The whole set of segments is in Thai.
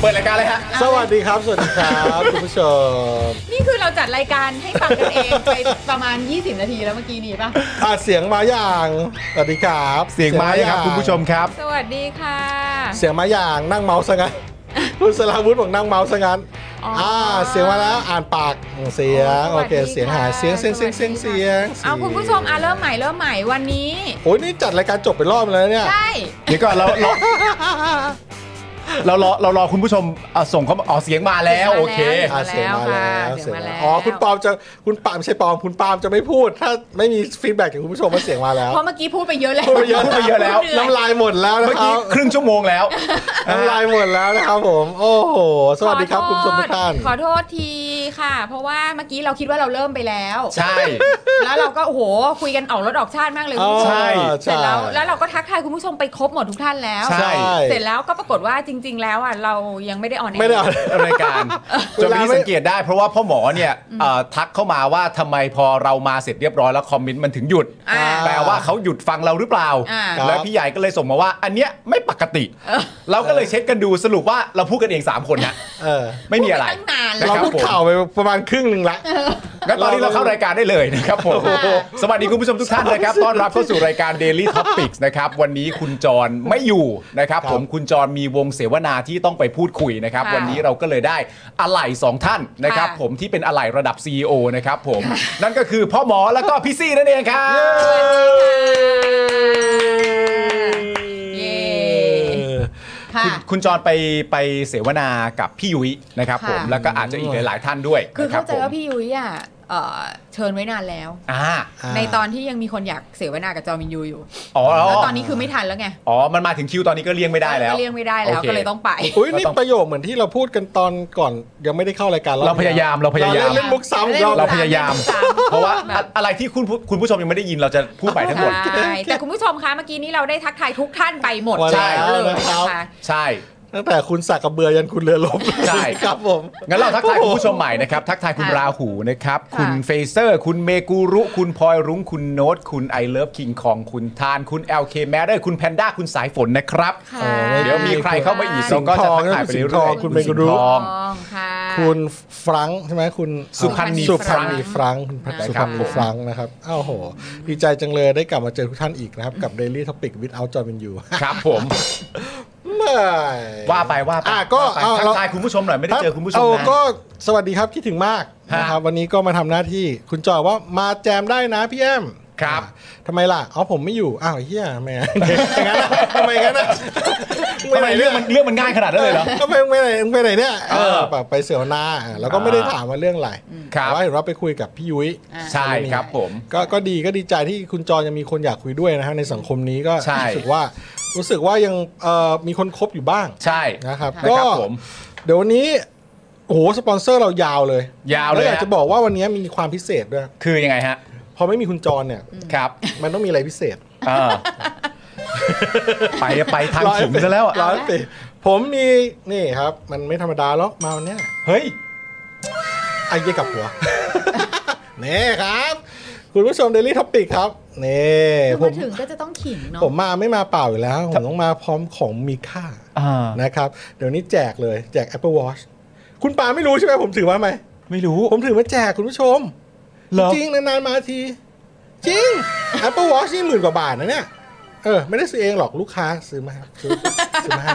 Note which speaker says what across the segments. Speaker 1: เปิดรายการเลยฮะ
Speaker 2: สวัสดีครับ สวัสดีครับ คุณผู้ชม
Speaker 3: นี่คือเราจัดรายการให้ฟังกันเองไปประมาณ 20 นาทีแล้วเมื่อกี้นี้ป่ะ
Speaker 2: อ่ะเสียงมาอย่างสวัสดีครับ
Speaker 1: เสียงไม้ครับคุณผู้ชมครับ
Speaker 3: สวัสดีค่ะ
Speaker 2: เสียงมาอย่างนั่งเมาส์ซะงั้น คุณสลาวุฒิบอกนั่งเมาส์ซะงั้น
Speaker 3: อ๋ออ่
Speaker 2: อ่าเสียงมาแล้วอ่านปากเสียงโอเค
Speaker 3: สวัสดี
Speaker 2: เสียงหาย
Speaker 3: ค่ะ
Speaker 2: เสียงเสียงเสียงเสียงเสียง
Speaker 3: เอาคุณผู้ชมอ่ะเริ่มใหม่เริ่มใหม่วันนี้
Speaker 2: โอ้ยนี่จัดรายการจบไปรอบแล้วเนี่ย
Speaker 3: ใช่
Speaker 1: เดี๋ยวก่อน เราเราเรารอเรารอคุณผู้ชมอ่ะส่งเขามาอ๋อเสียงมาแล้วโอเค
Speaker 2: อ่ะ
Speaker 3: เสียงมาแล้วเสียงมา
Speaker 2: เสียงมา
Speaker 3: แล้ว
Speaker 2: แล้ว
Speaker 3: ค่ะ
Speaker 2: อ๋อคุณปอมจะคุณปาล์มไม่ใช่ปอมคุณปาล์มจะไม่พูด ถ้าไม่มีฟีดแบ็กจากคุณผู้ชมว่าเสียงมาแล้ว
Speaker 3: เพราะเมื่อกี้พูดไปเยอะแล้ว
Speaker 2: พูดไปเยอะ
Speaker 1: พูดไปเยอะแล้ว
Speaker 3: น้ำ
Speaker 2: น้ำ
Speaker 3: ลาย
Speaker 2: ลายหมดแล้วนะ
Speaker 1: เมื่อ
Speaker 2: ค
Speaker 1: กี้
Speaker 2: รับ
Speaker 1: ครึ่งชั่วโมงแล้ว
Speaker 2: น้ำลายหมดแล้วนะครับผม โอ้โห สวัสดีครับคุณผู้ชมทุกท่าน
Speaker 3: ขอโทษทีค่ะ เพราะว่าเมื่อกี้เราคิดว่าเราเริ่มไปแล้ว
Speaker 1: ใช่
Speaker 3: แล้วเราก็โอ้โหคุยกันออกรถออกชาติมากเลยคุณผู้ช
Speaker 1: ใช่
Speaker 3: มเสร็จแล้วแล้ว
Speaker 2: ใช่
Speaker 3: เราก็ทักทายคุณผู้ชมไปครบหมดทุกท่านแล้ว
Speaker 1: ใช่
Speaker 3: เสร็จแล้วก็ปรากฏว่าจริง ๆ แล้วอ่ะเรายังไม่ได้ออนแอร์
Speaker 2: ไม่ได้เอา
Speaker 1: รายการจน
Speaker 2: เวลา
Speaker 1: ที่
Speaker 2: ไม่
Speaker 1: สังเกตได้เพราะว่าพ่อหมอเนี่ยเอ่อทักเข้ามาว่าทำไมพอเรามาเสร็จเรียบร้อยแล้วคอมเมนต์มันถึงหยุด
Speaker 3: อ่า
Speaker 1: แปลว่าเขาหยุดฟังเราหรือเปล่า
Speaker 3: อ่า
Speaker 1: แล้วพี่ใหญ่ก็เลยส่งมาว่า อันเนี้ยไม่ปกติ เราก็เลยเช็คกันดูสรุปว่าเราพูดกันเองสามคนนะ
Speaker 2: เออ
Speaker 1: ไม่มีอะไร
Speaker 3: ตั้งนาน
Speaker 1: นะ
Speaker 3: แล้
Speaker 2: เรา
Speaker 3: ว
Speaker 1: ครับ
Speaker 2: พูดข่าวไปประมาณครึ่งหนึ่งละ
Speaker 1: งั้นตอนนี้เราเข้ารายการได้เลยนะครับผม สวัสดีคุณผู้ชมทุกท่าน นะครับ ต้อนรับเข้าสู่รายการ Daily Topics นะครับ วันนี้คุณจรไม่อยู่นะครับ
Speaker 2: ครับ
Speaker 1: ผมคุณจรมีวงเสวนาที่ต้องไปพูดคุยนะครับ
Speaker 3: ค่ะ
Speaker 1: วันนี้เราก็เลยได้อะไหล่สองท่านนะครับ
Speaker 3: ค่ะ
Speaker 1: ผมที่เป็นอะไหล่ระดับ CEO นะครับผม นั่นก็คือพ่อหมอแล้วก็พี่ซี่นั่นเองครับ
Speaker 3: เย้ค่ะ
Speaker 1: คุณคุณจรไปไปเสวนากับพี่ยุ้ยนะครับผม
Speaker 3: ค่ะ
Speaker 1: แล้วก็อาจจะอีกหลาย ๆ ท่านด้วย
Speaker 3: คือเข้าใจ
Speaker 1: นะรับผม
Speaker 3: ว่าพี่ยุ้ยอ่ะเอ่อเชิญไว้นานแล้ว
Speaker 1: อ่า
Speaker 2: า
Speaker 3: ในตอนที่ยังมีคนอยากเสวนากับจอมินยูอยู่
Speaker 1: อ๋อ
Speaker 3: แล้วตอนนี้คือไม่ทันแล้วไง
Speaker 1: อ๋อมันมาถึงคิวตอนนี้ก็เลี่ยงไม่ได้แล้ว
Speaker 3: ก็เลี่ยงไม่ได้แล้ว
Speaker 1: โอเค
Speaker 3: ก็เลยต้องไป
Speaker 2: อุ้ยนี่ประโยคเหมือนที่เราพูดกันตอนก่อนยังไม่ได้เข้ารายการอบ
Speaker 1: เราพยายามเราพยายาม
Speaker 2: เรเล่นมุกซ้ำยอม
Speaker 1: เรา
Speaker 2: รับ
Speaker 3: ซ้ำ
Speaker 1: พยายาม
Speaker 3: ซ้ำ
Speaker 1: เพราะว่า
Speaker 3: แบบ
Speaker 1: อะอะไรที่คุณผู้คุณผู้ชมยังไม่ได้ยินเราจะพูดไปทั้งหมด
Speaker 3: ใช่แต่คุณผู้ชมคะเมื่อกี้นี้เราได้ทักทายทุกท่านไปหมด
Speaker 2: ใช่
Speaker 3: เลยนะคะ
Speaker 1: ใช่
Speaker 2: ตั้งแต่คุณสักกระเบือยันคุณเรือลบ
Speaker 1: ใช่
Speaker 2: ครับผม
Speaker 1: งั้นเราทักทายคุณผู้ชมใหม่นะครับ ทักทายคุณราหูนะครับ คุณเฟเซอร์ คุณเมกูรุ คุณพลอยรุ้ง คุณโน้ต คุณไอเลิฟคิงคองคุณทาน คุณ LK m a t t e r คุณแพนด้า คุณสายฝนนะครับ
Speaker 3: ค่ะ
Speaker 2: เออ
Speaker 1: เดี๋ยวมีใครเข้ามาอีก
Speaker 2: สิ
Speaker 1: เรา
Speaker 2: งห์
Speaker 1: ก็จะ
Speaker 2: ทอง
Speaker 1: ทักทายไปเรื่
Speaker 2: สิงห์ทอ
Speaker 1: อง ยๆ
Speaker 2: คุณเมกุรุ
Speaker 1: สิงห์ทอง
Speaker 3: ค่ะ
Speaker 2: คุณฟรังก์ใช่ไหมคุณ
Speaker 1: สุพรรณี
Speaker 2: สุพรรณี
Speaker 3: ฟ
Speaker 2: ฟ
Speaker 3: รั
Speaker 2: รั
Speaker 3: ง
Speaker 2: ง
Speaker 3: ก์
Speaker 2: ก์คุณ
Speaker 3: นะครับ
Speaker 2: สุพรรณีฟรังก์นะครับอ้าวโห ดีใจจังเลยได้กลับมาเจอทุกท่านอีกนะครับ กับ Daily Topic with Out John Win You
Speaker 1: ครับผม
Speaker 2: ไม่
Speaker 1: ว่าไปว่าไป
Speaker 2: อ่ะก็
Speaker 1: ว่าไป
Speaker 2: เอา
Speaker 1: ทั
Speaker 2: เรา
Speaker 1: กทายคุณผู้ชมหน่อยไม่ได้เจอคุณผู้ชม
Speaker 2: เอา
Speaker 1: นะ
Speaker 2: ก็สวัสดีครับคิดถึงมาก
Speaker 1: ฮะ
Speaker 2: นะครับวันนี้ก็มาทำหน้าที่คุณจอยว่ามาแจมได้นะพี่แอม
Speaker 1: ครับ
Speaker 2: อ่ะทำไมล่ะอ๋อผมไม่อยู่อ้าวเฮียแม่งอย่างนั้นอะทำไมงั้นอะ
Speaker 1: ทำไมเรื่องมันเรื่องมันง่ายขนาดนั้นเลยเหรอ
Speaker 2: ทำไมมึงไปไหนมึงไปไหนเนี่ย
Speaker 1: เออ
Speaker 2: แบบไปเสียวนาอ่ะแล้วก็ไม่ได้ถามว่าเรื่องอะไร
Speaker 1: ครับ
Speaker 2: แต่ว่าเห็นว่าไปคุยกับพี่ยุ้ย
Speaker 3: อ่า
Speaker 1: ใช่ครับผม
Speaker 2: ก็ก็ดีก็ดีใจที่คุณจอยังมีคนอยากคุยด้วยนะฮะในสังคมนี้ก็
Speaker 1: ใช่
Speaker 2: รู้สึกว่ารู้สึกว่ายังเอ่อมีคนคบอยู่บ้าง
Speaker 1: ใช่
Speaker 2: นะครับ
Speaker 3: ใช่
Speaker 2: ก็
Speaker 1: นะครับผม
Speaker 2: เดี๋ยววันนี้โอ้โหสปอนเซอร์เรายาวเลย
Speaker 1: ยาวเลย
Speaker 2: แอยาก
Speaker 1: ฮะ
Speaker 2: จะบอกว่าวันนี้มีความพิเศษด้วย
Speaker 1: คือยังไงฮะ
Speaker 2: พอไม่มีคุณจรเนี่ย
Speaker 1: ครับ
Speaker 2: มันต้องมีอะไรพิเศษ
Speaker 1: เอ อไปไปทาง
Speaker 2: ร้อย
Speaker 1: ถุง
Speaker 2: เปอร์เซ็
Speaker 1: ซะ
Speaker 2: นต์
Speaker 1: แล้วอะ
Speaker 2: ร้อยเปอร์เซ็นต์ผมมีนี่ครับ มันไม่ธรรมดาหรอกมาวันเนี้ย
Speaker 1: เฮ้ย
Speaker 2: ไอ้เหี้ยกับหัว นี่ครับ คุณผู้ชม Daily Topic ครับนี่
Speaker 3: คื
Speaker 2: ผ
Speaker 3: อา
Speaker 2: ม
Speaker 3: ม ถึงก็จะต้องขิงเนาะ
Speaker 2: ผมมาไม่มาเปล่าอยู่แล้ว ผมต้องมาพร้อมของมีค่า
Speaker 1: อ่า
Speaker 2: นะครับ เดี๋ยวนี้แจกเลยแจก Apple Watch คุณปาไม่รู้ใช่ไหมผมถือมาไหม
Speaker 1: ไม่รู้
Speaker 2: ผมถือมาแจกคุณผู้ชม
Speaker 1: เหรอ
Speaker 2: จริงๆนานๆมาที จริง Apple Watch นี่หมื่นกว่าบาทนะเนี่ย เออ ไม่ได้ซื้อเองหรอกลูกค้าซื้อมาครับซื้อซื้อมาให้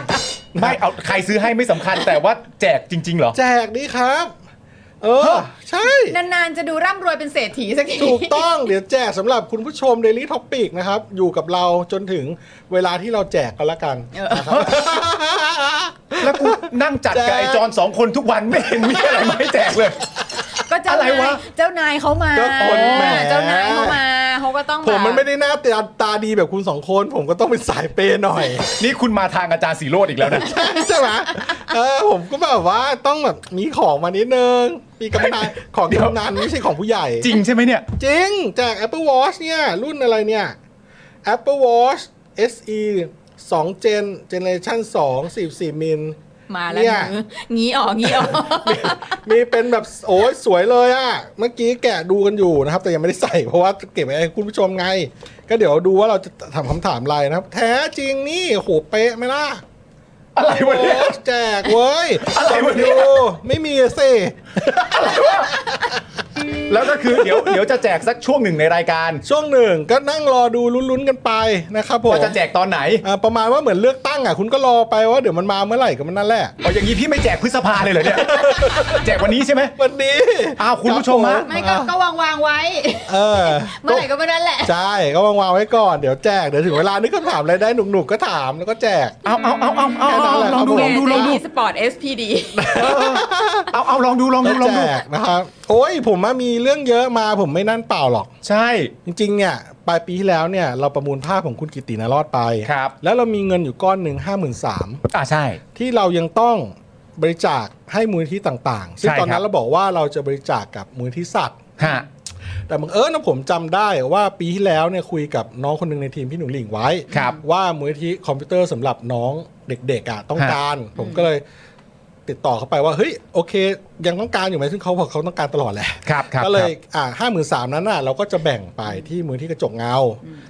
Speaker 1: ไม่เอาใครซื้อให้ไม่สำคัญแต่ว่าแจกจริง ๆ เหรอ
Speaker 2: แจกดีครับ เออ ใช่
Speaker 3: นานๆจะดูร่ำรวยเป็นเศรษฐีสักที
Speaker 2: ถูกต้องเดี๋ยวแจกสำหรับคุณผู้ชม Daily Topic นะครับ อยู่กับเราจนถึงเวลาที่เราแจกกันละกัน
Speaker 3: เออ
Speaker 2: นะครับ
Speaker 1: แล้วกูนั่งจัด
Speaker 2: แจ
Speaker 1: กับ
Speaker 2: ก
Speaker 1: ไอ้จอนสองคนทุกวันไม่เห็นมีอะไรมาให้แจกเลย
Speaker 3: ก็เจ้า
Speaker 1: อะไร
Speaker 3: นายว
Speaker 1: ะ
Speaker 3: เจ้านายเขามา
Speaker 2: ก็คนแหม
Speaker 3: เจ้านายเขามาเขาก็ต้อง
Speaker 2: ผมมัน
Speaker 3: แบบ
Speaker 2: ไม่ได้หน้าตาตาดีแบบคุณสองคน ผมก็ต้องเป็นสายเปย์หน่อย
Speaker 1: นี่คุณมาทางอาจารย์สีโรดอีกแล้วนะ
Speaker 2: ใช่ไหมเออผมก็แบบว่าต้องแบบมีของมานิดนึง มีกำนันของ
Speaker 1: เดี๋ยว
Speaker 2: กำนันไม่ใช่ของผู้ใหญ่
Speaker 1: จริงใช่ไหมเนี่ย
Speaker 2: จริงแจาก Apple Watch เนี่ย รุ่นอะไรเนี่ย Apple Watch SE 2 Gen Generation 2 44มิล
Speaker 3: มาแล้ว
Speaker 2: เนี่ย
Speaker 3: หนูงี้ออกงี้ออก
Speaker 2: มีเป็นแบบโอ้ยสวยเลยอะเมื่อกี้แกะดูกันอยู่นะครับ แต่ยังไม่ได้ใส่เพราะว่าเก็บไว้ให้คุณผู้ชมไง ก็เดี๋ยวดูว่าเราจะถามคำถามอะไรนะครับ แท้จริงนี่โหเป๊ะไหมล่ะ
Speaker 1: อะไรวะเนี่ย
Speaker 2: โอ้แจกเว้ย
Speaker 1: อะไรวะเนี่ย
Speaker 2: ส่งดูไม่มีอะสิ
Speaker 1: แล้วก็คือเดี๋ยวเดี๋ยวจะแจกสักช่วงหนึ่งในรายการ
Speaker 2: ช่วงหนึ่งก็นั่งรอดูลุ้นๆกันไปนะครับผม
Speaker 1: ว่าจะแจกตอนไหน
Speaker 2: อ่าประมาณว่าเหมือนเลือกตั้งอ่ะคุณก็รอไปว่าเดี๋ยวมันมาเมื่อไหร่ก็มันนั่นแหละ
Speaker 1: เอาอย่างนี้พี่ไม่แจกพฤษภาเลยเหรอเนี่ย แจกวันนี้ใช่ไหม
Speaker 2: วันนี้
Speaker 1: อ้าวคุณผู้ชมฮะ
Speaker 3: ไม่ก็ก็วางวางไว้
Speaker 2: เออ
Speaker 3: เมื่อไหร่ก็เมื่อนั้นแหละ
Speaker 2: ใช่ก็วางวางๆไว้ก่อนเดี๋ยวแจกเดี๋ยวถึงเวลานึกคำถามอะไรได้หนุกๆก็ถามแล้วก็แจก
Speaker 1: เอาเอาเอาเอาเอา
Speaker 2: แค่นั้นแหละ
Speaker 1: ลองดูล
Speaker 2: ครั
Speaker 1: อบง
Speaker 2: ผม
Speaker 1: ดูลองดู
Speaker 3: สปอร์ต SPD
Speaker 1: เอาเอาลองดูลองดูล
Speaker 2: แล้
Speaker 1: อ
Speaker 2: ว
Speaker 1: ง
Speaker 2: แจ
Speaker 1: ดู
Speaker 2: กนะครับโอ้ยผมมามีเรื่องเยอะมาผมไม่นั่นเปล่าหรอก
Speaker 1: ใช่
Speaker 2: จริงๆเนี่ยปลายปีที่แล้วเนี่ยเราประมูลภาพของคุณกิตตินารอดไป
Speaker 1: ครับ
Speaker 2: แล้วเรามีเงินอยู่ก้อนหนึ่งห้าหมื่นสาม
Speaker 1: อ่าใช่
Speaker 2: ที่เรายังต้องบริจาคให้มูลนิธิต่างๆ ซึ่ง
Speaker 1: ใช่ครับ
Speaker 2: ตอนนั้นเราบอกว่าเราจะบริจาคกับมูลนิธิสัตว์
Speaker 1: ฮะ
Speaker 2: แต่บังเอิญนะผมจำได้ว่าปีที่แล้วเนี่ยคุยกับน้องคนหนึ่งในทีมพี่หนุ่มหลิงไว้
Speaker 1: ครับ
Speaker 2: ว่ามูลนิธิคอมพิวเตอร์สำหรับน้องเด็กๆอ่ะต้องการ ผมก็เลยติดต่อเขาไปว่าเฮ้ยโอเค ยังต้องการอยู่ไหมซึ่งเขาบอกเขาต้องการตลอดแหละ
Speaker 1: ครับครับ
Speaker 2: ก็เลยอ่าห้าหมื่นสามนั้นน่ะเราก็จะแบ่งไปที่มูลนิธิกระจกเงา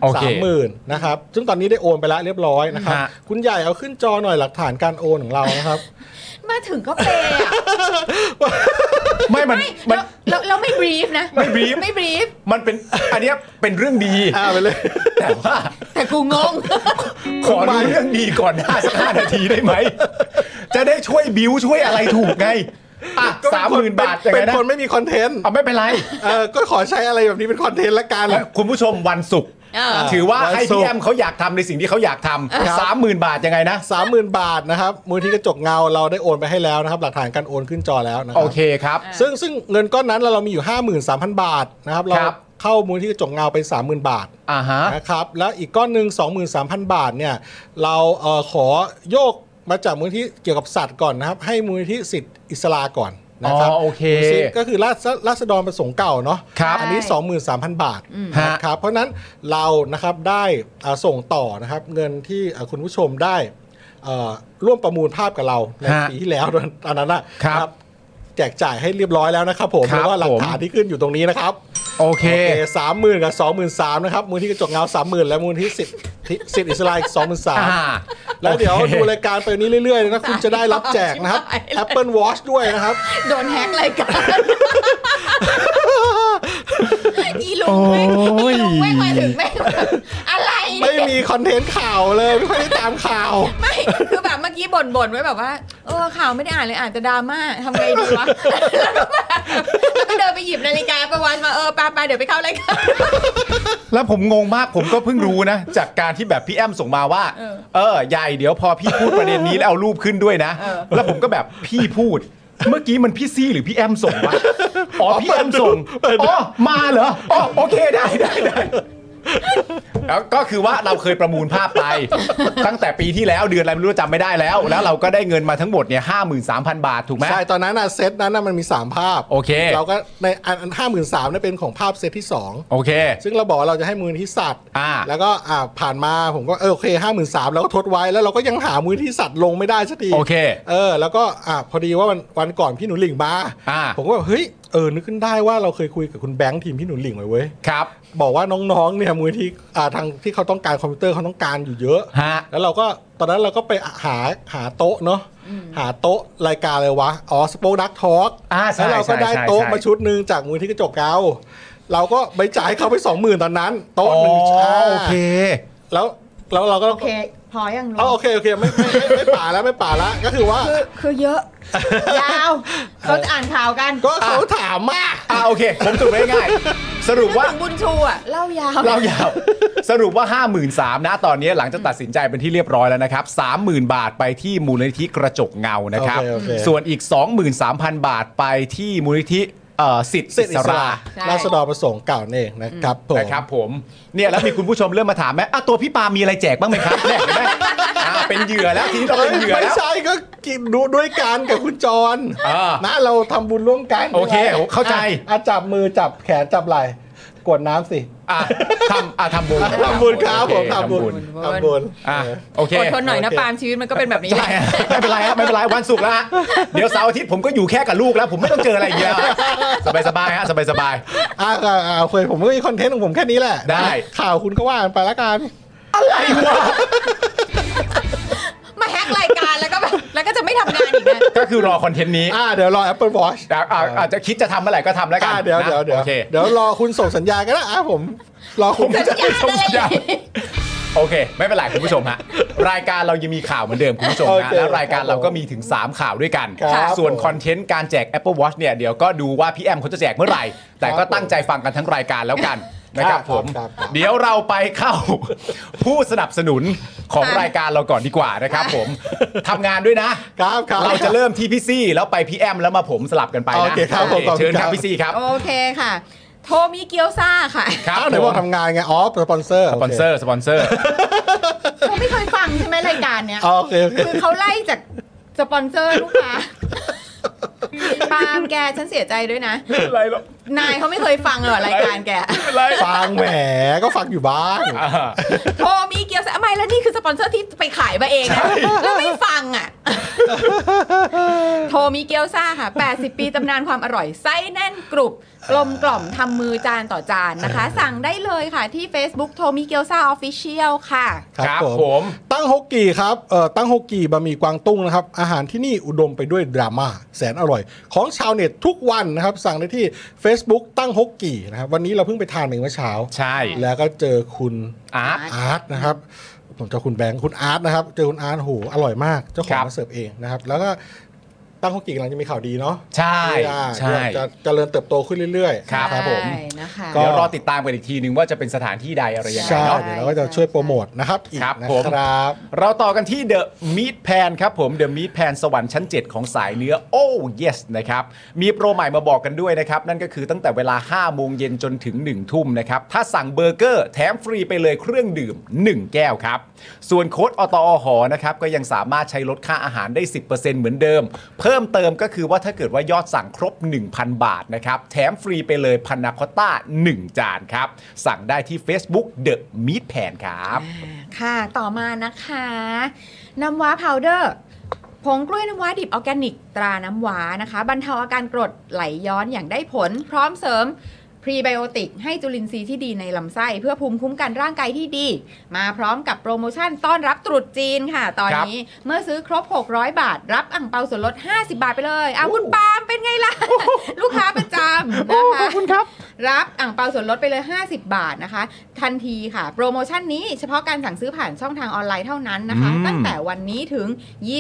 Speaker 1: โอเค
Speaker 2: สามหมื่นนะครับซึ่งตอนนี้ได้โอนไปแล้วเรียบร้อยนะครับ
Speaker 1: ฮะ
Speaker 2: คุณใหญ่เอาขึ้นจอหน่อยหลักฐานการโอนของเรานะครับ
Speaker 3: มาถึงก็เปย์อะ
Speaker 1: ไม่มัน
Speaker 3: ไม่
Speaker 1: มัน
Speaker 3: เราเราไม่บรีฟนะ
Speaker 1: ไม่ brief
Speaker 3: ไม่บรีฟ
Speaker 1: มันเป็น อันเนี้ย เป็นเรื่องดี
Speaker 2: อ่าไปเลย
Speaker 1: แต่ว่า
Speaker 3: แต่กูงง
Speaker 1: ขอดูเรื่องดีก่อนหน้าสักห้านาทีได้ไหม จะได้ช่วยบิวช่วยอะไรถูกไง อ่ะ
Speaker 2: ก็เป็
Speaker 1: สามห
Speaker 2: ค
Speaker 1: มื่นบาทยัง
Speaker 2: เป็
Speaker 1: ไง
Speaker 2: น
Speaker 1: นะ
Speaker 2: คนไม่มีคอนเทนต์
Speaker 1: เอาไม่เป็นไร
Speaker 2: เออก็ขอใช้อะไรแบบนี้เป็นคอนเทนต์ละกัน
Speaker 1: คุณผู้ชมวันศุกร์
Speaker 3: อ่า
Speaker 1: ถือว่า
Speaker 2: วันศุกร์
Speaker 1: ให้พี่แอมเขาอยากทำในสิ่งที่เขาอยากท
Speaker 2: ครับ
Speaker 1: ำสามหมื่นบาทยังไงนะ
Speaker 2: สามหมื่นบาทนะครับมูลที่กระจกเงาเราได้โอนไปให้แล้วนะครับ หลักฐานการโอนขึ้นจอแล้วนะครั
Speaker 1: โอเคครับ
Speaker 2: ซึ่งซึ่งเงินก้อนนั้นเราเรามีอยู่ 53,000 บาทนะครับ เรา
Speaker 1: ครับ
Speaker 2: เข้ามูลที่กระจกเงาไป 30,000 บาท
Speaker 1: อ่าฮะ
Speaker 2: นะครับแล้วอีกก้อนหนึ่ง23,000 บาทเนี่ยเราเอ่อขอโยกมาจากมูลที่เกี่ยวกับสัตว์ก่อนนะครับ ให้มูลที่สิทธิ์อิสลาก่อนนะครับ
Speaker 1: อ๋อโอเค
Speaker 2: มูลนิธิก็คือราษราษฎรประสงค์เก่าเนาะ
Speaker 1: ครับ
Speaker 2: อันนี้ 23,000 บาท
Speaker 1: ฮะ
Speaker 2: นะครับเพราะฉะนั้นเรานะครับได้อ่าส่งต่อนะครับเงินที่อ่าคุณผู้ชมได้เอ่อร่วมประมูลภาพกับเราใน
Speaker 1: ฮะ
Speaker 2: ปีที่แล้ว ตอนนั้นนะครับ นะแจกจ่ายให้เรียบร้อยแล้วนะครับผม
Speaker 1: ครับ
Speaker 2: แล้วก็หลั
Speaker 1: ผ
Speaker 2: ก
Speaker 1: ม
Speaker 2: ฐานที่ขึ้นอยู่ตรงนี้นะครับ
Speaker 1: โอเค
Speaker 2: สามหมื่นกับสองหมื่นสามนะครับมูลที่กระจกเงาสามหมื่นและมูลที่สิทธิ์สิทธิ์อิสราเอลสองหมื่นสาม
Speaker 1: อ่า
Speaker 2: แล้วเดี๋ยว
Speaker 1: โอเค
Speaker 2: ดูรายการไปนี้เรื่อยๆนะคุณจะได้รับแจกนะครับ Apple Watch ด้วยนะครับ
Speaker 3: โดนแฮกรายการอีลุงแม่ง
Speaker 1: โอ้ย
Speaker 3: อีลุงแม่งมาถึงแม่งแบบอะไรเนี่ย
Speaker 2: ไม่มีคอนเทนต์ข่าวเลยไม่ค่อยได้ตามข่าว
Speaker 3: ไม่ คือแบบเมื่อกี้บ่นบ่นๆไว้แบบว่าเออข่าวไม่ได้อ่านเลยอ่านแต่ดราม่าทำไงดี วะแล้วก็แบบแล้วก็เดินไปหยิบนาฬิกาประวันมาเออปาปาเดี๋ยวไปเข้ารายการ
Speaker 1: แล้วผมงงมากผมก็เพิ่งรู้นะ จากการที่แบบพี่แอมส่งมาว่า
Speaker 3: เออ
Speaker 1: เออใหญ่เดี๋ยวพอพี่พูดประเด็นนี้แล้วเอารูปขึ้นด้วยนะ
Speaker 3: เออ
Speaker 1: แล้วผมก็แบบพี่พูด เมื่อกี้มันพี่ซี่หรือพี่แอมส่งวะอ๋อพี่แอมส่ง
Speaker 2: เปิดดู
Speaker 1: อ๋อมาเหรออ๋อโอเคได้ได้ได้ แล้วก็คือว่าเราเคยประมูลภาพไป ตั้งแต่ปีที่แล้วเดือนอะไรไม่รู้จำไม่ได้แล้ว แล้วเราก็ได้เงินมาทั้งหมดเนี่ยห้าหมื่นสามพันบาทถูกไหม
Speaker 2: ใช่ ตอนนั้นน่ะเซตนั้นน่ะมันมี 3 ภาพ
Speaker 1: โอเค
Speaker 2: เราก็ในอันอันห้าหมื่นสามเนี่ยเป็นของภาพเซตที่ 2
Speaker 1: โอเค
Speaker 2: ซึ่งเราบอกว่าเราจะให้มูลนิธิสัตว์
Speaker 1: อ่า
Speaker 2: แล้วก็อ่าผ่านมาผมก็เออโอเคห้าหมื่นสามเราก็ทดไว้แล้วเราก็ยังหามูลนิธิสัตว์ลงไม่ได้สักที
Speaker 1: โอเค
Speaker 2: เออแล้วก็อ่าพอดีว่าวันวันก่อนพี่หนูหลิงมา
Speaker 1: อ่า
Speaker 2: ผมก็แบบเฮ้ยเออนึกขึ้นได้ว่าเราเคยคุยกับคุณแบงค์ทีมพี่หนูหลิงไว้เว้ย
Speaker 1: ครับ
Speaker 2: บอกว่าน้องๆ เนี่ยมูลที่อ่าทางที่เขาต้องการคอมพิวเตอร์เขาต้องการอยู่เยอะ
Speaker 1: ฮะ
Speaker 2: แล้วเราก็ตอนนั้นเราก็ไปหาหาโต๊ะเนาะหาโต๊ะรายการอะไรวะ อ๋อสปอคดักทอล์ก
Speaker 1: อ่าใช่
Speaker 2: แล้วเราก็
Speaker 1: ใช่
Speaker 2: ได้
Speaker 1: ใช่
Speaker 2: โต๊ะ
Speaker 1: ใช่
Speaker 2: มาชุดหนึ่งจากมูลที่กระจกเกาเราก็ไปจ่ายเขาไปสองหมื่นตอนนั้น โต๊ะหนึ่ง
Speaker 1: อ๋อ
Speaker 2: ใช่
Speaker 1: โอเค
Speaker 2: แล้วแล้วเราก็
Speaker 3: โอเค พอยัง
Speaker 2: เอาโอเคโอเคไม่ไม่ไม่ไม่ป่าแล้วไม่ป่าละก็คือว่า
Speaker 3: คือคือเยอะ ยาวเขาจะอ่านข่าวกัน
Speaker 2: ก็เขาถามมาก
Speaker 1: อ่าโอเค ผมสรุปง่ายๆสรุปว่า
Speaker 3: ว่าบุญชูอ่ะเล่ายาว
Speaker 1: เรายาว สรุปว่า 5 3 0 0 0นะตอนนี้หลังจากตัดสินใจเป็นที่เรียบร้อยแล้วนะครับ 30,000 บาทไปที่มูลนิธิกระจกเงานะครับ
Speaker 2: โอเคโอเค
Speaker 1: ส่วนอีก 23,000 บาทไปที่มูลนิธิเอ่อสิทธิ์สิ
Speaker 2: สิ
Speaker 1: ท
Speaker 2: ทธิ
Speaker 1: ธิ
Speaker 2: อิ
Speaker 1: อิส
Speaker 2: สระ
Speaker 1: ระ
Speaker 3: ใช่
Speaker 2: ราษฎรประสงค์เก่าเนี่ยนะครับผม
Speaker 1: นะครับผมเนี่ยแล้วมีคุณผู้ชมเริ่มมาถามไหมอ่ะตัวพี่ปามีอะไรแจกบ้างไหมครับเนี่ยเห็นไหมอ่าเป็นเหยื่อแล้วทีนี้เราเป็นเหยื่อ
Speaker 2: ไม่
Speaker 1: แล้ว
Speaker 2: ใช่ก็กินดูด้วยกันกับคุณจร
Speaker 1: อ่า
Speaker 2: นะเราทำบุญร่วมกัน
Speaker 1: โอเค
Speaker 2: ไม่ป็นไร
Speaker 1: เข้าใจ
Speaker 2: อ่ะอ่ะจับมือจับแขนจับไหล่กวดน้ำสิ
Speaker 1: อ่ะทำอ่ะทำบุญ
Speaker 2: ทำบุญครับผม
Speaker 1: โอเ
Speaker 2: ทำบุญทำบุญ
Speaker 1: อ่ะโอเค
Speaker 3: อดทนหน่อยนะ
Speaker 2: โเค
Speaker 3: ปาล์มชีวิตมันก็เป็นแบบนี้แห
Speaker 1: ใช่
Speaker 3: ละ
Speaker 1: ฮะไม่เป็นไรฮะไม่เป็นไรวันศุกร์แล้วฮะเดี๋ยวเสาร์อาทิตย์ผมก็อยู่แค่กับลูกแล้ว ผมไม่ต้องเจออะไรอีกแล้วฮะสบายสบายๆฮะสบายสบาย
Speaker 2: อ่ะอ่ะอ่ะโอเคผมก็มีคอนเทนต์ของผมแค่นี้แหละ
Speaker 1: ได้
Speaker 2: ข่าวคุณก็ว่ากันไปละกัน
Speaker 3: มาแฮกรายการแล้วก็แบบแล้วก็จะไม่ทำงานอีกนะ
Speaker 1: ๆก็คือรอคอนเทนต์นี้
Speaker 2: อ่ะเดี๋ยวรอ Apple Watch
Speaker 1: อ่ะอ่ะอาจจะคิดจะทำเมื่อไหร่ก็ทำแล้วกั
Speaker 2: อ่ะ
Speaker 1: น
Speaker 2: เดี๋ยว
Speaker 1: นะ
Speaker 2: เดี๋ยวเดี๋ยว
Speaker 1: โอเค
Speaker 2: เดี๋ยวรอคุณส่งสัญญาก็ได้อ่ะผมรอคุณ
Speaker 3: สัญญาณอะไรอย่างงี้
Speaker 1: โอเค ไม่เป็นไรคุณผู้ชมฮะรายการเรายังมีข่าวเหมือนเดิมคุณผู้ชม
Speaker 2: โอ
Speaker 1: นะ
Speaker 2: เค
Speaker 1: แล้วรายการเราก็มีถึง 3 ข่าวด้วยกัน
Speaker 2: ครับ
Speaker 1: ส่วน
Speaker 2: ผม
Speaker 1: คอนเทนต์การแจก Apple Watch เนี่ยเดี๋ยวก็ดูว่าพี่แอมเขาจะแจกเมื่อไหร่ แต่ก็ตั้งใจฟังกันทั้งรายการแล้วกันนะครับ
Speaker 2: ครับ
Speaker 1: ผม
Speaker 2: ครับครับ
Speaker 1: เดี๋ยวเราไปเข้า ผู้สนับสนุนของรายการเราก่อนดีกว่านะครับผมทำงานด้วยนะ
Speaker 2: ครับครับ
Speaker 1: เราจะเริ่มที่พี่ซี่แล้วไปพี่แอมแล้วมาผมสลับกันไป
Speaker 2: โอ
Speaker 1: นะ
Speaker 2: เคครับผมขอบคุณ
Speaker 1: เชิญค
Speaker 2: ครั
Speaker 1: รับบ พี่ซี่ครับ
Speaker 3: โอเคค่ะ โทมิเกียวซ่าค่ะ
Speaker 1: ครับ
Speaker 2: อ้าวไหนบอกทำงานไงอ๋อสปอนเซอร์
Speaker 1: สปอนเซอร์สปอนเซอร์
Speaker 3: เขาไม่เคยฟังใช่ไหมรายการเนี้ย
Speaker 2: โอเคโอเค
Speaker 3: คือเขาไล่จากสปอนเซอร์ลูกค้าปาล์มแกฉันเสียใจด้วยนะ
Speaker 1: อะไรหรอก
Speaker 3: นายเขาไม่เคยฟังเลยว่ะรายการแก
Speaker 1: อะไร
Speaker 2: ฟังแหมก็ฟังอยู่บ้าง
Speaker 3: โทมิเกียวซ่าไม่แล้วนี่คือสปอนเซอร์ที่ไปขายมาเองนะแล้วไม่ฟังอ่ะ โทมิเกียวซ่าค่ะ 80 ปีตำนานความอร่อย ไส้แน่นกรุบ กลมกล่อมทำมือจานต่อจานนะคะ สั่งได้เลยค่ะที่ Facebook โทมิเกียวซ่าออฟฟิเชียลค่ะ
Speaker 1: ครับผม
Speaker 2: ตั้งฮกกี่ครับเอ่อตั้งฮกกี่บะหมี่กวางตุ้งนะครับ อาหารที่นี่อุดมไปด้วยดราม่าแสนอร่อย ของชาวเน็ตทุกวันนะครับ สั่งได้ที่ Facebook ตั้งฮกกี่นะครับ วันนี้เราเพิ่งไปทานเองเมื่อเช้า
Speaker 1: ใช่
Speaker 2: แล้วก็เจอคุณ
Speaker 1: อาร์ต
Speaker 2: อาร์ตนะครับ ผมเจอคุณแบงค์คุณอาร์ตนะครับ เจอคุณอาร์ตโหอร่อยมาก เจ้าขอ
Speaker 1: ค
Speaker 2: ง
Speaker 1: รับ
Speaker 2: มาเสิร์ฟเองนะครับ แล้วก็ตั้งฮกกี่กำลังจะมีข่าวดีเนาะ
Speaker 1: ใช่
Speaker 2: ที่ว่า
Speaker 1: ใช่
Speaker 2: จะเจริญเติบโตขึ้นเรื่อยๆ
Speaker 1: ครับ
Speaker 2: ผม
Speaker 3: ใช่นะคะ
Speaker 2: ก็
Speaker 1: เดี๋ยวรอติดตามกันอีกทีนึงว่าจะเป็นสถานที่ใดอะไรยังไง
Speaker 2: ใช่
Speaker 1: เนาะ
Speaker 2: เดี๋ยวเราก็จะช่วยโปรโมทนะครับอีก
Speaker 1: ครับ
Speaker 2: นะ
Speaker 1: ผม
Speaker 2: ครับ
Speaker 1: เราต่อกันที่ The Meat Pan ครับผม The Meat Pan สวรรค์ชั้น 7 ของสายเนื้อ โอ้ yes นะครับ มีโปรใหม่มาบอกกันด้วยนะครับ นั่นก็คือตั้งแต่เวลา 5 โมงเย็นจนถึง 1 ทุ่มนะครับ ถ้าสั่งเบอร์เกอร์แถมฟรีไปเลยเครื่องดื่ม 1 แก้วครับ ส่วนโค้ดอตอหอนะครับ ก็ยังสามารถใช้ลดค่าอาหารได้ 10%เหมือนเดิม เพิ่มเติมก็คือว่าถ้าเกิดว่ายอดสั่งครบ 1,000 บาทนะครับ แถมฟรีไปเลยพันนาคอตต้า 1 จานครับ สั่งได้ที่ Facebook The Meat Pan ครับ
Speaker 3: ค่ะ ต่อมานะคะ น้ำว้าพาวเดอร์ ผงกล้วยน้ำว้าดิบออร์แกนิก ตราน้ำว้านะคะ บรรเทาอาการกรดไหลย้อนอย่างได้ผล พร้อมเสริมพรีไบโอติก ให้จุลินทรีย์ที่ดีในลำไส้ เพื่อภูมิคุ้มกันร่างกายที่ดี มาพร้อมกับโปรโมชั่นต้อนรับตรุษจีนค่ะ ตอน
Speaker 1: ครับ
Speaker 3: นี้เมื่อซื้อครบ 600 บาท รับอ่างเปาส่วนลด 50 บาทไปเลยเอาคุณปาล์มเป็นไงล่ะ ลูกค้าประจำนะคะ รับอ่างเปาส่วนลดไปเลย 50 บาทนะคะ ทันทีค่ะ โปรโมชั่นนี้เฉพาะการสั่งซื้อผ่านช่องทางออนไลน์เท่านั้นนะคะ
Speaker 1: อืม
Speaker 3: ตั้งแต่วันนี้ถึง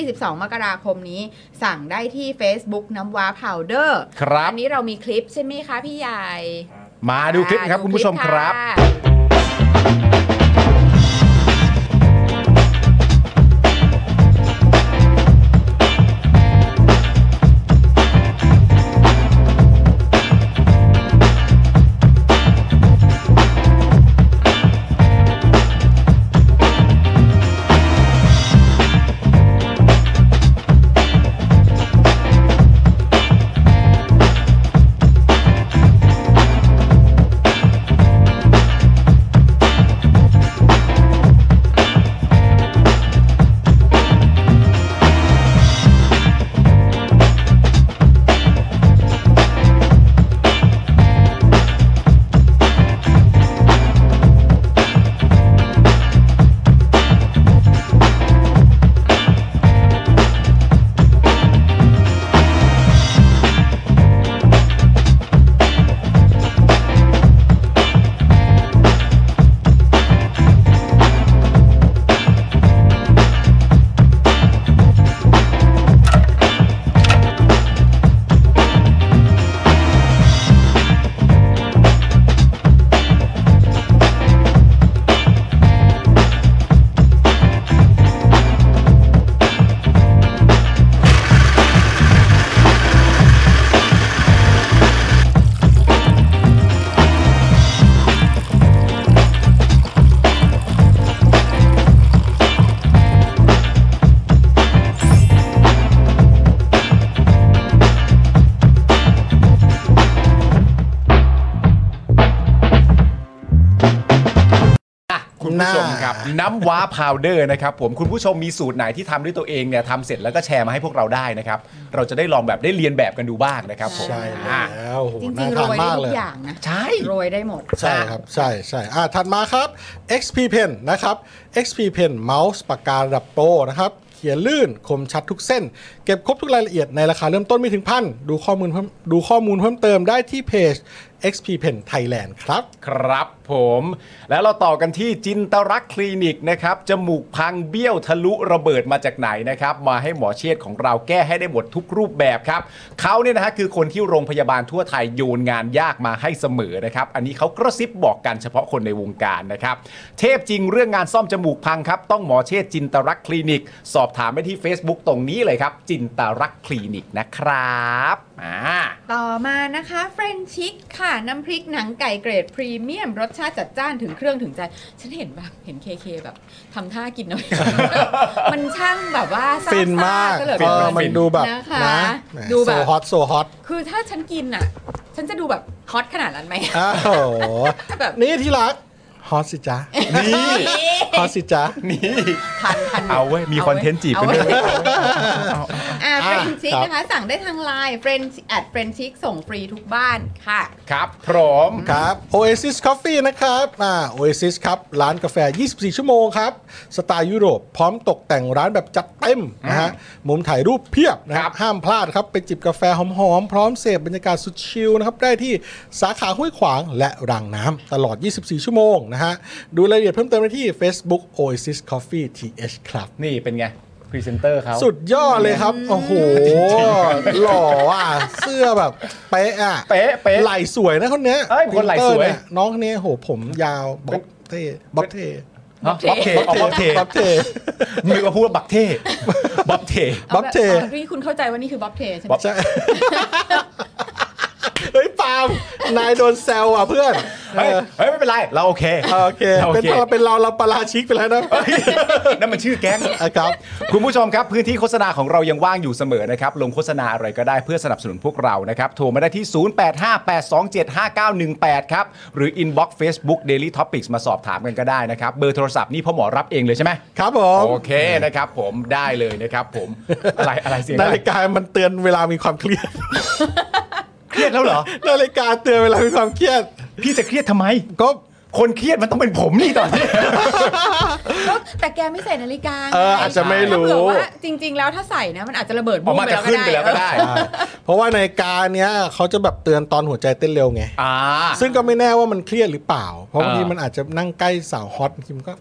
Speaker 3: 22 มกราคมนี้ สั่งได้ที่ Facebook น้ำว้าพาวเดอร์
Speaker 1: ครับ
Speaker 3: อันนี้เรามีคลิปใช่ไหมคะพี่ใหญ่
Speaker 1: มาดูคลิปครับคุณผู้ชมครับ
Speaker 3: ะ
Speaker 1: คุณผู้ชมครับ น้ำว้าพาวเดอร์นะครับผมคุณผู้ชมมีสูตรไหนที่ทำด้วยตัวเองเนี่ยทำเสร็จแล้วก็แชร์มาให้พวกเราได้นะครับ เราจะได้ลองแบบได้เรียนแบบกันดูบ้างนะครับผม
Speaker 2: ใช่
Speaker 1: อ่ะ
Speaker 2: แล้วโอ้โห
Speaker 3: จริ
Speaker 2: น่าง
Speaker 3: ๆโรยได้
Speaker 2: ทานมาก
Speaker 3: ทุ
Speaker 2: เล
Speaker 3: ก
Speaker 2: ย
Speaker 3: อย่างนะ
Speaker 1: ใช่
Speaker 3: โรยได้หมด
Speaker 2: ใช่ครับ ใช่ใช่อ่าถัดมาครับ XP Pen นะครับ XP Pen เมาส์ปากการะดับโปรนะครับ เขียนลื่นคมชัดทุกเส้น เก็บครบทุกรายละเอียดในราคาเริ่มต้นไม่ถึงพันดูข้อมูลเพิ่มดูข้อมูลเพิ่มเติมได้ที่เพจ XP Pen Thailand ครับ
Speaker 1: ครับผม แล้วเราต่อกันที่จินตรักษณ์คลินิกนะครับ จมูกพังเบี้ยวทะลุระเบิดมาจากไหนนะครับ มาให้หมอเชษฐ์ของเราแก้ให้ได้หมดทุกรูปแบบครับเขาเนี่ยนะฮะคือคนที่โรงพยาบาลทั่วไทยโยนงานยากมาให้เสมอนะครับ อันนี้เขากระซิบบอกกันเฉพาะคนในวงการนะครับ เทพจริงเรื่องงานซ่อมจมูกพังครับ ต้องหมอเชษฐ์จินตรักษณ์คลินิก สอบถามไปที่ Facebook ตรงนี้เลยครับ จินตรักษณ์คลินิกนะครับอ่า
Speaker 3: ต่อมานะคะเฟรนชิกค่ะ น้ำพริกหนังไก่เกรดพรีเมียม รสชาติจัดจ้านถึงเครื่องถึงใจ ฉันเห็นแบบเห็นเคเคแบบทำท่ากินน้ำพริก มันช่างแบบว่าซาบ
Speaker 2: ฟินมาก
Speaker 3: ซ่ก็เหลือ
Speaker 2: เอ
Speaker 3: เกิ
Speaker 2: อน มันดูแบบ
Speaker 3: นะคะ
Speaker 2: นะ
Speaker 3: ดูแบบ
Speaker 2: โซฮอตโซฮอต
Speaker 3: คือถ้าฉันกินอ่ะ ฉันจะดูแบบฮอตขนาดนั้นไหม
Speaker 2: อ้าวโห
Speaker 3: แบบ
Speaker 2: นี่ที่รักฮอตสิจ๊ะนี่ฮอตสิจ๊ะ
Speaker 3: ทันทัน
Speaker 1: เอาเว้ยมี
Speaker 3: าว้
Speaker 1: content จีบกันด้วย
Speaker 3: อ่าเฟรนชิก
Speaker 2: ครับ
Speaker 3: นะคะ สั่งได้ทางไลน์เฟรนแอดเฟรนชิกส่งฟรีทุกบ้านค่ะ
Speaker 1: ครับผม
Speaker 2: ครับ Oasis Coffee นะครับอ่า Oasis ครับ ร้านกาแฟ 24 ชั่วโมงครับ สไตล์ยุโรป พร้อมตกแต่งร้านแบบจัดเต็มนะฮะ มุมถ่ายรูปเพียบนะครับ ห้ามพลาดครับ ไปจิบกาแฟหอมๆ พร้อมเสพบรรยากาศสุดชิลนะครับ ได้ที่สาขาห้วยขวางและรางน้ำตลอด 24 ชั่วโมงนะฮะ ดูรายละเอียดเพิ่มเติมได้ที่ Facebook Oasis Coffee TH ครับ
Speaker 1: นี่เป็นไงพรีเซนเตอร์เขา
Speaker 2: สุดยอดเลยครับ โอ้โห หล่ออ่ะ เสื้อแบบเป๊ะอ่ะ
Speaker 1: เป๊ะเป๊ะ
Speaker 2: ไหลสวยนะคนเนี้ย
Speaker 1: เอ้ยคนไหล่สวย
Speaker 2: ปีเตอร์เนี่น้องคนเนี้ยโหผมยาวบ๊อบเท่บ๊อบเท่
Speaker 1: เนอะบ๊อบเทอ๋อบ๊อบเท
Speaker 2: บ๊อบเท่
Speaker 1: นึกว่าพูดว่าบักเท บ๊อบเท
Speaker 2: บ๊อบเท
Speaker 3: าแบบาที่คุณเข้าใจว่านี่คือบ๊อบเทใช่ไหม
Speaker 1: บ๊อบ
Speaker 2: ใช่เฮ้ยปาล์มนายโดนแซวอ่ะเพื่อน
Speaker 1: เฮ้ยเฮ้ย ไม่เป็นไร เราโอเค
Speaker 2: เออโอเค
Speaker 1: โอเค
Speaker 2: เป็นเราเป็นเราเราปาราชิกไปแล้วนะ
Speaker 1: นั่นมันชื่อแก๊ง
Speaker 2: อ่ะครับ
Speaker 1: คุณผู้ชมครับ พื้นที่โฆษณาของเรายังว่างอยู่เสมอนะครับ ลงโฆษณาอะไรก็ได้เพื่อสนับสนุนพวกเรานะครับ โทรมาได้ที่ 0858275918 ครับ หรือ inbox Facebook Daily Topics มาสอบถามกันก็ได้นะครับ เบอร์โทรศัพท์นี่พ่อหมอรับเองเลยใช่ไหม
Speaker 2: ครับผม
Speaker 1: โอเคนะครับ ผมได้เลยนะครับ ผมอะไรอะไรเสียง
Speaker 2: นา
Speaker 1: อะไร
Speaker 2: ฬิกามันเตือนเวลามีความเครียด
Speaker 1: เครียดแล้วเหรอ
Speaker 2: นาฬิกาเตือนเวลามีความเครียด
Speaker 1: พี่จะเครียดทำไม
Speaker 2: ก็
Speaker 1: คนเครียดมันต้องเป็นผมนี่ตอนนี้
Speaker 3: ก็แต่แกไม่ใส่นาฬิกาไง
Speaker 2: เอออาจจะไม่
Speaker 3: ถ้า
Speaker 2: รู้
Speaker 3: เผื่อว่าจริง ๆ แล้วถ้าใส่นะมันอาจจะระเบิด
Speaker 1: ผ
Speaker 3: บู
Speaker 1: ม
Speaker 3: ม
Speaker 1: อาจจะขึ้นไปแล้วก็ได้
Speaker 3: เออ
Speaker 2: เพราะว่านาฬิกาเนี้ยเขาจะแบบเตือนตอนหัวใจเต้นเร็วไง
Speaker 1: อ่า
Speaker 2: ซึ่งก็ไม่แน่ว่ามันเครียดหรือเปล่า เพราะบาง
Speaker 1: อ่า
Speaker 2: ทีมันอาจจะนั่งใกล้สาวฮอตคิมนก็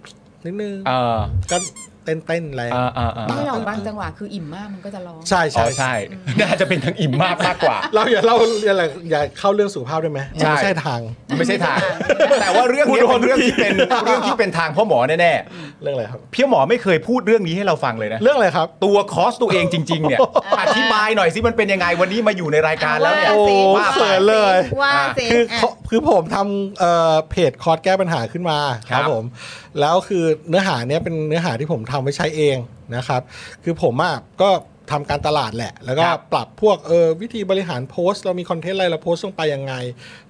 Speaker 2: นิดนึง
Speaker 1: เออ
Speaker 2: ก็เต้นเต้นๆแรง
Speaker 1: อ่าอ่าอ่า
Speaker 3: ไม่หรอกบางจังหวะคืออิ่มมากมันก็จะร้อง
Speaker 2: ใช่
Speaker 1: อ๋
Speaker 2: ใช่
Speaker 1: อใช่ น่าจะเป็นทางอิ่มมากมากกว่า
Speaker 2: เราอย่าเล่าอะไรอย่าเข้าเรื่องสุขภาพได้ไหม
Speaker 1: ใช่
Speaker 2: ไม่ใช่ทาง
Speaker 1: ไม่ใช่ ทาง แต่ว่าเรื่องนี้เป็นเรื่องที่เป็นเรื่องที่เป็นทางพ่อหมอแน่
Speaker 2: เรื่องอะไรครับ
Speaker 1: ๆพี่หมอไม่เคยพูดเรื่องนี้ให้เราฟังเลยนะ
Speaker 2: เรื่องอะไรครับ
Speaker 1: ตัวคอสตัวเองจริง ๆ เนี่ย อธิบายหน่อยสิมันเป็นยังไงวันนี้มาอยู่ในรายการแล้วเนี่ย
Speaker 2: โอ้
Speaker 3: ว่าสิ
Speaker 1: ว่าไป
Speaker 2: เสยเลย
Speaker 3: ว่าเซ็
Speaker 2: คือเขาคือผมทำเอ่อเพจคอร์สแก้ปัญหาขึ้นมา
Speaker 1: ครับ
Speaker 2: ผม แล้วคือเนื้อหาเนี้ยเป็นเนื้อหาที่ผมทำไว้ใช้เองนะครับ คือผมอ่ะก็ทำการตลาดแหละ แล้วก็
Speaker 1: ครับ
Speaker 2: ปรับพวกเออวิธีบริหารโพสต์ เรามีคอนเทนต์อะไรเราโพสต์ลงไปยังไง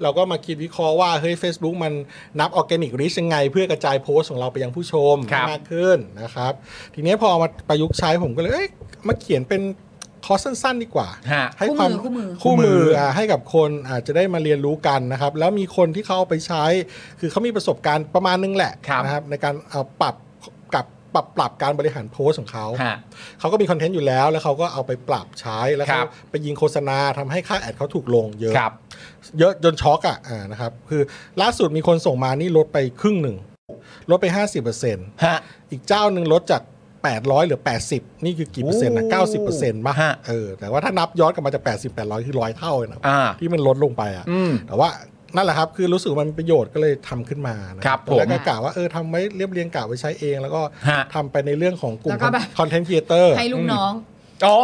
Speaker 2: เราก็มาคิดวิเคราะห์ว่า เฮ้ย Facebook มันนับออร์แกนิกริชยังไง เพื่อกระจายโพสต์ของเราไปยังผู้ชม
Speaker 1: ครับ
Speaker 2: มากขึ้นนะครับ ทีเนี้ยพอเอามาประยุกต์ใช้ผมก็เลยเอ้ยมาเขียนเป็นคอร์สสั้นๆ ดีกว่า
Speaker 1: ฮะ
Speaker 2: ให้ความ
Speaker 3: คู่มือ
Speaker 2: คู่มืออ่ะให้กับคนอาจจะได้มาเรียนรู้กันนะครับ แล้วมีคนที่เขาเอาไปใช้ คือเขามีประสบการณ์ประมาณนึงแหละ
Speaker 1: ครับ
Speaker 2: นะครับในการเอาปรับกับปรับปรับการบริหารโพสต์ของเขา
Speaker 1: ฮะ
Speaker 2: เขาก็มีคอนเทนต์อยู่แล้ว แล้วเขาก็เอาไปปรับใช้แล้ว
Speaker 1: ค
Speaker 2: เขา
Speaker 1: รับ
Speaker 2: ไปยิงโฆษณาทำให้ค่าแอดเขาถูกลงเยอะ
Speaker 1: ครับ
Speaker 2: เยอะจนช็อกอ่ะอ่านะครับคือล่าสุดมีคนส่งมานี่ลดไปครึ่งหนึ่งลดไป 50%
Speaker 1: ฮะ
Speaker 2: อีกเจ้าหนึ่งลดจาก 800เหรือ 80 นี่คือกี่เปอร์เซ็นต์นะ
Speaker 1: โอ้
Speaker 2: 90เปอร์เซ็นต์ป่ะ
Speaker 1: ฮะ
Speaker 2: เออแต่ว่าถ้านับย้อนกลับมาจาก 80 800 คือร้อยเท่าเลยนะ
Speaker 1: อ่า
Speaker 2: ที่มันลดลงไปอ่ะ
Speaker 1: อืม
Speaker 2: แต่ว่านั่นแหละครับ คือรู้สึกว่ามันมีประโยชน์ก็เลยทำขึ้นมานะครับ
Speaker 1: ผม
Speaker 2: แล้วก็กล่าวว่าเออทำไว้เรียบเรียงกล่าวไว้ใช้เอง แล้วก็
Speaker 1: ฮะ
Speaker 2: ทำไปในเรื่องของกลุ่ม
Speaker 3: แล้วก็แบบ
Speaker 2: คอนเทนต์ครีเอเตอร์
Speaker 3: ให้ลูกน้อง
Speaker 1: อ๋อ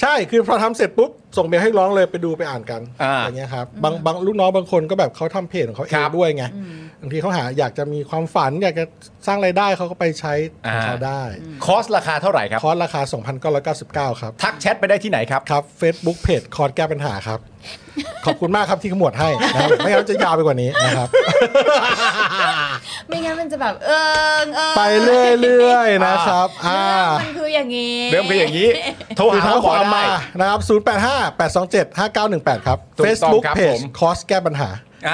Speaker 2: ใช่ คือพอทำเสร็จปุ๊บ ส่งเมลให้ร้องเลยไปดูไปอ่านกัน
Speaker 1: อ่า
Speaker 2: อย่างเงี้ยครับบางบางลูกน้องบางคนก็แบบเขาทำเพจของเขาเอ
Speaker 1: ค
Speaker 2: ง
Speaker 1: รับ
Speaker 2: ด้วยไง
Speaker 3: อืม
Speaker 2: บางทีเขาหาอยากจะมีความฝันอยากจะสร้างรายได้เขาก็ไปใช้ของเขา
Speaker 1: อ่า
Speaker 2: ได้
Speaker 1: คอสราคาเท่าไหร่ครับ
Speaker 2: คอร์สราคา 2,999 ครับ
Speaker 1: ทักแชทไปได้ที่ไหนครับ
Speaker 2: ครับ Facebook เพจคอร์สแก้ปัญหาครับ ขอบคุณมากครับที่ขมวดให้นะครับไม่งั้นจะยาวไปกว่านี้นะครับ
Speaker 3: ไม่งั้นมันจะแบบเอิงเอิง
Speaker 2: ไปเรื่อยๆนะครับ อ่า
Speaker 3: มันคืออย่างงี้
Speaker 1: เริ่มเป็นอย่างนี้ โทร
Speaker 2: หรือ
Speaker 1: หา
Speaker 2: ทัก
Speaker 1: หม
Speaker 2: ค
Speaker 1: อ
Speaker 2: วาม
Speaker 1: ได้
Speaker 2: มานะครับ 085 827 5918 ครับ
Speaker 1: ถูกต้อง
Speaker 2: Facebook
Speaker 1: ครับ
Speaker 2: เพ
Speaker 1: ผ
Speaker 2: จ
Speaker 1: ม
Speaker 2: คอสแก้ปัญหา
Speaker 1: อ่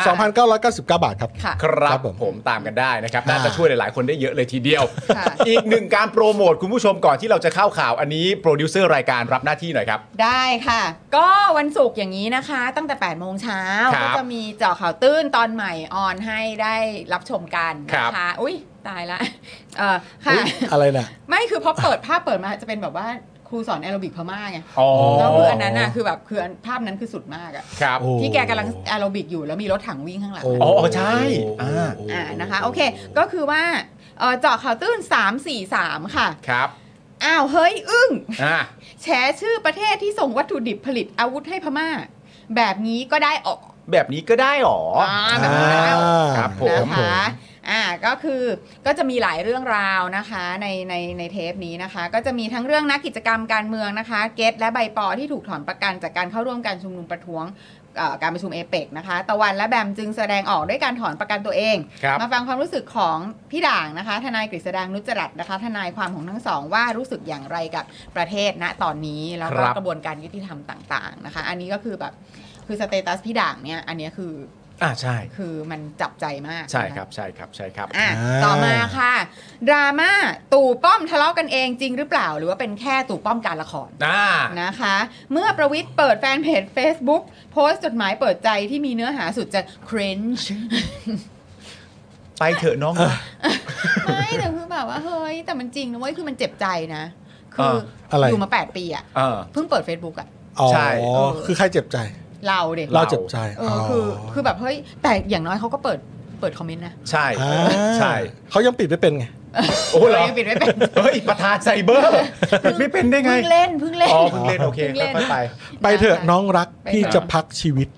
Speaker 2: 2,999 บาทครับ
Speaker 3: ค่ะ
Speaker 1: ครั
Speaker 2: ครับ บผม
Speaker 1: ผมตามกันได้นะครับ
Speaker 2: อ่า
Speaker 1: น่าจะช่วยหลาย ๆ คนได้เยอะเลยทีเดียว
Speaker 3: ค่ะ
Speaker 1: อีกหนึ่งการโปรโมทคุณผู้ชมก่อนที่เราจะเข้าข่าวอันนี้โปรดิวเซอร์รายการรับหน้าที่หน่อยครับ
Speaker 3: ได้ค่ะ ก็วันศุกร์อย่างนี้นะคะ ตั้งแต่8โมงเช้า
Speaker 1: ครับ
Speaker 3: ก็จะมีเจาะข่าวตื้นตอนใหม่ออนให้ได้รับชมกัน
Speaker 1: ค
Speaker 3: นะ
Speaker 1: รั
Speaker 3: คะ
Speaker 1: บ
Speaker 3: อุ้ยตายละเออค่ะ
Speaker 2: อุ๊ยอะไรเนี่ย
Speaker 3: ไม่คือพอเปิดภาพเปิดมาจะเป็นแบบว่าครูสอนแอโรบิกพม่าไง
Speaker 1: อ๋อ
Speaker 3: แล้วคืออันนั้นอ่ะคือแบบคืออันภาพนั้นคือสุดมากอ่ะ
Speaker 1: ครับ
Speaker 2: โอ้
Speaker 3: ที่แกกำลังแอโรบิกอยู่แล้วมีรถถังวิ่งข้างหลัง
Speaker 1: อ๋อใช่อ่า
Speaker 3: อ่านะคะ โอเค ก็คือว่าเอ่อเจาะข่าวตื้น 3 4 3 ค่ะ
Speaker 1: ครับ
Speaker 3: อ้าว เฮ้ย อึ้ง
Speaker 1: อ่า
Speaker 3: แฉชื่อประเทศที่ส่งวัตถุดิบผลิตอาวุธให้พม่า แบบนี้ก็ได้ออก
Speaker 1: แบบนี้ก็ได้หรอ
Speaker 3: าแบบนี้ก็ได้ออก
Speaker 1: ครับผม
Speaker 3: นะคะอ่าก็คือก็จะมีหลายเรื่องราวนะคะในในในเทปนี้นะคะ ก็จะมีทั้งเรื่องนักกิจกรรมการเมืองนะคะ เกตและใบปอที่ถูกถอนประกันจากการเข้าร่วมการชุมนุมประท้วงเอ่อการประชุมเอเปกนะคะ ตะวันและแบมจึงแสดงออกด้วยการถอนประกันตัวเอง
Speaker 1: ครับ
Speaker 3: มาฟังความรู้สึกของพี่ด่างนะคะ ทนายกฤษดางนุจจรัตน์นะคะ ทนายความของทั้งสองว่ารู้สึกอย่างไรกับประเทศณตอนนี้แล้ว
Speaker 1: ค
Speaker 3: ก็
Speaker 1: รับ
Speaker 3: กระบวนการยุติธรรมต่างๆนะคะ อันนี้ก็คือแบบคือสเตตัสพี่ด่างเนี่ยอันเนี้ยคือ
Speaker 1: อ่าใช่
Speaker 3: คือมันจับใจมาก
Speaker 1: ใช่
Speaker 3: นะะ
Speaker 1: ครับ ใช่ครับ ใช่ครับ
Speaker 3: อ่ะ
Speaker 2: อ่า
Speaker 3: ต่อมาค่ะ ดราม่าตู่ป้อมทะเลาะกันเองจริงหรือเปล่า หรือว่าเป็นแค่ตู่ป้อมการละคร
Speaker 1: อ่า
Speaker 3: นะคะ เมื่อประวิทย์เปิดแฟนเพจ Facebook โพสต์จดหมายเปิดใจที่มีเนื้อหาสุดจะ cringe
Speaker 1: ไปเถอะน้อง
Speaker 3: ไม่แต่คือแบบว่าเฮ้ย แต่มันจริงนะเว้ยคือมันเจ็บใจนะ คือ
Speaker 2: เอออะไร
Speaker 3: ยู่มา 8 ปีอะ
Speaker 1: เออ
Speaker 3: เพิ่งเปิด Facebook อะ
Speaker 2: ใช่
Speaker 1: ใช่
Speaker 2: คือใครเจ็บใจ
Speaker 3: เราเด็ก
Speaker 2: เราเจ็บใจ
Speaker 3: เออคือคือแบบเฮ้ย แต่อย่างน้อยเขาก็เปิดเปิดคอมเมนต์นะ
Speaker 1: ใช่
Speaker 2: อ่า
Speaker 1: ใช่
Speaker 2: เขายังปิดไม่เป็นไง
Speaker 1: โอ้เหรอ
Speaker 3: เรายังปิดไม่เป็น
Speaker 1: เฮ้ย ประธานไซเบอร์ปิดไม่เป็นได้ไง
Speaker 3: เพิ่งเล่นเพิ่งเล่น
Speaker 1: อ๋อเพิ่งเล่น โอเค
Speaker 3: เพิ่งเล่น
Speaker 1: ค่อยๆไป
Speaker 2: ไปเถอะน้องรัก พี่จะพักชีวิต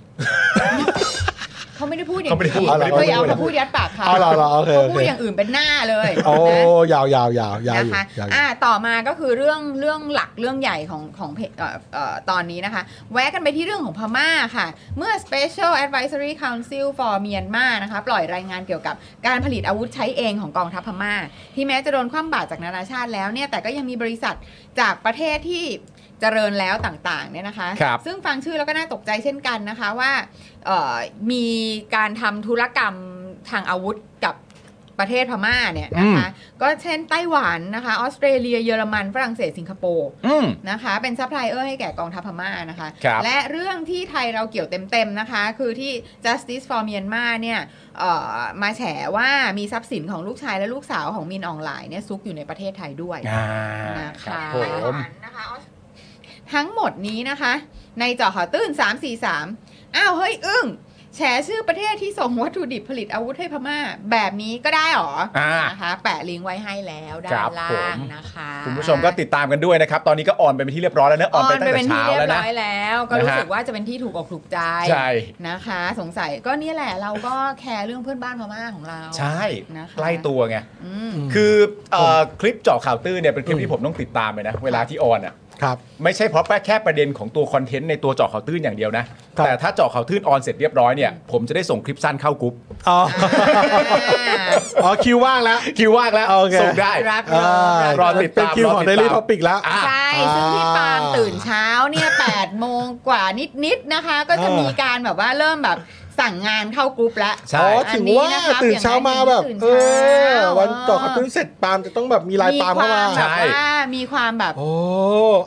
Speaker 3: เขาไม่ได้พูดอย่าง
Speaker 1: เขาไม่ได้พูด
Speaker 3: นี้
Speaker 1: เขาไม่ได้พูด
Speaker 3: เฮ้ยเอาคำพูดยัดปากเขา
Speaker 2: เอาเหรอเหรอโอเคโอเค
Speaker 3: พูดอย่างอื่นเป็นหน้าเลย
Speaker 2: โอ้
Speaker 3: นะ
Speaker 2: ยาวยาวยาวยา
Speaker 3: นะ
Speaker 2: วอยู่
Speaker 3: คะ
Speaker 2: ยาวอยู่
Speaker 3: อ่าต่อมาก็คือเรื่องเรื่องหลักเรื่องใหญ่ของของเพจเอ่อเอ่อตอนนี้นะคะ แวะกันไปที่เรื่องของพม่าค่ะ เมื่อ Special Advisory Council for Myanmar นะคะ ปล่อยรายงานเกี่ยวกับการผลิตอาวุธใช้เองของกองทัพพม่า ที่แม้จะโดนคว่ำบาตรจากนานาชาติแล้วเนี่ยแต่ก็ยังมีบริษัทจากประเทศที่เจริญแล้วต่างๆเนี่ยนะคะ
Speaker 1: ครับ
Speaker 3: ซึ่งฟังชื่อแล้วก็น่าตกใจเช่นกันนะคะว่าเอ่อมีการทำธุรกรรมทางอาวุธกับประเทศพม่าเนี่ยนะคะก็เช่นไต้หวันนะคะออสเตรเลียเยอรมันฝรั่งเศสสิงคโปร์
Speaker 1: อืม
Speaker 3: นะคะเป็นซัพพลายเออร์ให้แก่กองทัพพม่านะคะ
Speaker 1: ครับ
Speaker 3: และเรื่องที่ไทยเราเกี่ยวเต็ม ๆ นะคะ คือที่ justice for Myanmar เนี่ยเอ่อมาแฉว่ามีทรัพย์สินของลูกชายและลูกสาวของมินอองหลายเนี่ยซุกอยู่ในประเทศไทยด้วย
Speaker 1: า
Speaker 3: นะคะ
Speaker 1: รับผม
Speaker 3: ทั้งหมดนี้นะคะ ในเจอข่าวตื้น 343 อ้าว เฮ้ย อึ้งแชร์ชื่อประเทศที่ส่งวัตถุดิบผลิตอาวุธให้พม่า แบบนี้ก็ได้หรอ
Speaker 1: อ่า
Speaker 3: นะคะ แปะลิงก์ไว้ให้แล้วด้า
Speaker 1: ครั
Speaker 3: น
Speaker 1: บผ
Speaker 3: ล่าม งนะคะ
Speaker 1: คุณผู้ชมก็ติดตามกันด้วยนะครับ ตอนนี้ก็ออนไปเป็นที่เรียบร้อยแล้วนะออนไปตั้งแต่เช้าแล้วนะ
Speaker 3: ออนไปเป็นที่เรียบร้อยแล้ว ก็
Speaker 1: นะฮะ
Speaker 3: รู้สึกว่าจะเป็นที่ถูกอกถูกใจ
Speaker 1: ใช่
Speaker 3: นะคะ สงสัยก็เนี่ยแหละเราก็แคร์เรื่องเพื่อนบ้านพม่าของเรา
Speaker 1: ใช่
Speaker 3: นะคะ
Speaker 1: ใกล้ตัวไง
Speaker 3: อื ม
Speaker 1: คือเอ่อคลิปเจาะข่าวตื้นเนี่ยเป็นคลิปที่ผมต้องติดตามเลยนะ เวลาที่ออนอ่ะ
Speaker 2: ครับ
Speaker 1: ไม่ใช่เพราะแค่ประเด็นของตัวคอนเทนต์ในตัวเจาะข่าวตื้นอย่างเดียวนะ
Speaker 2: ครับ
Speaker 1: แต่ถ้าเจาะข่าวตื้นออนเสร็จเรียบร้อยเนี่ยผมจะได้ส่งคลิปสั้นเข้ากรุ๊ป
Speaker 2: อ๋อ
Speaker 3: อ่า
Speaker 2: อ๋อคิวว่างแล้ว
Speaker 1: คิวว่างแล้ว
Speaker 2: โอเค
Speaker 1: ส่งได้
Speaker 3: รับ
Speaker 2: อ่าร
Speaker 1: อติดตาม
Speaker 2: เป็นคิวของ
Speaker 1: รอติดตาม
Speaker 2: Daily Topic แล้ว
Speaker 1: อ่ะ
Speaker 3: ใช่ซึ่งพี่ปาล์มตื่นเช้าเนี่ย8โมงกว่านิด ๆ นะคะ ก็จะ
Speaker 2: อ่ามี
Speaker 3: มีการแบบว่าเริ่มแบบสั่งงานเข้ากรุ๊ปแล้ว
Speaker 1: ใช่
Speaker 2: อ๋อถึงว่า
Speaker 3: อันนี้นะครับ
Speaker 2: ตื่นเช้ามาแบบ
Speaker 3: อย่างนั้น
Speaker 2: เออ
Speaker 3: ตื่นเช้า
Speaker 2: วันต่อขับตื่นเสร็จปาล์มจะต้องแบบมีลายปาล์มเข้ามา
Speaker 3: ควแบบว่ามีความแบบ
Speaker 2: โอ้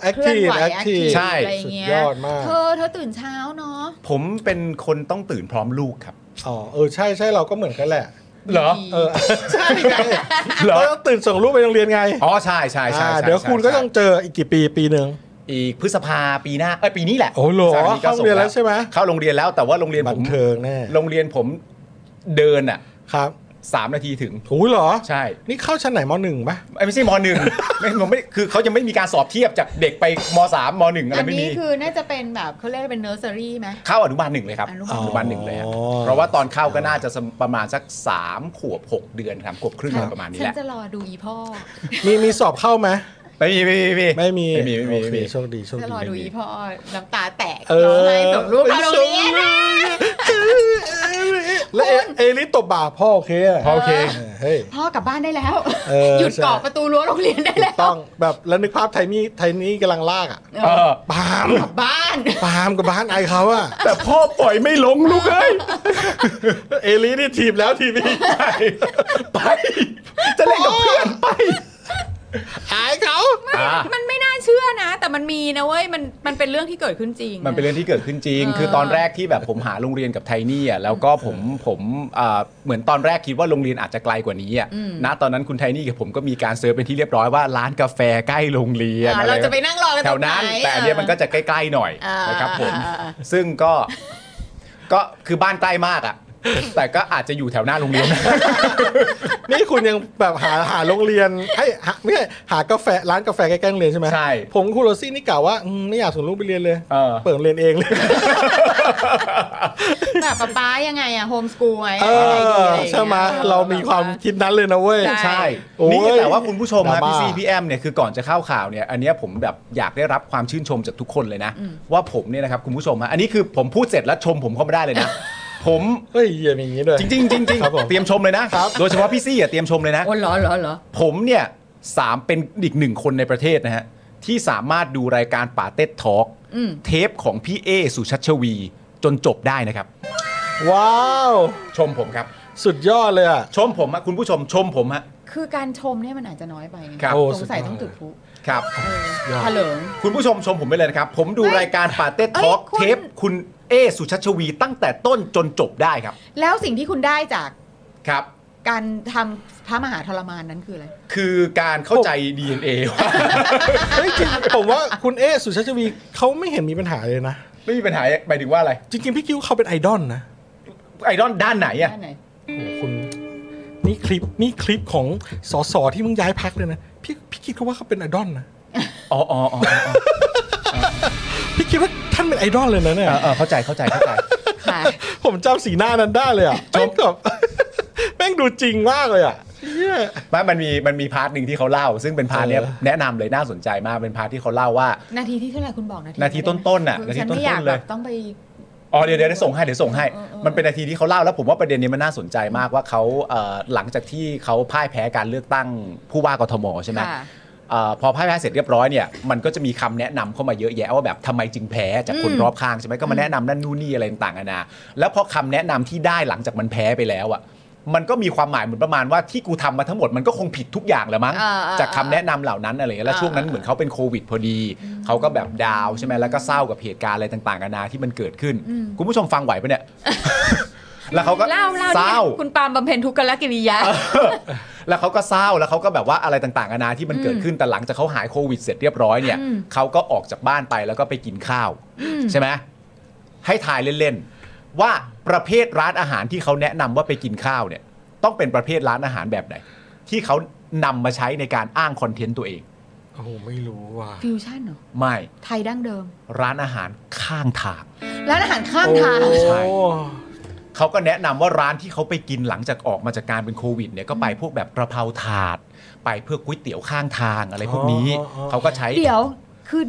Speaker 2: แอค
Speaker 3: เคลื่อ
Speaker 2: ที
Speaker 3: น
Speaker 2: ฟ
Speaker 3: ไหว
Speaker 2: แอค
Speaker 3: แอค
Speaker 2: ที
Speaker 3: ที
Speaker 2: ฟ
Speaker 3: ฟ
Speaker 1: ใช่
Speaker 3: อะไร
Speaker 2: สุด
Speaker 3: เงี้
Speaker 2: ยอดมาก
Speaker 3: เธอเธอตื่นเช้าเนาะ
Speaker 1: ผมเป็นคนต้องตื่นพร้อมลูกครับ
Speaker 2: อ๋อเออใช่ใช่เราก็เหมือนกันแหละ
Speaker 1: เหรอ
Speaker 2: เออ ใช่ไง
Speaker 1: เหรอ
Speaker 2: เราต้องตื่นส่งรูปไปโรงเรียนไง
Speaker 1: อ๋อใช่ใช่ใช่
Speaker 2: อ่า
Speaker 1: ใช่
Speaker 2: เดี๋ยว
Speaker 1: ใช่
Speaker 2: คุณก็
Speaker 1: ใช่
Speaker 2: ต้องเจออีกกี่ปีปีหนึ่ง
Speaker 1: อีกพฤษภาปีหน้าเอ้ยปีนี้แหละ
Speaker 2: โอ้โห
Speaker 1: สม
Speaker 2: เข้าโรงเรียนแล้วใช่ไหม
Speaker 1: เข้าโรงเรียนแล้วแต่ว่าโรงเรียน
Speaker 2: บั
Speaker 1: ผ
Speaker 2: น
Speaker 1: ม
Speaker 2: เทิงแน่
Speaker 1: โรงเรียนผมเดินอ่ะ
Speaker 2: ครับ
Speaker 1: 3 นาทีถึง
Speaker 2: ถูเหรอ
Speaker 1: ใช่
Speaker 2: นี่เข้าชั้นไหนมหนึ่งปะ
Speaker 1: ไอ้ไม่ใช่มหนึ่ง ไม่ผมไม่คือเขายังไม่มีการสอบเทียบจากเด็กไปมสามมหนึ่งอะไร
Speaker 3: อัน
Speaker 1: ไม่
Speaker 3: นี้
Speaker 1: มี
Speaker 3: คือน่าจะเป็นแบบเขาเรียกว่าเป็นเนอร์เซอรี่ไหม
Speaker 1: เข้าอนุบาลหนึ่งเลยครับ
Speaker 3: อนุบาล
Speaker 1: ลหนึ่งเลยครับเพราะว่าตอนเข้าก็น่าจะประมาณสักสามขวบหกเดือนครับขวบครึ่งอะไรประมาณนี้
Speaker 3: ฉั
Speaker 1: แห
Speaker 3: น
Speaker 1: ละ
Speaker 3: จะรอดูอีพ่อ
Speaker 2: มีมีสอบเข้าไหม
Speaker 1: ไม่มีไม่มีไม่มี
Speaker 2: ไม่มี
Speaker 1: ไม่มีไม่มีไม่
Speaker 2: โอเค
Speaker 1: มี
Speaker 2: โชคดีโชค
Speaker 3: จะ
Speaker 2: ดี
Speaker 3: รอดูอีพ่อ น้ำตาแตก
Speaker 2: เอ
Speaker 3: ร้อง
Speaker 2: อ
Speaker 3: ไห้ส่งรูปเข้าโรงเรียนนะ
Speaker 2: และเอเอลิสตบบ่าพ่อโอเคอะ
Speaker 1: โอเค
Speaker 2: เฮ้ย
Speaker 3: พ่อกลับบ้านได้แล้ว
Speaker 2: เออ
Speaker 3: หยุด
Speaker 2: ใช่
Speaker 3: เกาะประตูรั้วโรงเรียนได้แล้ว
Speaker 2: ต้องแบบแล้วนึกภาพไทนี่ไทนี่กำลังลากอ่ะ
Speaker 1: เออ
Speaker 2: ปาล์ม
Speaker 3: กลับบ้าน
Speaker 2: ปาล์มกับบ้านไอเขาอ่ะ
Speaker 1: แต่พ่อปล่อยไม่ลงลูกเอ้ย
Speaker 2: เอลิสนี่ถีบแล้วถีบอีก
Speaker 1: ไปไป จะเล่นกับเพื่อนไป
Speaker 2: ไอเขา
Speaker 1: อ่า
Speaker 3: มันไม่น่าเชื่อนะ แต่มันมีนะเว้ย มันมันเป็นเรื่องที่เกิดขึ้นจริง
Speaker 1: มันเป็นเรื่องที่เกิดขึ้นจริง
Speaker 3: เออ
Speaker 1: คือตอนแรกที่แบบผมหาโรงเรียนกับไทนี่อ่ะแล้วก็ผมผมเอ่อเหมือนตอนแรกคิดว่าโรงเรียนอาจจะไกลกว่านี้อ่ะนะตอนนั้นคุณไทนี่กับผมก็มีการเซิร์ชเป็นที่เรียบร้อยว่าร้านกาแฟใกล้โรงเรียน
Speaker 3: อ่าเราจะไปนั่งรอกัน
Speaker 1: แถ
Speaker 3: ตร
Speaker 1: ว
Speaker 3: งไหน
Speaker 1: นั้น แต่อันเนี้ยมันก็จะใกล้ๆหน่อย
Speaker 3: อ่า
Speaker 1: นะครับผม
Speaker 3: อ่าอ่า
Speaker 1: ซึ่งก็ก็คือบ้านใกล้มากอ่ะ แต่ก็อาจจะอยู่แถวหน้าโรงเรียน
Speaker 2: นี่คุณยังแบบหาหาโรงเรียนให้หาไม่ใช่หากาแฟร้านกาแฟใกล้ๆโรงเรียนใช่ไหม
Speaker 1: ใช่
Speaker 2: ผมกับคุณโรซี่นี่กล่าวว่าอืมไม่อยากส่งลูกไปเรียนเลย
Speaker 1: เออ
Speaker 2: เปิดโรงเรียนเองเลย
Speaker 3: แบบป๊าป๊ายังไงอะโฮมสกูลไหม
Speaker 2: เออ
Speaker 3: อะไรอย่างเงี้ย
Speaker 2: ใช่ไหมเรามีความคิดนั้นเลยนะเว้ย
Speaker 3: ใช่
Speaker 1: ใช่
Speaker 2: โอ้ย
Speaker 1: นี่แต่ว่าคุณผู้ชมฮะ
Speaker 2: ดราม่า
Speaker 1: พี่ซีพี่แอมเนี่ยคือก่อนจะเข้าข่าวเนี่ยอันเนี้ยผมแบบอยากได้รับความชื่นชมจากทุกคนเลยนะ ว่าผมเนี่ยนะครับคุณผู้ชมฮะอันนี้คือผมพูดเสร็จแล้วชมผมเข้าไม่ได้เลยนะ ผม
Speaker 2: เฮ้ยเหี้ยมีอย่างนี้ด้วย
Speaker 1: จริงๆจริงจริง
Speaker 2: ครับผม
Speaker 1: เตรียมชมเลยนะโดยเฉพาะพี่ซี่อ่ะเตรียมชมเลยนะ
Speaker 3: โอ้เหรอเหรอเหรอ
Speaker 1: ผมเนี่ยสามเป็นอีกหนึ่งคนในประเทศนะฮะ ที่สามารถดูรายการป่าเต็ดทอล์ก
Speaker 3: อืม
Speaker 1: เทปของพี่เอสุชัชวี จนจบได้นะครับ
Speaker 2: ว้าว
Speaker 1: ชมผมครับ
Speaker 2: สุดยอดเลยอ่ะ
Speaker 1: ชมผมฮะคุณผู้ชมชมผมฮะ
Speaker 3: คือการชมเนี่ยมันอาจจะน้อยไปนะครับ
Speaker 2: โอ้
Speaker 3: สงสัย
Speaker 2: สุดยอด
Speaker 3: ต้องจุดพลุ
Speaker 1: ครับ
Speaker 3: เออถลิง
Speaker 1: คุณผู้ชมชมผมไปเลยนะครับ ผมดู
Speaker 3: เฮ้ย
Speaker 1: รายการปาเต้
Speaker 3: เอ้
Speaker 1: ท
Speaker 3: ย
Speaker 1: อล์ก
Speaker 3: คุณ
Speaker 1: เทปคุณเอสุชัชวีตั้งแต่ต้นจนจบได้ครับ
Speaker 3: แล้วสิ่งที่คุณได้จาก
Speaker 1: ครับ
Speaker 3: การทำพระมหาทรมานนั้นคืออะไร
Speaker 1: คือการเข้าใจ DNA ว่า
Speaker 2: เฮ้ยจริงผมว่าคุณเอสุชาติชวีเขาไม่เห็นมีปัญหาเลยนะ
Speaker 1: ไม่มีปัญหาหมายถึงว่าอะไร
Speaker 2: จริงๆพี่กิ้วเขาเป็นไอดอลนะ
Speaker 1: ไอดอลด้านไหนอะ
Speaker 3: ด้านไหน
Speaker 2: โอ้โหคุณนี่คลิปนี่คลิปของสสที่มึงย้ายพักเลยนะ พี่พี่คิดเขาว่าเขาเป็นไอดอลนะ
Speaker 1: อ๋ออ๋ออ๋อ
Speaker 2: พี่คิดว่าท่านเป็นไอดอลเลยนะเนี่ย
Speaker 1: เออ เออเข้าใจเข้าใจเข้าใจ
Speaker 3: ค่ะ
Speaker 2: ผมจำสีหน้านั้นได้เลยอ่ะชมแบบ แม่งดูจริงมากเลยอ่ะเหี้ย
Speaker 1: มันมันมีมันมีพาร์ทหนึ่งที่เขาเล่า ซึ่งเป็นพาร์ทเนี้ย
Speaker 2: เออ
Speaker 1: แนะนำเลยน่าสนใจมากเป็นพาร์ทที่เขาเล่าว่า
Speaker 3: นาทีที่เท่าไหร่คุณบอกนาที
Speaker 1: นาทีต้นๆน่ะ
Speaker 3: คือ
Speaker 1: นาที
Speaker 3: ฉัน
Speaker 1: ต้นๆ
Speaker 3: ไม่อยาก
Speaker 1: เล
Speaker 3: แบ
Speaker 1: ย
Speaker 3: บต้องไป
Speaker 1: อ๋อเดี๋ยวเดี๋ยวส่งให้เดี๋ยวส่งให้
Speaker 3: เออเออเออ
Speaker 1: มันเป็นนาทีที่เขาเล่าแล้วผมว่าประเด็นนี้มันน่าสนใจมากว่าเขาเอ่อหลังจากที่เขาพ่ายแพ้การเลือกตั้งผู้ว่ากทมใช่ไหม
Speaker 3: ค่ะ
Speaker 1: เออพอพ่ายแพ้เสร็จเรียบร้อยเนี่ยมันก็จะมีคำแนะนำเข้ามาเยอะแยะว่าแบบทำไมจึงแพ้จากคน
Speaker 3: อืม
Speaker 1: รอบข้างใช่ไหมก็มาแนะนำนั่นนู่นนี่อะไรต่างๆนานาแล้วพอคำแนะนำที่ได้หลังจากมันแพ้ไปแล้วอ่ะมันก็มีความหมายเหมือนประมาณว่าที่กูทำมาทั้งหมดมันก็คงผิดทุกอย่างแหละมั้ง
Speaker 3: อ่าอ่า
Speaker 1: จากคำแนะนำเหล่านั้นอะไรเงี้ยแล้วช่วงนั้นเหมือนเขาเป็นโควิดพอดีเขาก็แบบดาวน์ใช่ไหมแล้วก็เศร้ากับเหตุการณ์อะไรต่างๆนานาที่มันเกิดขึ้น
Speaker 3: อืม
Speaker 1: คุณผู้ชมฟังไหวปะเนี่ย แล้วเขาก็
Speaker 3: เล่าเล่า
Speaker 1: เศ
Speaker 3: นี่
Speaker 1: ร้า
Speaker 3: คุณปาล์มบำเพ็ญทุกขละกิริยา
Speaker 1: แล้วเขาก็เศร้าแล้วเขาก็แบบว่าอะไรต่างๆนานาที่มันเกิดขึ้นแต่หลังจากเขาหายโควิดเสร็จเรียบร้อยเนี่ย
Speaker 3: อืม
Speaker 1: เขาก็ออกจากบ้านไปแล้วก็ไปกินข้าว ใช่ไหมให้ทายเล่นๆ ว่าประเภทร้านอาหารที่เขาแนะนำว่าไปกินข้าวเนี่ย ต้องเป็นประเภทร้านอาหารแบบไหน ที่เขานำมาใช้ในการอ้างคอนเทนต์ตัวเอง
Speaker 2: โอ้โหไม่รู้ว่ะ
Speaker 3: ฟิวชั่นเหรอ
Speaker 1: ไม่
Speaker 3: ไทยดั้งเดิม
Speaker 1: ร้านอาหารข้างทาง
Speaker 3: ร้านอาหารข้างทาง
Speaker 2: โอ้
Speaker 1: ใช่ เขาก็แนะนำว่าร้านที่เขาไปกินหลังจากออกมาจากการเป็นโควิดเนี่ยก็ไปพวกแบบกระเพราถาด ไปเพื่อก๋วยเตี๋ยวข้างทางอะไรพวกนี้เขาก็ใช้
Speaker 3: เดี๋ยว คือ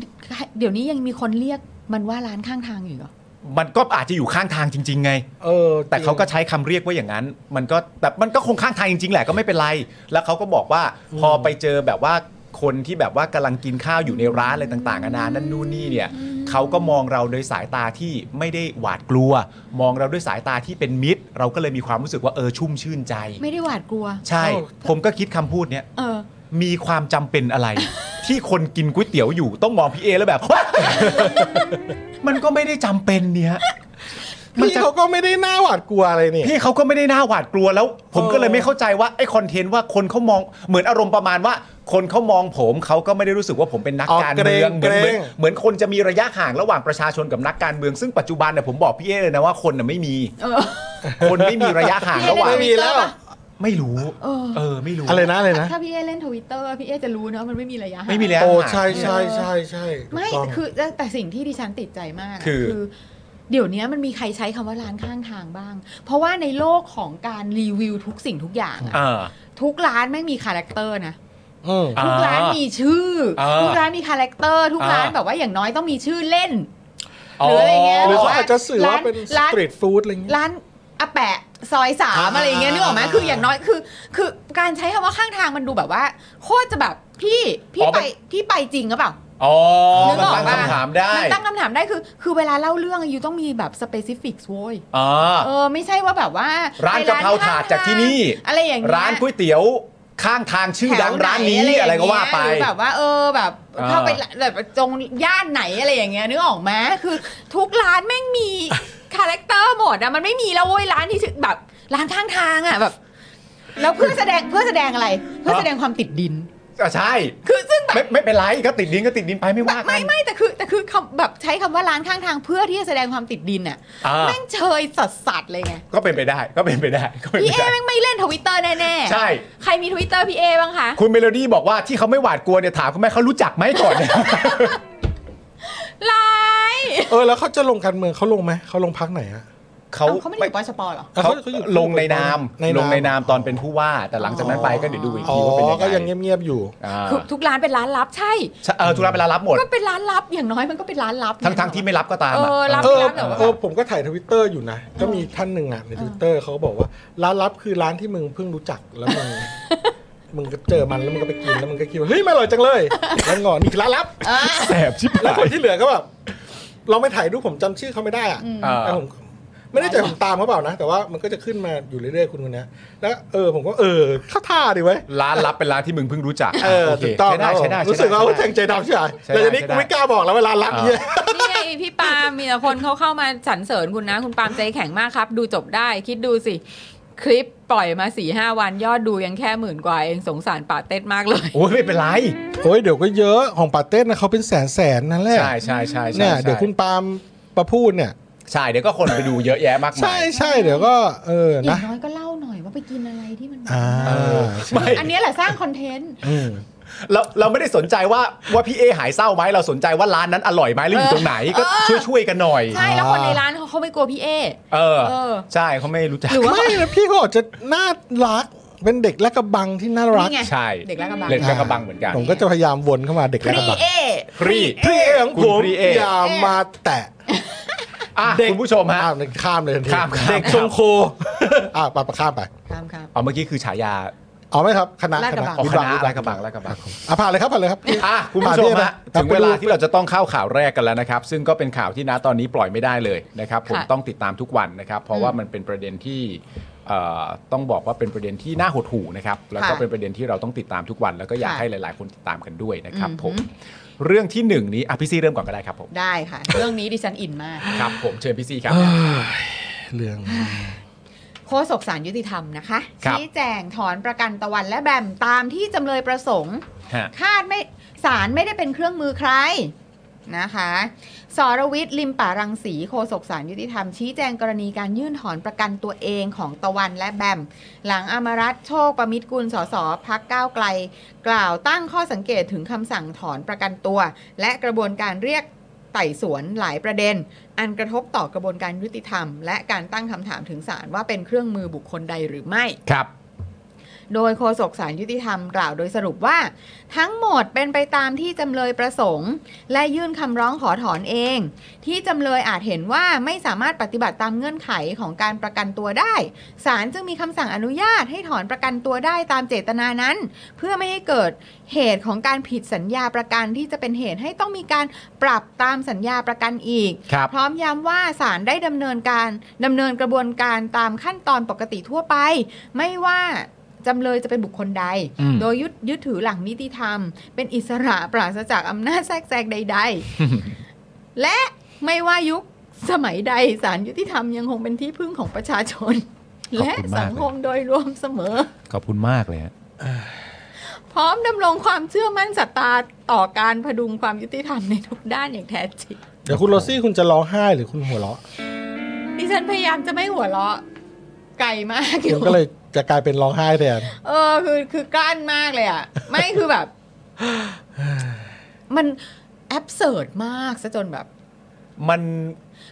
Speaker 3: เดี๋ยวนี้ยังมีคนเรียกมันว่าร้านข้างทางอยู่เหรอ
Speaker 1: มันก็อาจจะอยู่ข้างทางจริง ๆ ไง
Speaker 2: เออ
Speaker 1: แต่เขาก็ใช้คำเรียกว่าอย่างนั้น มันก็แต่มันก็คงข้างทางจริง ๆ แหละก็ไม่เป็นไร แล้วเขาก็บอกว่าพอไปเจอแบบว่าคนที่แบบว่ากำลังกินข้าวอยู่ในร้านอะไรต่างๆนานานั่นนู่นนี่เนี่ยเขาก็มองเราโดยสายตาที่ไม่ได้หวาดกลัว มองเราด้วยสายตาที่เป็นมิตร เราก็เลยมีความรู้สึกว่าเออชุ่มชื่นใจ
Speaker 3: ไม่ได้หวาดกลัว
Speaker 1: ใช่ ผมก็คิดคำพูดเนี้ย
Speaker 3: เออ
Speaker 1: มีความจำเป็นอะไร ที่คนกินก๋วยเตี๋ยวอยู่ต้องมองพี่เอแล้วแบบ มันก็ไม่ได้จำเป็นเนี่ย
Speaker 2: พี่เขาก็ไม่ได้น่าหวาดกลัวอะไรนี่
Speaker 1: พี่เขาก็ไม่ได้น่าหวาดกลัวแล้ว ผม
Speaker 2: เออ
Speaker 1: ก็เลยไม่เข้าใจว่าไอ้คอนเทนต์ว่าคนเขามองเหมือนอารมณ์ประมาณว่า คนเขามองผมเขาก็ไม่ได้รู้สึกว่าผมเป็นนักการเมืองเหมือนเหมือนเหมือนคนจะมีระยะห่างระหว่างประชาชนกับนักการเมืองซึ่งปัจจุบันเนี่ยผมบอกพี่เอเลยนะว่าคนน่ะไม่มี
Speaker 3: เออ
Speaker 1: คนไม่มีระยะห่าง
Speaker 3: พี่เอ
Speaker 1: ระหว่าง
Speaker 3: ได้ไหม
Speaker 2: ไม่มีแล้ว
Speaker 1: ไม่รู้
Speaker 3: เออ
Speaker 1: เออ ไม่รู้
Speaker 2: อะไรนะอะไรนะ
Speaker 3: ถ้าพี่เอเล่นทวิตเตอร์พี่เอจะรู้เนอะมันไม่มีระยะห่าง
Speaker 1: ไม่มีแล้ว
Speaker 2: โอ้ใช่ใช่ใช่ใช่ถูก
Speaker 3: ไม่
Speaker 2: ต้อง
Speaker 3: คือแต่แต่สิ่งที่ดิฉันติดใจมากะ
Speaker 1: คือ
Speaker 3: เดี๋ยวนี้มันมีใครใช้คำว่าร้านข้างทางบ้าง เพราะว่าในโลกของการรีวิวทุกสิ่งทุกอย่างอะ
Speaker 1: เออ
Speaker 3: ทุกร้านไม่งมีคาแรคเตอร์นะ
Speaker 2: อืม
Speaker 1: อ่า
Speaker 3: ทุกร้านมีชื่อ
Speaker 1: เออ
Speaker 3: ทุกร้านมีคาแรคเตอร์ ทุกร้าน
Speaker 1: อ่า
Speaker 3: แบบว่าอย่างน้อยต้องมีชื่อเล่น หรืออะไรเงี้ย
Speaker 2: หรือเขาอาจจะสื่อว่าเป็นส
Speaker 3: ร้าน
Speaker 2: ตรีทฟู้ดอะไรอย่างเงี้ย
Speaker 3: ร้านอาแปะซอยสาม
Speaker 2: อ่า
Speaker 3: อะไรอย่างเงี้ยนึกออกไหม
Speaker 2: อ่า
Speaker 3: คืออย่างน้อยคือ คือการใช้คำว่าข้างทางมันดูแบบว่า โคตรจะแบบพี่พี่
Speaker 1: อ๋อมั
Speaker 3: ไป
Speaker 1: น
Speaker 3: พี่ไปจริงหรือเปล่า
Speaker 1: อ๋อ
Speaker 3: นึ
Speaker 1: มัน
Speaker 3: กออก
Speaker 1: ตั้ง
Speaker 3: ปะ
Speaker 1: คำถามได้
Speaker 3: มันตั้งคำถามได้คือ คือเวลาเล่าเรื่องอะอยู่ต้องมีแบบสเปซิฟิกโว้ย
Speaker 1: อ่า
Speaker 3: เออ ไม่ใช่ว่าแบบว่า
Speaker 1: ร้าน
Speaker 3: ไป
Speaker 1: กะเพราถาดจากที่นี่
Speaker 3: อะไรอย่างเงี้ย
Speaker 1: ร้านก๋วยเตี๋ยวข้างทางชื่อดัง
Speaker 3: แถวห
Speaker 1: ร้านนี้
Speaker 3: ย่งเงี้ย
Speaker 1: อะไรก็ว่าไป
Speaker 3: หรือแบบว่า เออแบบ
Speaker 1: อ่า
Speaker 3: เข้าไปแบบตรงย่านไหนอะไรอย่างเงี้ยนึกออกไหมคือทุกร้านแม่งมี คาแรคเตอร์หมดอะมันไม่มีแล้วเว้ยร้านที่ชื่อแบบร้านข้างทางอะแบบ แล้วเพื่อแสดงเพื่อแสดงอะไร เพื่อแสดงความติดดิน
Speaker 1: อ่ะใช่
Speaker 3: คือซึ่งแบบ
Speaker 1: ไม่ไม่เป็นไรก็ติดดินก็ติดดินไปไม่ว่ากั
Speaker 3: ไม่
Speaker 1: น
Speaker 3: ไม่แต่คือแต่คือคำแบบใช้คำว่าร้านข้างทางเพื่อที่จะแสดงความติดดินอ่ะ
Speaker 1: อ่า
Speaker 3: แม่งเชยสัสสัสๆเลยไง
Speaker 1: ก็เป็นไปได้ก็เป็นไปได้ก็เป็น
Speaker 3: พี่
Speaker 1: ไป
Speaker 3: เอ
Speaker 1: ได้
Speaker 3: แม่งไม่เล่นทวิตเตอร์แน่ๆ
Speaker 1: ใช่
Speaker 3: ใครมีทวิตเตอร์พี่เอบ้างคะ
Speaker 1: คุณเมโลดี้บอกว่าที่เขาไม่หวาดกลัวเนี่ยถามเขาไหมเขารู้จักไหมก่อนเนี่ย
Speaker 3: ลาย
Speaker 2: เออแล้วเขาจะลงการเมืองเขาลงไหมเขาลงพักไหนอะ
Speaker 1: เขา
Speaker 3: เขาไม่ได้อยู่ปชปหรอ
Speaker 2: อ่ะ
Speaker 1: เขา
Speaker 2: เขาอยู่
Speaker 1: ลงในนาม
Speaker 2: ในนาม
Speaker 1: ลงในนามตอนเป็นผู้ว่า แต่หลังจากนั้นไปก็เดี๋ยวดูอีก
Speaker 2: อ๋อ
Speaker 1: ทีว่าเป็น
Speaker 2: ก็ยั
Speaker 1: ยัง งไง
Speaker 2: เงียบๆอยู่
Speaker 1: อ่า
Speaker 3: คือทุกร้านเป็นร้านลับใช่
Speaker 1: ใช่เออทุกร้านเป็นร้านรับหมด
Speaker 3: ก็เป็นร้านลับอย่างน้อยมันก็เป็นร้านลับ
Speaker 1: ทั้งทั้งที่ไม่รับก็ตาม
Speaker 3: เอ
Speaker 1: อะ
Speaker 3: อรับ
Speaker 2: เออ
Speaker 3: ร้านแต่ว่า
Speaker 2: เออผมก็ถ่ายทวิตเตอร์อยู่นะ ก็มีท่านหนึ่งอ่ะในทวิตเตอร์เขาก็บอกว่า ร้านลับคือร้านที่มึงเพิ่งรู้จักแล้วมึง มึงก็เจอมันแล้วมึงก็ไปกินแล้วมึงก็คิดว่าเฮ้ยมันอร่อยจังเลย แล้วงอนนี่คือร้านลับ
Speaker 1: แสบชิบ
Speaker 2: แล้ว
Speaker 1: หา
Speaker 2: คน
Speaker 1: ย
Speaker 2: ที่เหลือก็แบบเราไม่ถ่ายรูปผมจำชื่อเขาไม่ได้อะ
Speaker 1: เออ
Speaker 2: แต่ผมไม่ได้ใจผมตามเขาเปล่านะ แต่ว่ามันก็จะขึ้นมาอยู่เรื่อยๆคุณคนเนี้ยแล้วเออผมก็เออเข้าท่าดีเว้ย
Speaker 1: ร้านรับเป็นร้านที่มึงเพิ่งรู้จัก
Speaker 2: เออ
Speaker 1: โค
Speaker 2: ถูกต้อง
Speaker 1: ใช้ได้
Speaker 2: ครับผม
Speaker 1: ใช้ได้ใช้ได้
Speaker 2: รู้สึกว่าแทงใจดำใช่ไหม
Speaker 1: ใช่ได้
Speaker 2: แต่ทีนี้
Speaker 1: ใช่
Speaker 2: กู
Speaker 1: ได้
Speaker 2: ไม่กล้าบอกแล้วเวลารับเนี่ย
Speaker 3: นี่ไงพี่ปาล์มมีแต่คนเขาเข้ามาสรรเสริญคุณนะ คุณปาล์มใจแข็งมากครับ ดูจบได้คิดดูสิ คลิปปล่อยมา4ี่ห้าวันยอดดูยังแค่หมื่นกว่าเองสงสารป่าเต็ดมากเลย
Speaker 1: โอ้ยไม่เป็นไร
Speaker 2: โอ้ยเดี๋ยวก็เยอะของปาเต้นนะเขาเป็นแสนแสนนั่นแหละ
Speaker 1: ใช่ใช่ใช่ใช่
Speaker 2: เนี่ยเดี๋ยวคุณปาล์มประพูดเนี่ย
Speaker 1: ใช่เดี๋ยวก็คนไปดูเยอะแยะมากมา
Speaker 2: ใช่
Speaker 1: ย
Speaker 2: ใช่เดี๋ยวก็เออ
Speaker 3: อย่า
Speaker 2: นะ
Speaker 3: งน้อยก็เล่าหน่อยว่าไปกินอะไรที่มัน
Speaker 2: อ่า
Speaker 1: เออไม่
Speaker 3: อันเนี้ยแหละสร้างคอนเทนต์
Speaker 2: อืม
Speaker 1: เราเราไม่ได้สนใจว่าว่าพี่เอหายเศร้าไหมเราสนใจว่าร้านนั้นอร่อยไหมหรืออยู่ตรงไหนก็ช่วยช่วยกันหน่อย
Speaker 3: ใช่แล้วคนในร้านเขาเขาไม่กลัวพี่เอ
Speaker 1: เออ
Speaker 3: เออ
Speaker 1: ใช่เขาไม่รู้จัก
Speaker 3: หรือว่า
Speaker 2: ไม่นะพี่เขาอาจจะน่ารักเป็นเด็กและกระบังที่น่ารัก
Speaker 3: นี่ไง
Speaker 1: ใช่
Speaker 3: เด็กลาดกระบัง
Speaker 1: เด็กลาดกระบังเหมือนกัน
Speaker 2: ผมก็จะพยายามวนเข้ามาเด็ก
Speaker 3: พ
Speaker 2: และก
Speaker 3: รี
Speaker 2: ระบัง
Speaker 3: เอ
Speaker 1: พรี
Speaker 2: พี่เอของ
Speaker 1: คุณ
Speaker 2: ผม
Speaker 1: พรีเอ
Speaker 2: อย่ามาแตะ
Speaker 1: อ่ะ
Speaker 2: เด็ก
Speaker 1: คุณผู้ชมฮะ
Speaker 2: ข้ามเลยข้ามเลยทันที
Speaker 1: ข้ามข้าม
Speaker 2: เด็กชงโคอ่าปะปะข้ามไป
Speaker 3: ครับครับ
Speaker 1: เอาเมื่อกี้คือฉายา
Speaker 2: เอาไหมครับคณะ
Speaker 3: ลาดกระบัง
Speaker 1: ออก
Speaker 2: วิ
Speaker 1: ค
Speaker 2: บาก
Speaker 1: ณะ
Speaker 2: วิ
Speaker 1: ลา
Speaker 2: บา
Speaker 1: ด
Speaker 2: ก
Speaker 1: กระบังลาดกระบัง
Speaker 2: อ่ะผ่านเลยครับผ่านเลยครับ
Speaker 1: อ่ะคุณผู้ชมฮะ
Speaker 2: ผ่านพี่ได้ไหมครับ
Speaker 1: ถึงเวลา
Speaker 2: ไปดู
Speaker 1: ที่เราจะต้องเข้าข่าวแรกกันแล้วนะครับ ซึ่งก็เป็นข่าวที่นะตอนนี้ปล่อยไม่ได้เลยนะครับ ผม
Speaker 3: ค่ะ
Speaker 1: ต้องติดตามทุกวันนะครับ เพราะว่ามันเป็นประเด็นที่เอ่อต้องบอกว่าเป็นประเด็นที่น่าหดหู่นะครับแล้วก็
Speaker 3: ค่ะ
Speaker 1: เป็นประเด็นที่เราต้องติดตามทุกวัน แล้วก็อยาก
Speaker 3: ค่ะ
Speaker 1: ให้หลาย ๆ คนติดตามกันด้วยนะครับ
Speaker 3: อือหือ
Speaker 1: ผมเรื่องที่หนึ่งนี้อ่ะพี่ซีเริ่มก่อนก็ได้ครับผม
Speaker 3: ได้ค่ะ เรื่องนี้ดิฉันอินมาก
Speaker 1: ครับ ผมเชิญพี่ซีครับ
Speaker 2: เรื่อง
Speaker 3: โฆษกสารยุติธรรมนะคะ
Speaker 1: ครับ
Speaker 3: ชี้แจงถอนประกันตะวันและแบมตามที่จำเลยประสงค์
Speaker 1: ฮะ
Speaker 3: คาดไม่สารไม่ได้เป็นเครื่องมือใครนะคะสรวิทย์ลิมป่ารังสีโฆษกสารยุติธรรม ชี้แจงกรณีการยื่นถอนประกันตัวเองของตะวันและแบม หลังอมรัตน์โชคประมิตรกุลสสพักก้าวไกล กล่าวตั้งข้อสังเกตถึงคำสั่งถอนประกันตัว และกระบวนการเรียกไต่สวนหลายประเด็น อันกระทบต่อกระบวนการยุติธรรม และการตั้งคำถามถึงศาลว่าเป็นเครื่องมือบุคคลใดหรือไม่
Speaker 1: ครับ
Speaker 3: โดยโฆษกสารยุติธรรมกล่าวโดยสรุปว่า ทั้งหมดเป็นไปตามที่จำเลยประสงค์ และยื่นคำร้องขอถอนเอง ที่จำเลยอาจเห็นว่าไม่สามารถปฏิบัติตามเงื่อนไขของการประกันตัวได้ศาลจึงมีคำสั่งอนุญาตให้ถอนประกันตัวได้ตามเจตนานั้น เพื่อไม่ให้เกิดเหตุของการผิดสัญญาประกันที่จะเป็นเหตุให้ต้องมีการปรับตามสัญญาประกันอีก
Speaker 1: ครับ
Speaker 3: พร้อมย้ำว่าศาลได้ดำเนินการดำเนินกระบวนการตามขั้นตอนปกติทั่วไป ไม่ว่าจำเลยจะเป็นบุคคลใด
Speaker 1: อืม
Speaker 3: โดยยึดยึดถือหลักนิติธรรม เป็นอิสระปราศจากอำนาจแทรกแซงใด ๆ และไม่ว่ายุคสมัยใดศาลยุติธรรมยังคงเป็นที่พึ่งของประชาชน และสังคมโดยรวมเสมอ
Speaker 1: ขอบคุณมากเลยฮะ
Speaker 3: พร้อมดำรงความเชื่อมั่นศรัทธาต่อการพดุงความยุติธรรมในทุกด้านอย่างแท้จริง
Speaker 2: เดี๋ยวคุณโรซี่คุณจะร้องไห้หรือคุณหัวเราะ
Speaker 3: ดิฉันพยายามจะไม่หัวเราะไกลมากอ
Speaker 2: ผ
Speaker 3: ยู่
Speaker 2: มก็เลย จะกลายเป็นร้องไห้แทน
Speaker 3: เออคือคือกลั้นมากเลยอ่ะ ไม่คือแบบ มันแอบเสิร์ดมากซะจนแบบ
Speaker 1: มัน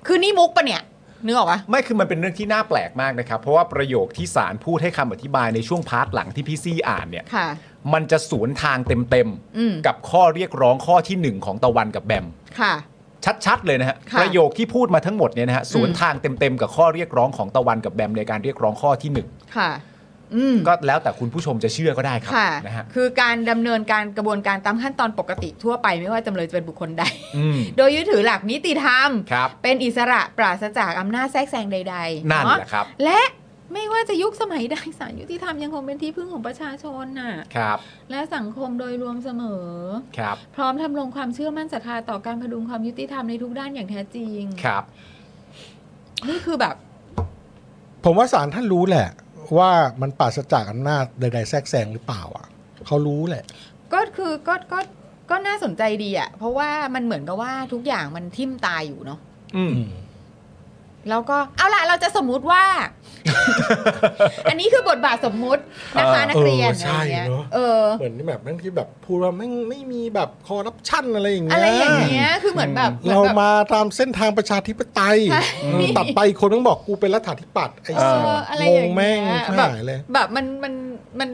Speaker 3: คือนี่มุกปะเนี่ยนึกออกปะ
Speaker 1: ไม่คือมันเป็นเรื่องที่น่าแปลกมากนะครับ เพราะว่าประโยคที่สารพูดให้คำอธิบายในช่วงพาร์ทหลังที่พี่ซี่อ่านเนี่ย
Speaker 3: ค่ะ
Speaker 1: มันจะสวนทางเต็ม
Speaker 3: อืม
Speaker 1: กับข้อเรียกร้องข้อที่หนึ่งของตะวันกับแบม
Speaker 3: ค่ะ
Speaker 1: ชัดๆเลยนะฮะ
Speaker 3: ค่ะ
Speaker 1: ประโยคที่พูดมาทั้งหมดเนี่ยนะฮะสวน
Speaker 3: อืม
Speaker 1: ทางเต็มๆกับข้อเรียกร้องของตะวันกับแบมในการเรียกร้องข้อที่หนึ่ง
Speaker 3: ค่ะ อืม
Speaker 1: ก็แล้วแต่คุณผู้ชมจะเชื่อก็ได้ครั
Speaker 3: ค่ะ
Speaker 1: นะฮะ
Speaker 3: คือการดำเนินการกระบวนการตามขั้นตอนปกติทั่วไปไม่ว่าจำเลยจะเป็นบุคคลใด
Speaker 1: อืม
Speaker 3: โดยยึดถือหลักนิติธรรม
Speaker 1: ครับ
Speaker 3: เป็นอิสระปราศจากอำนาจแทรกแซงใดๆ
Speaker 1: นั่น
Speaker 3: เา
Speaker 1: แหละครับ
Speaker 3: และไม่ว่าจะยุคสมัยใดศาลยุติธรรมยังคงเป็นที่พึ่งของประชาชนน่ะ
Speaker 1: ครับ
Speaker 3: และสังคมโดยรวมเสมอ
Speaker 1: ครับ
Speaker 3: พร้อมทำลงความเชื่อมั่นศรัทธาต่อการพดุงความยุติธรรมในทุกด้านอย่างแท้จริง
Speaker 1: ครับ
Speaker 3: นี่คือแบบ
Speaker 2: ผมว่าศาลท่านรู้แหละ ว่ามันปราศจากอำนาจใดๆแทรกแซงหรือเปล่าอ่ะเขารู้แหละ
Speaker 3: ก็คือก็ก็ก็น่าสนใจดีอะเพราะว่ามันเหมือนกับว่าทุกอย่างมันทิ่มตายอยู่เนาะ
Speaker 1: อืม
Speaker 3: แล้วก็เอาล่ะเราจะสมมุติว่า อันนี้คือบทบาทสมมุตินะ
Speaker 1: เอ
Speaker 3: คะ
Speaker 1: อ
Speaker 3: นักเรียน
Speaker 2: เออใช่
Speaker 3: อะไรเงี้ย
Speaker 2: เนอะ
Speaker 3: เออ
Speaker 2: เหมือนที่แบบนั่นที่แบบพูดว่าไม่ไม่มีแบบคอร์รัปชันอะไรอย่างเงี้ย
Speaker 3: อะไรอย่างเงี้ยคือเหมือนแบบหมือน
Speaker 2: เรา
Speaker 3: แบบ
Speaker 2: มาตามเส้นทางประชาธิปไตย
Speaker 3: ใช่
Speaker 2: ตัดไปคนต้องบอกกูเป็นรัฐาธิปัตย์ไอ้
Speaker 3: เอ
Speaker 2: สัส
Speaker 3: ออะไร
Speaker 2: ง
Speaker 3: อย่าง ง
Speaker 2: แม่
Speaker 3: เงี้
Speaker 2: ง
Speaker 3: ย
Speaker 2: ชิบ
Speaker 3: แบบ
Speaker 2: หายเลย
Speaker 3: แบบมันมันมัน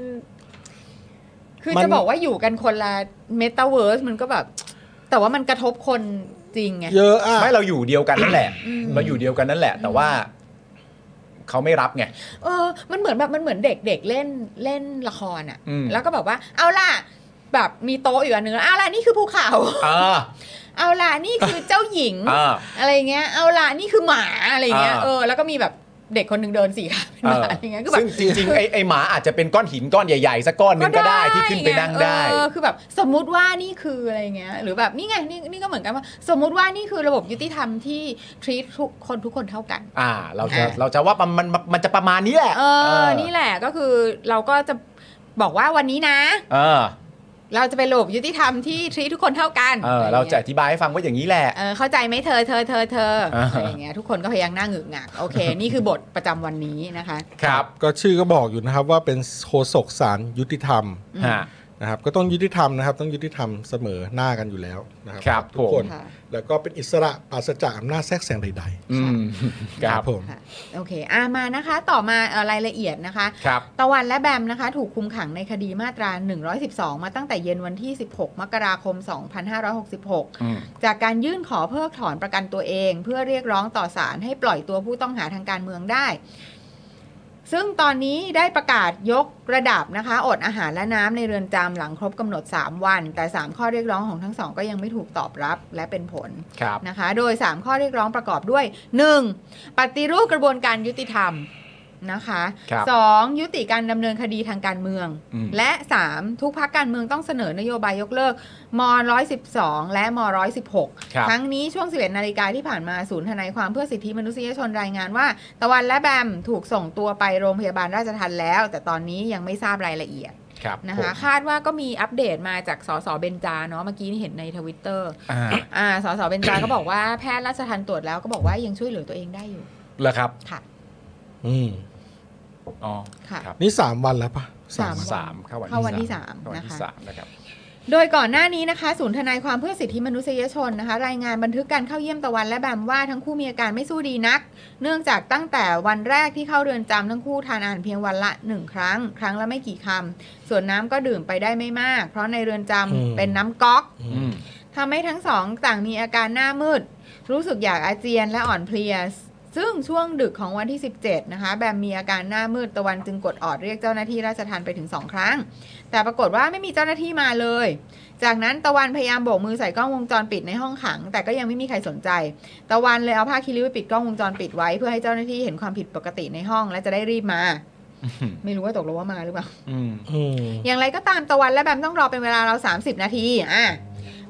Speaker 3: คือ
Speaker 2: มัน
Speaker 3: จะบอกว่าอยู่กันคนละเมตาเวิร์สมันก็แบบ แต่ว่ามันกระทบคนจริงไง
Speaker 2: เยอะอ่ะ
Speaker 1: ไม่เราอยู่เดียวกันนั่นแหละ
Speaker 3: อืม
Speaker 1: เราอยู่เดียวกันนั่นแหละ แต่ว่าเขาไม่รับไง
Speaker 3: เออ มันเหมือนแบบมันเหมือนเด็กเด็กเล่นเล่นละครอ่ะ
Speaker 1: อืม
Speaker 3: แล้วก็แบบว่า เอาล่ะ แบบมีโต๊ะอยู่อันนึงแล้วเอาล่ะนี่คือภูเขา
Speaker 1: อ่า
Speaker 3: เอาล่ะนี่คือเจ้าหญิง
Speaker 1: อ่า
Speaker 3: อะไรเงี้ย เอาล่ะนี่คือหมาอะไรเงี้ย
Speaker 1: อ่า
Speaker 3: เออ แล้วก็มีแบบเด็กคนหนึ่งเดินสี่ขาเป็นหมาอะไรเงี้ยก็แบบ
Speaker 1: ซึ่งจริงๆไอ้ไอ้หมาอาจจะเป็นก้อนหินก้อนใหญ่ๆสักก้อนหนึงก็ได้ที่ขึ้นไปนั่งได้
Speaker 3: เออคือแบบสมมุติว่านี่คืออะไรเงี้ย หรือแบบนี่ไงนี่นี่ก็เหมือนกันว่า สมมุติว่านี่คือระบบยุติธรรมที่ treat ทุกคนทุกคนเท่ากัน
Speaker 1: อ่า เราจะ
Speaker 3: อ่า
Speaker 1: เราจะว่ามันมันมันจะประมาณนี้แหละ
Speaker 3: เออ นี่แหละก็คือเราก็จะบอกว่าวันนี้นะ
Speaker 1: เออ
Speaker 3: เราจะเป็นระบบยุติธรรมที่ treat ทุกคนเท่ากัน
Speaker 1: เออ เราจะอธิบายให้ฟังว่าอย่างนี้แหละ
Speaker 3: เออเข้าใจไหมเธอเธอเธอเธอ
Speaker 1: อ่า
Speaker 3: อะไรเงี้ยทุกคนก็พยักหน้าหงึกงัก โอเค นี่คือบทประจำวันนี้นะคะ
Speaker 1: ครับ
Speaker 2: ก็ชื่อก็บอกอยู่นะครับว่าเป็นโฆษกศาลยุติธรรม
Speaker 3: อืม
Speaker 1: ฮะ
Speaker 2: นะครับก็ต้องยุติธรรมนะครับ ต้องยุติธรรมเสมอหน้ากันอยู่แล้วนะครั
Speaker 1: ครับ
Speaker 2: ทุกคน
Speaker 1: ผม
Speaker 3: ค่ะ
Speaker 2: แล้วก็เป็นอิสระปราศจากอำนาจแทรกแซงใด
Speaker 1: อืม
Speaker 2: ๆ
Speaker 1: ครับ
Speaker 2: ผม
Speaker 3: ค่ะโอเคอ่ะมานะคะ ต่อมาเอ่อรายละเอียดนะคะ
Speaker 1: ครับ
Speaker 3: ตะวันและแบมนะคะ ถูกคุมขังในคดีมาตรา 112 มาตั้งแต่เย็นวันที่ 16 มกราคม 2566
Speaker 1: อืม
Speaker 3: จากการยื่นขอเพิกถอนประกันตัวเอง เพื่อเรียกร้องต่อศาลให้ปล่อยตัวผู้ต้องหาทางการเมืองได้ ซึ่งตอนนี้ได้ประกาศยกระดับนะคะ อดอาหารและน้ำในเรือนจำหลังครบกำหนด 3 วัน แต่ 3 ข้อเรียกร้องของทั้งสองก็ยังไม่ถูกตอบรับและเป็นผล
Speaker 1: ครับ
Speaker 3: นะคะโดย 3 ข้อเรียกร้องประกอบด้วย 1. ปฏิรูปกระบวนการยุติธรรมนะคะ
Speaker 1: ครับ
Speaker 3: สองยุติการดำเนินคดีทางการเมือง
Speaker 1: อืม
Speaker 3: และ 3 ทุกพักการเมืองต้องเสนอนโยบายยกเลิกม .112 และม .116
Speaker 1: ครับ
Speaker 3: ทั้งนี้ช่วง 11นาฬิกาที่ผ่านมาศูนย์ทนายความเพื่อสิทธิมนุษยชนรายงานว่า ตะวันและแบมถูกส่งตัวไปโรงพยาบาลราชทันแล้ว แต่ตอนนี้ยังไม่ทราบรายละเอียด
Speaker 1: ครับ
Speaker 3: นะ
Speaker 1: ผม
Speaker 3: คะ คาดว่าก็มีอัปเดตมาจากสสเบนจาเนาะเมื่อกี้เห็นในทวิตเตอร์
Speaker 1: อ่า
Speaker 3: อ่าสสเบนจา ก็บอกว่าแพทย์ราชทันตรวจแล้วก็บอกว่ายังช่วยเหลือตัวเองได้อยู่
Speaker 1: เหรอครับ
Speaker 3: ค่ะ
Speaker 2: อืม
Speaker 1: อ๋อ
Speaker 3: ค่ะ
Speaker 1: ครับ
Speaker 2: นี่สามวันแล้วปะ
Speaker 3: สาม
Speaker 1: สามเข้าวัน
Speaker 3: เข้าวันที่สาม
Speaker 1: เข้าวันที่
Speaker 3: นะคะ
Speaker 1: สามนะครับ
Speaker 3: โดยก่อนหน้านี้นะคะ ศูนย์ทนายความเพื่อสิทธิมนุษยชนนะคะ รายงานบันทึกการเข้าเยี่ยมตะวันและแบมว่าทั้งคู่มีอาการไม่สู้ดีนัก เนื่องจากตั้งแต่วันแรกที่เข้าเรือนจำทั้งคู่ทานอาหารเพียงวันละหนึ่งครั้ง ครั้งละไม่กี่คำส่วนน้ำก็ดื่มไปได้ไม่มาก เพราะในเรือนจำเป็นน้ำก๊อก
Speaker 1: อืม
Speaker 3: ทำให้ทั้งสองต่างมีอาการหน้ามืด รู้สึกอยากอาเจียนและอ่อนเพลีย ซึ่งช่วงดึกของวันที่ 17 นะคะ แบมมีอาการหน้ามืดตะวันจึงกดออดเรียกเจ้าหน้าที่ราชทัณฑ์ไปถึง 2 ครั้ง แต่ปรากฏว่าไม่มีเจ้าหน้าที่มาเลย จากนั้นตะวันพยายามโบกมือใส่กล้องวงจรปิดในห้องขัง แต่ก็ยังไม่มีใครสนใจ ตะวันเลยเอาผ้าคีริ้วไปปิดกล้องวงจรปิดไว้ เพื่อให้เจ้าหน้าที่เห็นความผิดปกติในห้องและจะได้รีบมา
Speaker 1: อืม
Speaker 3: ไม่รู้ว่าตกลงว่ามาหรือเปล่า
Speaker 1: อืม
Speaker 2: อืม
Speaker 3: อย่างไรก็ตามตะวันและแบมต้องรอเป็นเวลาเรา 30 นาทีอ่ะ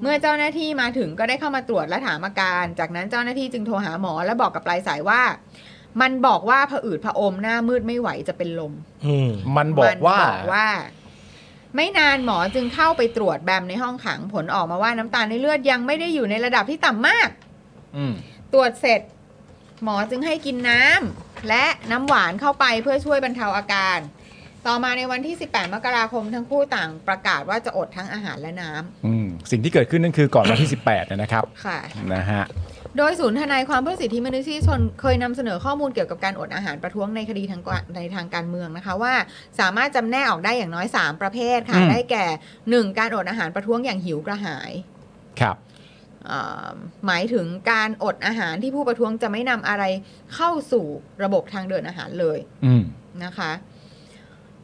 Speaker 3: เมื่อเจ้าหน้าที่มาถึงก็ได้เข้ามาตรวจและถามอาการ จากนั้นเจ้าหน้าที่จึงโทรหาหมอและบอกกับปลายสายว่า มันบอกว่าผะอืดผะอมหน้ามืดไม่ไหวจะเป็นลม
Speaker 2: อืม
Speaker 1: มันบอกว่าม
Speaker 3: นบอกว่า ไม่นานหมอจึงเข้าไปตรวจแบมในห้องขังผลออกมาว่าน้ำตาลในเลือดยังไม่ได้อยู่ในระดับที่ต่ำมาก
Speaker 1: อืม
Speaker 3: ตรวจเสร็จ หมอจึงให้กินน้ำและน้ำหวานเข้าไปเพื่อช่วยบรรเทาอาการ ต่อมาในวันที่ 18 มกราคมทั้งคู่ต่างประกาศว่าจะอดทั้งอาหารและน้
Speaker 1: อืมสิ่งที่เกิดขึ้นนั่นคือก่อนวันที่ 18นะนะครับ
Speaker 3: ำค่ะ
Speaker 1: นะฮะ
Speaker 3: โดยศูนย์ทนายความเพื่อสิทธิมนุษยชนเคยนำเสนอข้อมูลเกี่ยวกับการอดอาหารประท้วงในคดีทางกว่าในทางการเมืองนะคะว่า สามารถจำแนกออกได้อย่างน้อย 3 ประเภทค่ะ
Speaker 1: อืม
Speaker 3: ได้แก่ 1. การอดอาหารประท้วงอย่างหิวกระหาย
Speaker 1: ครับ
Speaker 3: เอ่อหมายถึงการอดอาหารที่ผู้ประท้วงจะไม่นำอะไรเข้าสู่ระบบทางเดินอาหารเลย
Speaker 1: อืม
Speaker 3: นะคะ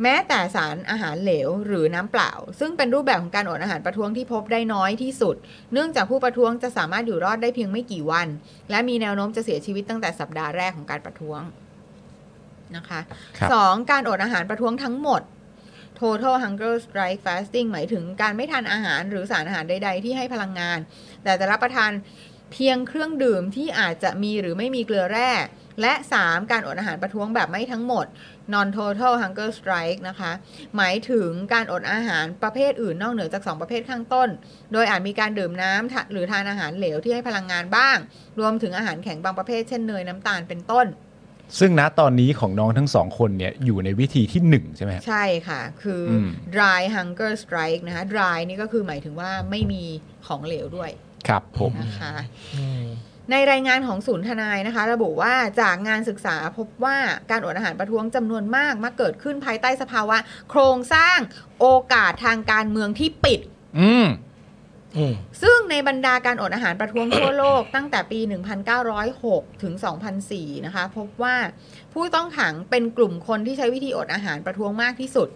Speaker 3: แม้แต่สารอาหารเหลวหรือน้ำเปล่า ซึ่งเป็นรูปแบบของการอดอาหารประท้วงที่พบได้น้อยที่สุด เนื่องจากผู้ประท้วงจะสามารถอยู่รอดได้เพียงไม่กี่วัน และมีแนวโน้มจะเสียชีวิตตั้งแต่สัปดาห์แรกของการประท้วงนะคะ
Speaker 1: ครับ
Speaker 3: สองการอดอาหารประท้วงทั้งหมด total hunger strike fasting หมายถึงการไม่ทานอาหารหรือสารอาหารใด ๆ ที่ให้พลังงาน แต่จะรับประทานเพียงเครื่องดื่มที่อาจจะมีหรือไม่มีเกลือแร่ และ 3. การอดอาหารประท้วงแบบไม่ทั้งหมด non total hunger strike นะคะ หมายถึงการอดอาหารประเภทอื่นนอกเหนือจาก 2 ประเภทข้างต้น โดยอาจมีการดื่มน้ำทะหรือทานอาหารเหลวที่ให้พลังงานบ้าง รวมถึงอาหารแข็งบางประเภทเช่นเนยน้ำตาลเป็นต้น
Speaker 1: ซึ่งณตอนนี้ของน้องทั้งสองคนเนี่ยอยู่ในวิธีที่หนึ่งใช่ไหมฮะ
Speaker 3: ใช่ค่ะ คืออ
Speaker 1: ม
Speaker 3: dry hunger strike นะคะ dry นี่ก็คือหมายถึงว่าไม่มีของเหลวด้วย
Speaker 1: ครับผม
Speaker 3: นะคะ
Speaker 2: อืม
Speaker 3: ในรายงานของศูนย์ทนายนะคะ ระบุว่าจากงานศึกษาพบว่าการอดอาหารประท้วงจำนวนมากมักเกิดขึ้นภายใต้สภาวะ โครงสร้างโอกาสทางการเมืองที่ปิด
Speaker 1: อืม
Speaker 2: อืม
Speaker 3: ซึ่งในบรรดาการอดอาหารประท้วงทั่วโลก ตั้งแต่ปี 1906 ถึง 2004 นะคะ พบว่าผู้ต้องขังเป็นกลุ่มคนที่ใช้วิธีอดอาหารประท้วงมากที่สุด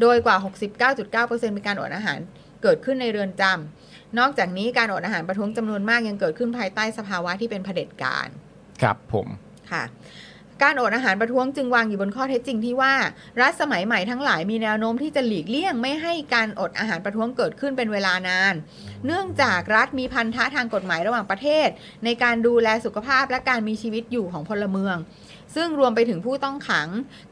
Speaker 3: โดยกว่า 69.9%เป็นการอดอาหารเกิดขึ้นในเรือนจำนอกจากนี้การอดอาหารประท้วงจำนวนมากยังเกิดขึ้นภายใต้สภาวะที่เป็นเผด็จการ
Speaker 1: ครับผม
Speaker 3: ค่ะการอดอาหารประท้วงจึงวางอยู่บนข้อเท็จจริงที่ว่า รัฐสมัยใหม่ทั้งหลายมีแนวโน้มที่จะหลีกเลี่ยงไม่ให้การอดอาหารประท้วงเกิดขึ้นเป็นเวลานาน เนื่องจากรัฐมีพันธะทางกฎหมายระหว่างประเทศ ในการดูแลสุขภาพและการมีชีวิตอยู่ของพลเมือง ซึ่งรวมไปถึงผู้ต้องขัง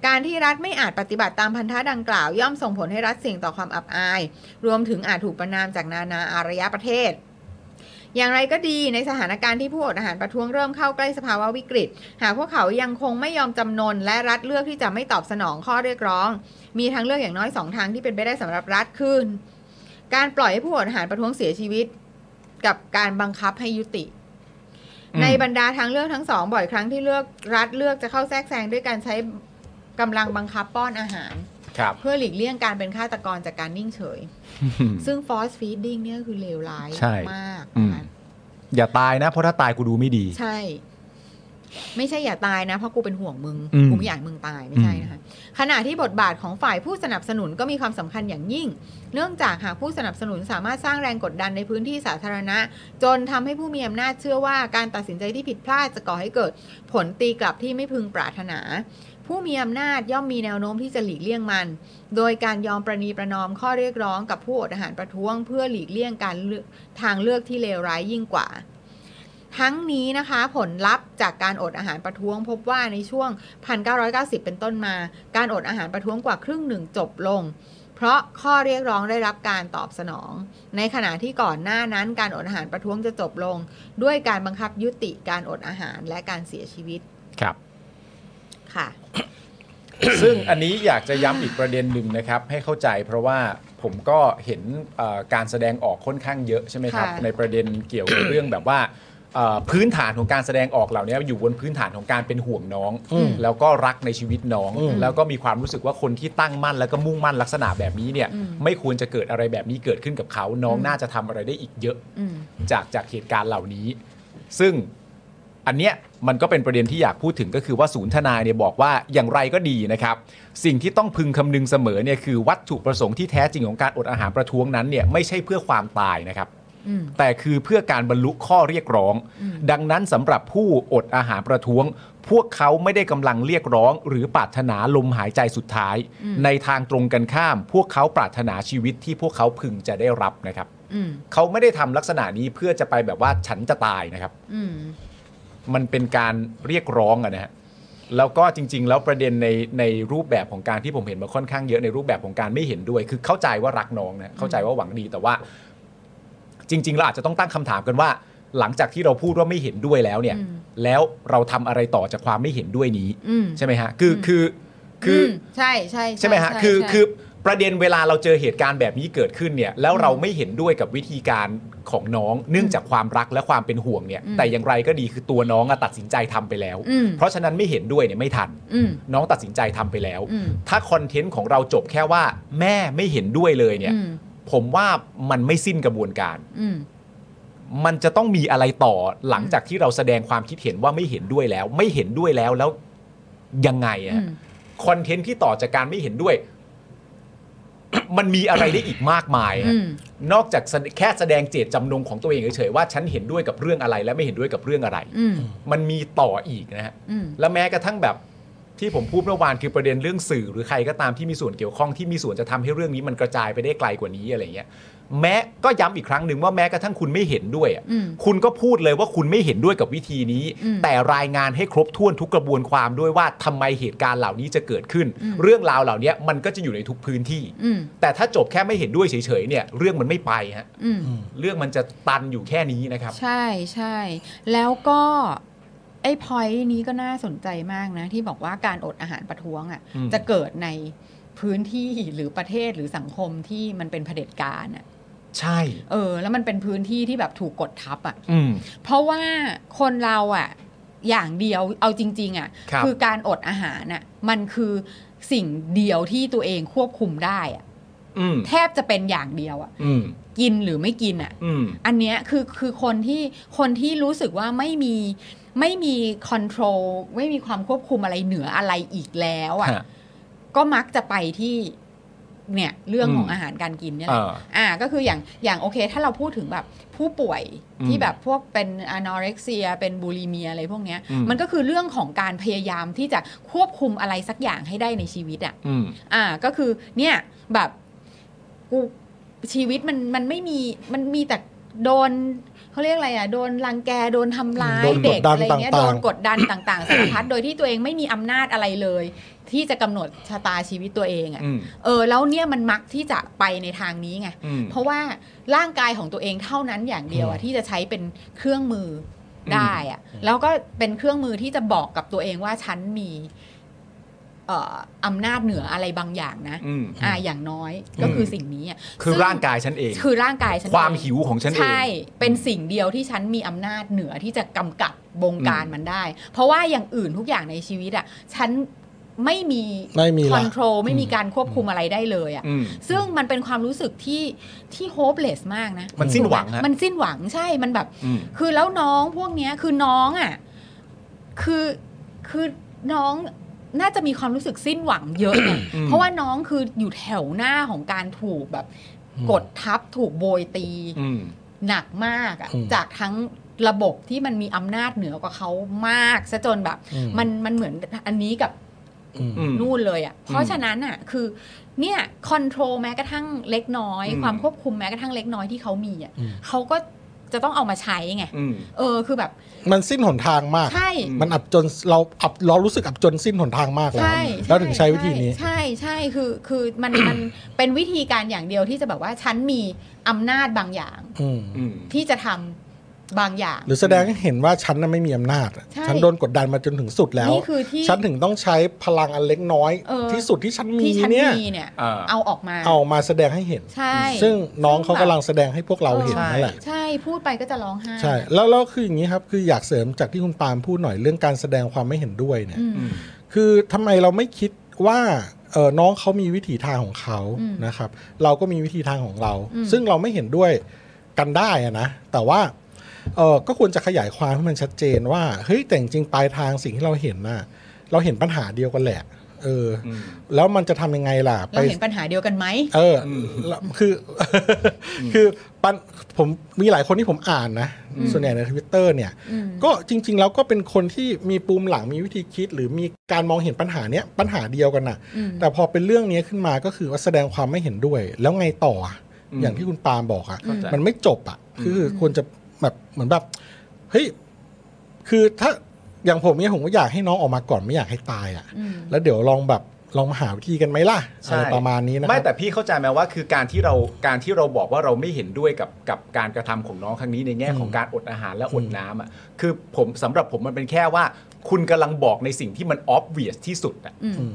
Speaker 3: การที่รัฐไม่อาจปฏิบัติตามพันธะดังกล่าว ย่อมส่งผลให้รัฐเสี่ยงต่อความอับอาย รวมถึงอาจถูกประนามจากนานาอารยประเทศ อย่างไรก็ดีในสถานการณ์ที่ผู้อดอาหารประท้วงเริ่มเข้าใกล้สภาวะวิกฤต หากพวกเขายังคงไม่ยอมจำนน และรัฐเลือกที่จะไม่ตอบสนองข้อเรียกร้อง มีทางเลือกอย่างน้อยสองทางที่เป็นไปได้สำหรับรัฐคือการปล่อยให้ผู้อดอาหารประท้วงเสียชีวิต กับการบังคับให้ยุติ
Speaker 1: อืม
Speaker 3: ในบรรดาทางเลือกทั้งสองบ่อยครั้งที่เลือกรัฐเลือกจะเข้าแทรกแซงด้วยการใช้กำลังบังคับป้อนอาหาร
Speaker 1: ครับ
Speaker 3: เพื่อหลีกเลี่ยงการเป็นฆาตกรจากการนิ่งเฉย ซึ่ง force feeding เนี่ยคือเลวร้าย
Speaker 1: ใช่
Speaker 3: มาก
Speaker 1: อืม
Speaker 3: นะคะ
Speaker 1: อย่าตายนะ เพราะถ้าตายกูดูไม่ดี
Speaker 3: ใช่ ไม่ใช่อย่าตายนะ เพราะกูเป็นห่วงมึง
Speaker 1: อืม
Speaker 3: กูไม่อยากให้มึงตายไม่ใช่นะคะขณะที่บทบาทของฝ่ายผู้สนับสนุนก็มีความสำคัญอย่างยิ่ง เนื่องจากหากผู้สนับสนุนสามารถสร้างแรงกดดันในพื้นที่สาธารณะ จนทำให้ผู้มีอำนาจเชื่อว่าการตัดสินใจที่ผิดพลาดจะก่อให้เกิด ผลตีกลับที่ไม่พึงปรารถนา ผู้มีอำนาจย่อมมีแนวโน้มที่จะหลีกเลี่ยงมัน โดยการยอมประนีประนอมข้อเรียกร้องกับผู้อดอาหารประท้วง เพื่อหลีกเลี่ยงการเลือกทางเลือกที่เลวร้ายยิ่งกว่า ทั้งนี้นะคะผลลัพธ์จากการอดอาหารประท้วง พบว่าในช่วง 1990 เป็นต้นมา การอดอาหารประท้วงกว่าครึ่งหนึ่งจบลง เพราะข้อเรียกร้องได้รับการตอบสนอง ในขณะที่ก่อนหน้านั้นการอดอาหารประท้วงจะจบลง ด้วยการบังคับยุติการอดอาหารและการเสียชีวิต
Speaker 1: ครับ
Speaker 3: ค่ะ
Speaker 1: ซึ่งอันนี้อยากจะย้ำอีกประเด็นหนึ่งนะครับ ให้เข้าใจเพราะว่าผมก็เห็นเอ่อการแสดงออกค่อนข้างเยอะใช่ไหมครับ
Speaker 3: ค่ะ
Speaker 1: ในประเด็นเกี่ยวกับ เรื่องแบบว่าเอ่อพื้นฐานของการแสดงออกเหล่านี้อยู่บนพื้นฐานของการเป็นห่วงน้อง
Speaker 3: อืม
Speaker 1: แล้วก็รักในชีวิตน้อง
Speaker 2: อืม
Speaker 1: แล้วก็มีความรู้สึกว่าคนที่ตั้งมั่น แล้วก็มุ่งมั่นลักษณะแบบนี้เนี่ย
Speaker 3: อืม
Speaker 1: ไม่ควรจะเกิดอะไรแบบนี้เกิดขึ้นกับเขาน้องน่าจะทำอะไรได้อีกเยอะ
Speaker 3: อืม
Speaker 1: จากจากเหตุการณ์เหล่านี้ ซึ่งอันเนี้ยมันก็เป็นประเด็นที่อยากพูดถึงก็คือว่าศูนย์ทนายเนี่ยบอกว่าอย่างไรก็ดีนะครับ สิ่งที่ต้องพึงคำนึงเสมอเนี่ยคือวัตถุประสงค์ที่แท้จริงของการอดอาหารประท้วงนั้นเนี่ยไม่ใช่เพื่อความตายนะครับ
Speaker 3: อืม
Speaker 1: แต่คือเพื่อการบรรลุข้อเรียกร้อง
Speaker 3: อืม
Speaker 1: ดังนั้นสำหรับผู้อดอาหารประท้วง พวกเขาไม่ได้กำลังเรียกร้อง หรือปรารถนาลมหายใจสุดท้าย ในทางตรงกันข้าม พวกเขาปรารถนาชีวิตที่พวกเขาพึงจะได้รับนะครับ
Speaker 3: อืม
Speaker 1: เขาไม่ได้ทำลักษณะนี้เพื่อจะไปแบบว่าฉันจะตายนะครับ
Speaker 3: อืม
Speaker 1: มันเป็นการเรียกร้องอะนะฮะแล้วก็จริง ๆ แล้วประเด็นในในรูปแบบของการที่ผมเห็นมาค่อนข้างเยอะในรูปแบบของการไม่เห็นด้วย คือเข้าใจว่ารักน้องนะเข้าใจว่าหวังดีแต่ว่า จริง ๆ เราอาจจะต้องตั้งคำถามกันว่า หลังจากที่เราพูดว่าไม่เห็นด้วยแล้วเนี่ย
Speaker 3: อืม
Speaker 1: แล้วเราทำอะไรต่อจากความไม่เห็นด้วยนี้
Speaker 3: อืม
Speaker 1: ใช่ไหมฮะ คือ
Speaker 3: อืม
Speaker 1: คือ คืออ
Speaker 3: มใช่ใช่
Speaker 1: ใช่ไหมฮะ
Speaker 3: ใช่
Speaker 1: คือ
Speaker 3: ใช่
Speaker 1: คือประเด็นเวลาเราเจอเหตุการณ์แบบนี้เกิดขึ้นเนี่ย แล้วเราไม่เห็นด้วยกับวิธีการของน้อง เนื่องจากความรักและความเป็นห่วงเนี่ย
Speaker 3: อืม
Speaker 1: แต่อย่างไรก็ดีคือตัวน้องอะตัดสินใจทำไปแล้ว
Speaker 3: อืม
Speaker 1: เพราะฉะนั้นไม่เห็นด้วยเนี่ยไม่ทัน
Speaker 3: อืม
Speaker 1: น้องตัดสินใจทำไปแล้ว
Speaker 3: อืม
Speaker 1: ถ้าคอนเทนต์ของเราจบแค่ว่าแม่ไม่เห็นด้วยเลยเนี่ย
Speaker 3: อืม
Speaker 1: ผมว่ามันไม่สิ้นกระบวนการ
Speaker 3: อืม
Speaker 1: มันจะต้องมีอะไรต่อหลังจากที่เราแสดงความคิดเห็นว่าไม่เห็นด้วยแล้ว ไม่เห็นด้วยแล้วแล้วยังไงอะ
Speaker 3: อื
Speaker 1: ฮะ
Speaker 3: ม
Speaker 1: คอนเทนต์ที่ต่อจากการไม่เห็นด้วย มันมีอะไรได้อีกมากมายอะ
Speaker 3: อืม
Speaker 1: นอกจากแสดงแค่แสดงเจตจำนงของตัวเองเฉยๆว่าฉันเห็นด้วยกับเรื่องอะไร และไม่เห็นด้วยกับเรื่องอะไร
Speaker 3: อืม
Speaker 1: มันมีต่ออีกนะฮะ
Speaker 3: อืม
Speaker 1: และแม้กระทั่งแบบที่ผมพูดเมื่อวานคือประเด็นเรื่องสื่อ หรือใครก็ตามที่มีส่วนเกี่ยวข้องที่มีส่วนจะทำให้เรื่องนี้มันกระจายไปได้ไกลกว่านี้อะไรเงี้ย แม้ก็ย้ำอีกครั้งหนึ่งว่าแม้กระทั่งคุณไม่เห็นด้วยอะ
Speaker 3: อืม
Speaker 1: คุณก็พูดเลยว่าคุณไม่เห็นด้วยกับวิธีนี้
Speaker 3: อืม
Speaker 1: แต่รายงานให้ครบถ้วนทุกกระบวนความด้วยว่าทำไมเหตุการณ์เหล่านี้จะเกิดขึ้น เรื่องราวเหล่านี้มันก็จะอยู่ในทุกพื้นที่
Speaker 3: อืม
Speaker 1: แต่ถ้าจบแค่ไม่เห็นด้วยเฉยๆเนี่ย เรื่องมันไม่ไปฮะ
Speaker 3: อืม
Speaker 1: เรื่องมันจะตันอยู่แค่นี้นะครับ
Speaker 3: ใช่ใช่แล้วก็ ไอ้พอยนี้ก็น่าสนใจมากนะ ที่บอกว่าการอดอาหารประท้วงอะ่ะ
Speaker 1: อืม
Speaker 3: จะเกิดในพื้นที่หรือประเทศหรือสังคมที่มันเป็นเผด็จการอะ่ะ
Speaker 1: ใช่
Speaker 3: เออ แล้วมันเป็นพื้นที่ที่แบบถูกกดทับอ่ะ
Speaker 1: อืม
Speaker 3: เพราะว่าคนเราอ่ะ อย่างเดียวเอาจริง ๆ อ่ะ
Speaker 1: ครับ
Speaker 3: อการอดอาหารอ่ะมันคือสิ่งเดียวที่ตัวเองควบคุมได้อ่ะ
Speaker 1: อืม
Speaker 3: แทบจะเป็นอย่างเดียวอ่ะ
Speaker 1: อืม
Speaker 3: กินหรือไม่กินอ่ะ
Speaker 1: อืม
Speaker 3: อันเนี้ยคือคือคนที่คนที่รู้สึกว่าไม่มีไม่มีคอนโทรลไม่มีความควบคุมอะไรเหนืออะไรอีกแล้วอะ่ะ
Speaker 1: ฮะ
Speaker 3: ก็มักจะไปที่เนี่ยเรื่องของ
Speaker 1: อืม
Speaker 3: อาหารการกินเนี่ยแห
Speaker 1: เออ
Speaker 3: ละอ่าก็คืออย่างอย่างโอเค ถ้าเราพูดถึงแบบผู้ป่วย
Speaker 1: อืม
Speaker 3: ที่แบบพวกเป็นอนอเร็กเซีย เป็นบูลิเมียอะไรพวกเนี้ย
Speaker 1: อืม
Speaker 3: มันก็คือเรื่องของการพยายามที่จะควบคุมอะไรสักอย่างให้ได้ในชีวิตอ่ะ
Speaker 1: อืม
Speaker 3: อ่าก็คือเนี่ยแบบกูชีวิตมันมันไม่มีมันมีแต่โดนเขาเรียกอะไรอ่ะโดนรังแกโดนทำร้าย
Speaker 2: โดนกด
Speaker 3: เด็ก
Speaker 2: ดัน
Speaker 3: อะไรเงี้ย
Speaker 2: ต่างๆ
Speaker 3: โดนกดดันต่างๆสารพัดโดยที่ตัวเองไม่มีอำนาจอะไรเลย ที่จะกำหนดชะตาชีวิตตัวเองอ่ะ
Speaker 1: อืม
Speaker 3: เออแล้วเนี่ยมันมักที่จะไปในทางนี้ไง
Speaker 1: อืม
Speaker 3: เพราะว่าร่างกายของตัวเองเท่านั้นอย่างเดียวอ่ะที่จะใช้เป็นเครื่องมือได้อ่ะแล้วก็เป็นเครื่องมือที่จะบอกกับตัวเองว่าฉันมี เอ่ออำนาจเหนืออะไรบางอย่างนะ
Speaker 1: อืม
Speaker 3: อ่าอย่างน้อยก็คือสิ่งนี้ะ
Speaker 1: คือ
Speaker 3: ซึ่ง
Speaker 1: ร่างกายฉันเอง
Speaker 3: คือร่างกายฉัน
Speaker 1: ความ
Speaker 3: เอง
Speaker 1: หิวของฉันเอง
Speaker 3: ใช่ เป็นสิ่งเดียวที่ฉันมีอำนาจเหนือที่จะกำกับบงการมันได้ เพราะว่าอย่างอื่นทุกอย่างในชีวิตอ่ะฉันไม่มี
Speaker 2: ไม่มีละ
Speaker 3: คอนโทรลไม่มีการควบคุมอะไรได้เลยอ่ะ
Speaker 1: อืม
Speaker 3: ซึ่งมันเป็นความรู้สึกที่ที่โฮปเลสมากนะ
Speaker 1: มันสิ้นหวังฮะ
Speaker 3: มันสิ้นหวังใช่มันแบบ
Speaker 1: อืม
Speaker 3: คือแล้วน้องพวกเนี้ยคือน้องอ่ะคือคือน้องน่าจะมีความรู้สึกสิ้นหวังเยอะไง
Speaker 1: อืม
Speaker 3: เพราะว่าน้องคืออยู่แถวหน้าของการถูกแบบกดทับถูกโบยตี
Speaker 1: อืม
Speaker 3: หนักมากอ่ะ
Speaker 2: อืม
Speaker 3: จากทั้งระบบที่มันมีอำนาจเหนือกว่าเขามากซะจนแบบ
Speaker 2: อืม
Speaker 3: มันมันเหมือนอันนี้กับ
Speaker 2: อืม
Speaker 1: อืม
Speaker 3: นู่นเลยอะ่ะ เพ
Speaker 1: อื
Speaker 3: ราะ
Speaker 1: ม
Speaker 3: ฉะนั้นอ่ะ คือ เนี่ยคอนโทรลแม้กระทั่งเล็กน้อย
Speaker 1: อืม
Speaker 3: ความควบคุมแม้กระทั่งเล็กน้อยที่เขามีอะ่ะ
Speaker 2: อืม
Speaker 3: เขาก็จะต้องเอามาใช้ไง
Speaker 1: อืม
Speaker 3: เออ คือแบบ
Speaker 2: มันสิ้นหนทางมาก
Speaker 3: ใช่
Speaker 1: อืม
Speaker 2: มันอับจนเราอับเรารู้สึกอับจนสิ้นหนทางมากแล้ว
Speaker 3: ใช่
Speaker 2: แล้วถึงใช้วิธีนี้
Speaker 3: ใช่ใช่คือคือมันมันเป็นวิธีการอย่างเดียวที่จะแบบว่าฉันมีอำนาจบางอย่าง
Speaker 2: อืม
Speaker 1: อืม
Speaker 3: ที่จะทำบางอย่าง
Speaker 2: หรือแสดงให้เห็นว่าฉันน่ะไม่มีอำนาจอะ
Speaker 3: ใช่
Speaker 2: ฉันโดนกดดันมาจนถึงสุดแล้ว
Speaker 3: นี่คือที่
Speaker 2: ฉันถึงต้องใช้พลังอันเล็กน้อย
Speaker 3: เออ
Speaker 2: ที่สุดที่ฉันมี
Speaker 3: ที่ฉัน
Speaker 2: เนี่ย
Speaker 3: มีเนี่ย
Speaker 1: เออ
Speaker 3: เอาออกมา
Speaker 2: เอามาแสดงให้เห็น
Speaker 3: ใช่
Speaker 2: ซึ่งน้องเขากำลัง
Speaker 3: ซึ่
Speaker 2: แสดงให้พวก
Speaker 3: งแบบ
Speaker 2: เราเห็น
Speaker 3: ออ
Speaker 2: นั่นแหละ
Speaker 3: ใช่พูดไปก็จะร้องไห้
Speaker 2: ใช่ แล้วแล้วคืออย่างนี้ครับ คืออยากเสริมจากที่คุณปาล์มพูดหน่อยเรื่องการแสดงความไม่เห็นด้วยเนี่ย
Speaker 3: อืม
Speaker 2: คือทำไมเราไม่คิดว่าเออน้องเขามีวิถีทางของเขา
Speaker 3: อืม
Speaker 2: นะครับ เราก็มีวิธีทางของเรา
Speaker 3: อืม
Speaker 2: ซึ่งเราไม่เห็นด้วยกันได้อะนะ แต่ว่าเออก็ควรจะขยายความให้มันชัดเจนว่าเฮ้ยแต่จริงๆปลายทางสิ่งที่เราเห็นน่ะเราเห็นปัญหาเดียวกันแหละเอออ
Speaker 1: ม
Speaker 2: แล้วมันจะทำยังไงล่ะ
Speaker 3: เราเห็นปัญหาเดียวกันไหม
Speaker 2: เอออแล้วคือ คือปันผมมีหลายคนที่ผมอ่านนะ ส่วนใหญ่ในทวิตเตอร์เนี่ย
Speaker 3: อืม
Speaker 2: ก็จริง ๆ แล้วก็เป็นคนที่มีปูมหลังมีวิธีคิด หรือมีการมองเห็นปัญหาเนี้ยปัญหาเดียวกันน่ะ
Speaker 3: อืม
Speaker 2: แต่พอเป็นเรื่องนี้ขึ้นมาก็คือว่าแสดงความไม่เห็นด้วย แล้วไงต่ออะ
Speaker 1: อืม
Speaker 2: อย่างที่คุณปาล์มบอกอะ
Speaker 1: เข้าใจ
Speaker 2: มันไม่จบอะคือควรจะแบบเหมือนแบบเฮ้ยคือถ้าอย่างผมเนี่ยผมก็อยากให้น้องออกมาก่อนไม่อยากให้ตายอะ
Speaker 3: อืม
Speaker 2: แล้วเดี๋ยวลองแบบลองมาหาวิธีกันไหมล่ะอะไรประมาณนี้นะครับ
Speaker 1: ไม่แต่พี่เข้าใจไหมว่าคือการที่เราการที่เราบอกว่าเราไม่เห็นด้วยกับกับการกระทำของน้องครั้งนี้ในแง่ของการอดอาหารและอดน้ำอ่ะคือผมสำหรับผมมันเป็นแค่ว่า คุณกำลังบอกในสิ่งที่มันออบเวียสที่สุดอ่ะ
Speaker 3: อืม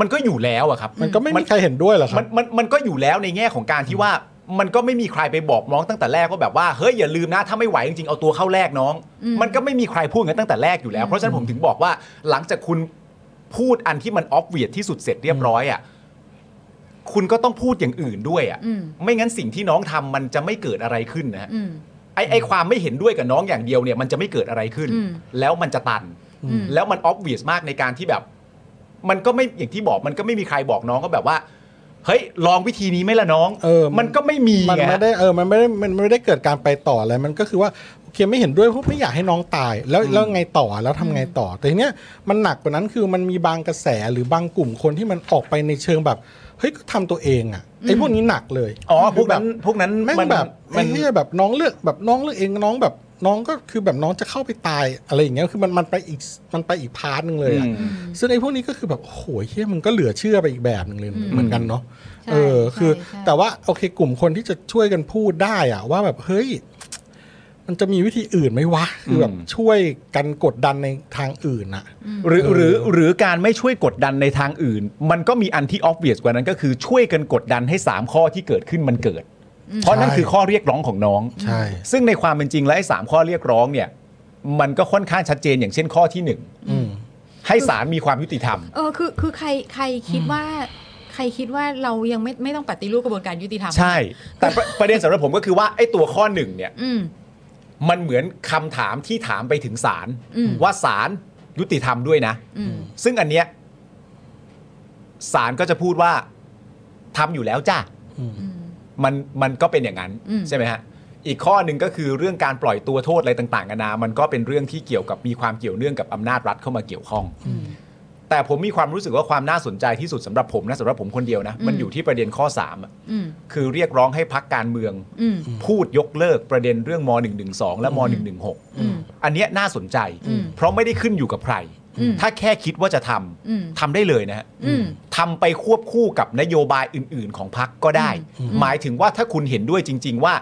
Speaker 1: มันก็อยู่แล้วอะครับ
Speaker 2: มันก็ไม่มีใครเห็นด้วยเหรอค
Speaker 1: มั
Speaker 2: รั
Speaker 1: น
Speaker 2: บ
Speaker 1: มันมันก็อยู่แล้วในแง่ของการที่ว่ามันก็ไม่มีใครไปบอกน้องตั้งแต่แรกว่าแบบว่าเฮ้ยอย่าลืมนะถ้าไม่ไหวจริงๆเอาตัวเข้าแรกน้อง
Speaker 3: อืม
Speaker 1: มันก็ไม่มีใครพูดกันตั้งแต่แรกอยู่แล้ว เพราะฉะนั้นผมถึงบอกว่าหลังจากคุณพูดอันที่มันออฟเวียที่สุดเสร็จเรียบร้อยอ่ะคุณก็ต้องพูดอย่างอื่นด้วยอ่ะ
Speaker 3: อืม
Speaker 1: ไม่งั้นสิ่งที่น้องทำมันจะไม่เกิดอะไรขึ้นนะฮะ
Speaker 3: อืม
Speaker 1: ไอไอความไม่เห็นด้วยกับน้องอย่างเดียวเนี่ย มันจะไม่เกิดอะไรขึ้น
Speaker 3: อืม
Speaker 1: แล้วมันจะตัน
Speaker 3: อืม
Speaker 1: แล้วมันออบเวียสมากในการที่แบบ มันก็ไม่อย่างที่บอกมันก็ไม่มีใครบอกน้องก็แบบว่า เฮ้ย ลองวิธีนี้ไหมล่ะน้อง
Speaker 2: เออ
Speaker 1: มันก็ไม่มี
Speaker 2: มัน
Speaker 1: ไง
Speaker 2: ไม่ได้เออมันไม่ได้มันไม่ได้เกิดการไปต่ออะไรมันก็คือว่าโอเคไม่เห็นด้วยเพราะไม่อยากให้น้องตาย แล้วแล้วไงต่อแล้วทำไงต่อ แต่ทีเนี้ยมันหนักกว่านั้นคือมันมีบางกระแสหรือบางกลุ่มคนที่มันออกไปในเชิงแบบเฮ้ยก็ทำตัวเองอ่ะไอ้พวกนี้หนักเลย
Speaker 1: อ๋อพวกนั้น
Speaker 2: คือแบ
Speaker 1: พวกนั้น
Speaker 2: บแม่ง
Speaker 1: มัน
Speaker 2: แบบ
Speaker 1: มั
Speaker 2: ไอ้
Speaker 1: น
Speaker 2: เหี้ยแบบน้องเลือกแบบน้องเลือกเองน้องแบบน้องก็คือแบบน้องจะเข้าไปตายอะไรอย่างเงี้ยคือมันมันไปอีกมันไปอีกพาร์ทหนึงเลยอ่ะ
Speaker 1: อืม
Speaker 2: ซึ่งไอ้พวกนี้ก็คือแบบโอ้โหเฮียมันก็เหลือเชื่อไปอีกแบบหนึ่งเลย
Speaker 3: อืม
Speaker 2: เหมือนกันเนาะ
Speaker 3: ใช่
Speaker 2: เออ คือ
Speaker 3: ใช่ใช่
Speaker 2: แต่ว่าโอเคกลุ่มคนที่จะช่วยกันพูดได้อะว่าแบบเฮ้ย มันจะมีวิธีอื่นไหมวะคือแบบ
Speaker 1: อืม
Speaker 2: ช่วยกันกดดันในทางอื่นอะ
Speaker 1: หรือ
Speaker 2: เออ
Speaker 1: หรือหรือการไม่ช่วยกดดันในทางอื่น มันก็มีอันที่ออบเวียสกว่านั้นก็คือช่วยกันกดดันให้ 3 ข้อที่เกิดขึ้นมันเกิด เพราะนั่นคือข้อเรียกร้องของน้อง
Speaker 2: ใช่
Speaker 1: ซึ่งในความเป็นจริงแล้วไอ้สามข้อเรียกร้องเนี่ย มันก็ค่อนข้างชัดเจนอย่างเช่นข้อที่หนึ่ง
Speaker 2: อืม
Speaker 1: ให้ศาลมีความยุติธรรม
Speaker 3: เออคือคือใครใครคิดว่า ใครคิดว่าเรายังไม่ไม่ต้องปฏิรูปกระบวนการยุติธรรม
Speaker 1: ใช่ แต่ ประ ประเด็นสำหรับผมก็คือว่าไอ้ตัวข้อหนึ่งเนี่ย
Speaker 3: อืม
Speaker 1: มันเหมือนคำถามที่ถามไปถึงศาล
Speaker 3: อืม
Speaker 1: ว่าศาลยุติธรรมด้วยนะ
Speaker 3: อืม
Speaker 1: ซึ่งอันเนี้ยศาลก็จะพูดว่าทำอยู่แล้วจ้า
Speaker 3: อืม
Speaker 1: มันมันก็เป็นอย่างนั้น
Speaker 3: อืม
Speaker 1: ใช่ไหมฮะ อีกข้อหนึ่งก็คือเรื่องการปล่อยตัวโทษอะไรต่างๆนานา มันก็เป็นเรื่องที่เกี่ยวกับมีความเกี่ยวเนื่องกับอำนาจรัฐเข้ามาเกี่ยวข้อง
Speaker 3: อืม
Speaker 1: แต่ผมมีความรู้สึกว่าความน่าสนใจที่สุดสำหรับผมนะสำหรับผมคนเดียวนะ มัน
Speaker 3: อืม
Speaker 1: อยู่ที่ประเด็นข้อสามอะ
Speaker 3: อืม
Speaker 1: คือเรียกร้องให้พักการเมือง
Speaker 3: อืม
Speaker 1: พูดยกเลิกประเด็นเรื่องม .112 และม
Speaker 3: อืม
Speaker 1: .116 อันเนี้ยน่าสนใจ
Speaker 3: อืม
Speaker 1: เพราะไม่ได้ขึ้นอยู่กับใคร
Speaker 3: อืม
Speaker 1: ถ้าแค่คิดว่าจะท
Speaker 3: อืม
Speaker 1: ำทำได้เลยนะฮะ
Speaker 3: อืม
Speaker 1: ทำไปควบคู่กับนโยบายอื่น ๆ ของพักก็ได้ หมายถึงว่าถ้าคุณเห็นด้วยจริง ๆ ว่า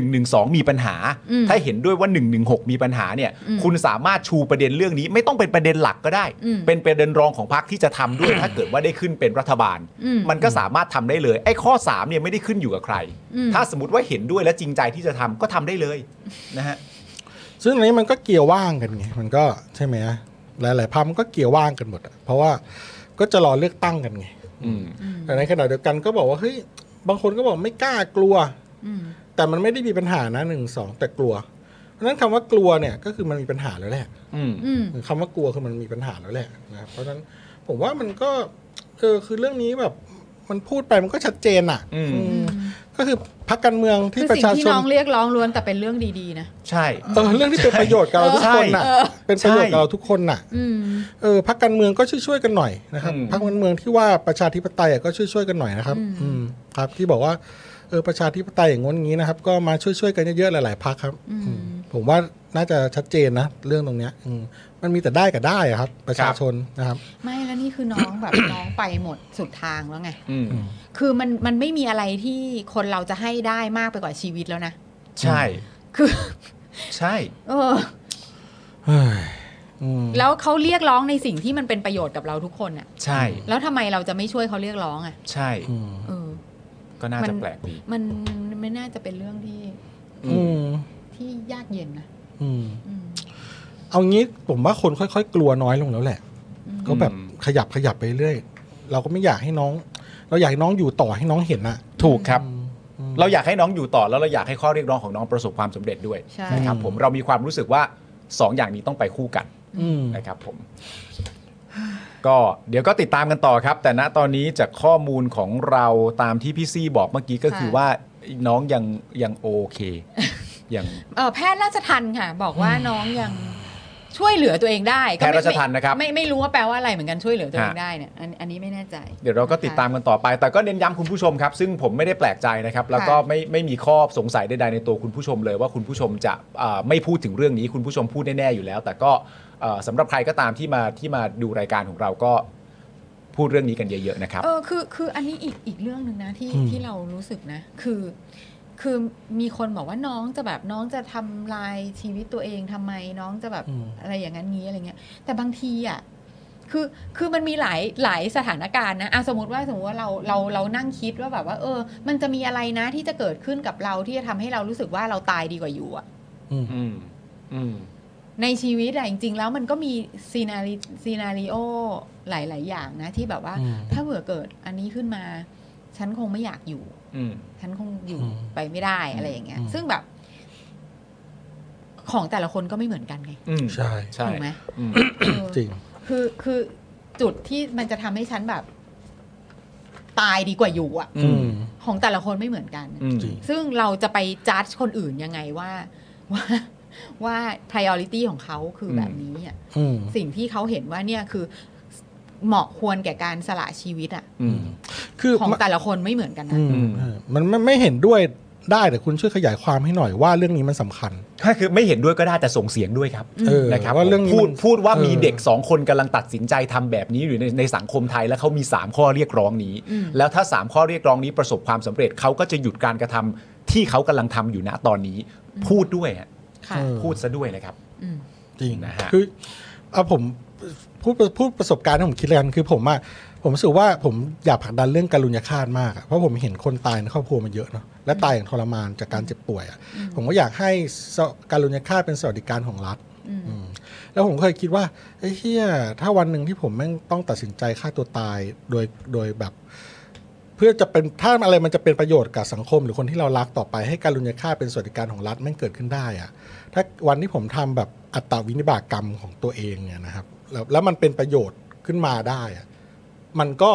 Speaker 1: 112 มีปัญหา
Speaker 3: อืม
Speaker 1: ถ้าเห็นด้วยว่า 116 มีปัญหาเนี่ย
Speaker 3: อืม
Speaker 1: คุณสามารถชูประเด็นเรื่องนี้ ไม่ต้องเป็นประเด็นหลักก็ได้
Speaker 3: อืม
Speaker 1: เป็นประเด็นรองของพักที่จะทำด้วย ถ้าเกิดว่าได้ขึ้นเป็นรัฐบาล
Speaker 3: อืม
Speaker 1: มันก็สามารถทำได้เลยไอ้ข้อสามเนี่ยไม่ได้ขึ้นอยู่กับใคร
Speaker 3: อืม
Speaker 1: ถ้าสมมติว่าเห็นด้วยและจริงใจที่จะทำก็ทำได้ เลยนะฮะ
Speaker 2: ซึ่งอันนี้มันก็เกี่ยวว่างกันไงมันก็ใช่ไหมอะหลายๆภาพมันก็เกี่ยวว่างกันหมดอะเพราะว่าก็จะรอเลือกตั้งกันไงแต่ในขณะเดียวกันก็บอกว่าเฮ้ยบางคนก็บอกไม่กล้ากลัว
Speaker 3: อืม
Speaker 2: แต่มันไม่ได้มีปัญหานะหนึ่งสองแต่กลัว เพราะฉะนั้นคำว่ากลัวเนี่ยก็คือมันมีปัญหาแล้วแหละ
Speaker 1: อืม
Speaker 3: อืม
Speaker 2: คำว่ากลัวคือมันมีปัญหาแล้วแหละนะครับเพราะฉะนั้นผมว่ามันก็เออคือเรื่องนี้แบบมันพูดไปมันก็ชัดเจนอ่ะ
Speaker 1: อืม
Speaker 2: อืมก็คือพักการเมือง
Speaker 3: คื
Speaker 2: ที่
Speaker 3: อ
Speaker 2: ป
Speaker 3: สิ่
Speaker 2: ระ
Speaker 3: ง
Speaker 2: ชา
Speaker 3: ที่
Speaker 2: ชน
Speaker 3: น้องเรียกร้องล้วนแต่เป็นเรื่องดีๆ นะ
Speaker 1: ใช่
Speaker 2: เออเรื่องที่เป็นประโยชน์กับเราทุกคนน่ะ
Speaker 3: เออ
Speaker 2: เป็นประโยชน์กับเราทุกคนน่ะ
Speaker 3: อืม
Speaker 2: เออพักการเมืองก็ช่วยๆกันหน่อยนะครับ
Speaker 1: อืม
Speaker 2: พักการเมืองที่ว่าประชาธิปไตยอ่ะก็ช่วยๆกันหน่อยนะครับ
Speaker 3: อืม
Speaker 2: อืมครับที่บอกว่าเออประชาธิปไตยอย่างงนงี้นะครับ ก็มาช่วยๆกันเยอะๆหลายๆพักครับ
Speaker 3: อืม
Speaker 2: อืมผมว่าน่าจะชัดเจนนะเรื่องตรงเนี้ยอืมมันมีแต่ได้กับได้อะครับ ประชาชนนะครับ
Speaker 3: ไม่แล้วนี่คือน้องแบบ น้องไปหมดสุดทางแล้วไง
Speaker 1: อืม
Speaker 3: คือมันมันไม่มีอะไรที่คนเราจะให้ได้มากไปกว่าชีวิตแล้วนะ
Speaker 1: ใช่
Speaker 3: คือ
Speaker 1: ใช่
Speaker 3: เออ
Speaker 2: เฮ้ยอืม
Speaker 3: แล้วเขาเรียกร้องในสิ่งที่มันเป็นประโยชน์กับเราทุกคนอะ
Speaker 1: ใช่
Speaker 3: แล้วทำไมเราจะไม่ช่วยเขาเรียกร้องอะ
Speaker 1: ใช่
Speaker 2: อืม
Speaker 3: เออ
Speaker 1: ก็น่าจะแปลกดี
Speaker 3: มันไม่น่าจะเป็นเรื่องที่
Speaker 2: อืม
Speaker 3: ที่ยากเย็นนะ
Speaker 2: อืม
Speaker 3: อืม
Speaker 2: เอางี้ผมว่าคนค่อยๆ กลัวน้อยลงแล้วแหละ
Speaker 3: อืม
Speaker 2: ก็แบบขยับขยับไปเรื่อยเราก็ไม่อยากให้น้อง เราอยากให้น้องอยู่ต่อให้น้องเห็นอะ
Speaker 1: ถูกครับ เราอยากให้น้องอยู่ต่อแล้วเราอยากให้ข้อเรียกร้องของน้องประสบความสำเร็จด้วย
Speaker 3: ใช่
Speaker 1: นะครับผมเรามีความรู้สึกว่าสองอย่างนี้ต้องไปคู่กัน
Speaker 2: อืม
Speaker 1: นะครับผม ก็เดี๋ยวก็ติดตามกันต่อครับ แต่ณตอนนี้จากข้อมูลของเราตามที่พี่ซี่บอกเมื่อกี้ก็คือว่าน้องยังยังโอเคยัง
Speaker 3: เออแพทย์ราชทันค่ะ บอกว่าน้องยังช่วยเหลือตัวเองได้
Speaker 1: แพทย์ราชทันนะครับ
Speaker 3: ไม่ไม่รู้ว่าแปลว่าอะไรเหมือนกันช่วยเหลือตัวเอง
Speaker 1: ฮะ
Speaker 3: ได้เนี่ยอันอันนี้ไม่แน่ใจ
Speaker 1: เดี๋ยวเราก็
Speaker 3: นะคะ
Speaker 1: ติดตามกันต่อไป แต่ก็เน้นย้ำคุณผู้ชมครับ ซึ่งผมไม่ได้แปลกใจนะครับ แล้วก็ไม่ไม่มีข้อสงสัยใดๆในตัวคุณผู้ชมเลยว่าคุณผู้ชมจะเอ่อไม่พูดถึงเรื่องนี้คุณผู้ชมพูดแน่ๆอยู่แล้ว แต่ก็เอ่อสำหรับใครก็ตามที่มาที่มาดูรายการของเราก็พูดเรื่องนี้กันเยอะๆนะครับ
Speaker 3: เออคือคืออันนี้อีกอีกเรื่องหนึ่งนะที่
Speaker 2: อืม
Speaker 3: ที่เรารู้สึกนะ คือคือมีคนบอกว่าน้องจะแบบน้องจะทำลายชีวิตตัวเองทำไม น้องจะแบบอะไรอย่างนั้นงี้อะไรเงี้ย แต่บางทีอ่ะ คือคือมันมีหลายหลายสถานการณ์นะอ่ะสมมติว่าสมมติว่าเราเราเรานั่งคิดว่าแบบว่า เออ มันจะมีอะไรนะที่จะเกิดขึ้นกับเราที่จะทำให้เรารู้สึกว่าเราตายดีกว่าอยู่อะ
Speaker 1: อืมอืม
Speaker 3: ในชีวิตอะจริง ๆ แล้วมันก็มีซีนารีซีนารีโอหลาย ๆ อย่างนะที่แบบว่า
Speaker 4: อืม
Speaker 3: ถ้าเผื่อเกิดอันนี้ขึ้นมา ฉันคงไม่อยากอยู่
Speaker 1: อืม
Speaker 3: ฉันคงอยู่
Speaker 4: อืม
Speaker 3: ไปไม่ได้อะไรอย่างเงี้ย
Speaker 4: อืม
Speaker 3: ซึ่งแบบ ของแต่ละคนก็ไม่เหมือนกันไง
Speaker 1: อืม
Speaker 2: ใช่
Speaker 1: ใช่
Speaker 3: ถูกไหม
Speaker 1: อืม
Speaker 3: เออ
Speaker 2: จริง
Speaker 3: คือคือจุดที่มันจะทำให้ฉันแบบ ตายดีกว่าอยู่อะ
Speaker 1: อืม
Speaker 3: ของแต่ละคนไม่เหมือนกัน
Speaker 1: อืม
Speaker 4: จริง
Speaker 3: ซึ่งเราจะไปจัดคนอื่นยังไงว่า ว่า ว่า priority ของเขาคือแบบนี้อะ
Speaker 4: อืม
Speaker 3: สิ่งที่เขาเห็นว่าเนี่ยคือ เหมาะควรแก่การสละชีวิตอะ
Speaker 1: อืม
Speaker 2: คือ
Speaker 3: ของ
Speaker 2: มัน
Speaker 3: แต่ละคนไม่เหมือนกันนะ
Speaker 4: อืม
Speaker 2: เออมันไม่ไม่เห็นด้วยได้แต่คุณช่วยขยายความให้หน่อยว่าเรื่องนี้มันสำคัญ
Speaker 1: ถ้าคือไม่เห็นด้วยก็ได้แต่ส่งเสียงด้วยครับ
Speaker 2: เออ
Speaker 1: นะครับ
Speaker 2: ว่าเรื่องนี้
Speaker 1: พูด
Speaker 2: มัน
Speaker 1: พูดว่า
Speaker 2: เออ
Speaker 1: มีเด็ก 2 คนกำลังตัดสินใจทำแบบนี้อยู่ในในสังคมไทยแล้วเขามี 3 ข้อเรียกร้องนี้
Speaker 3: อืม
Speaker 1: แล้วถ้า 3 ข้อเรียกร้องนี้ประสบความสำเร็จเขาก็จะหยุดการกระทำที่เขากำลังทำอยู่ณตอนนี้ พูดด้วยฮะ
Speaker 3: ค่ะ
Speaker 2: เออ
Speaker 1: พูดซะด้วยนะครับ
Speaker 3: อืม
Speaker 2: จริง
Speaker 1: นะฮะ
Speaker 2: คือเอาผมพูดพูดประสบการณ์ที่ผมคิดแล้วกันคือผมอะผมรู้สึกว่าผมอยากผลักดันเรื่องการุญฆาตมากอะเพราะผมเห็นคนตายในครอบครัวมาเยอะเนาะและตายอย่างทรมานจากการเจ็บป่วยอะผมก็อยากให้สการุญฆาตเป็นสวัสดิการของรัฐ
Speaker 3: อืม
Speaker 2: อืมแล้วผมเคยคิดว่าไอ้เฮียถ้าวันหนึ่งที่ผมแม่งต้องตัดสินใจฆ่าตัวตายโดยโดยแบบ เพื่อจะเป็นถ้าอะไรมันจะเป็นประโยชน์กับสังคม หรือคนที่เรารักต่อไปให้การุญยฆาตเป็นสวัสดิการของรัฐแม่งเกิดขึ้นได้อะถ้าวันที่ผมทำแบบอัตตาวินิบากกรรมของตัวเองเนี่ยนะครับแล้วแล้วมันเป็นประโยชน์ขึ้นมาได้อะมันก็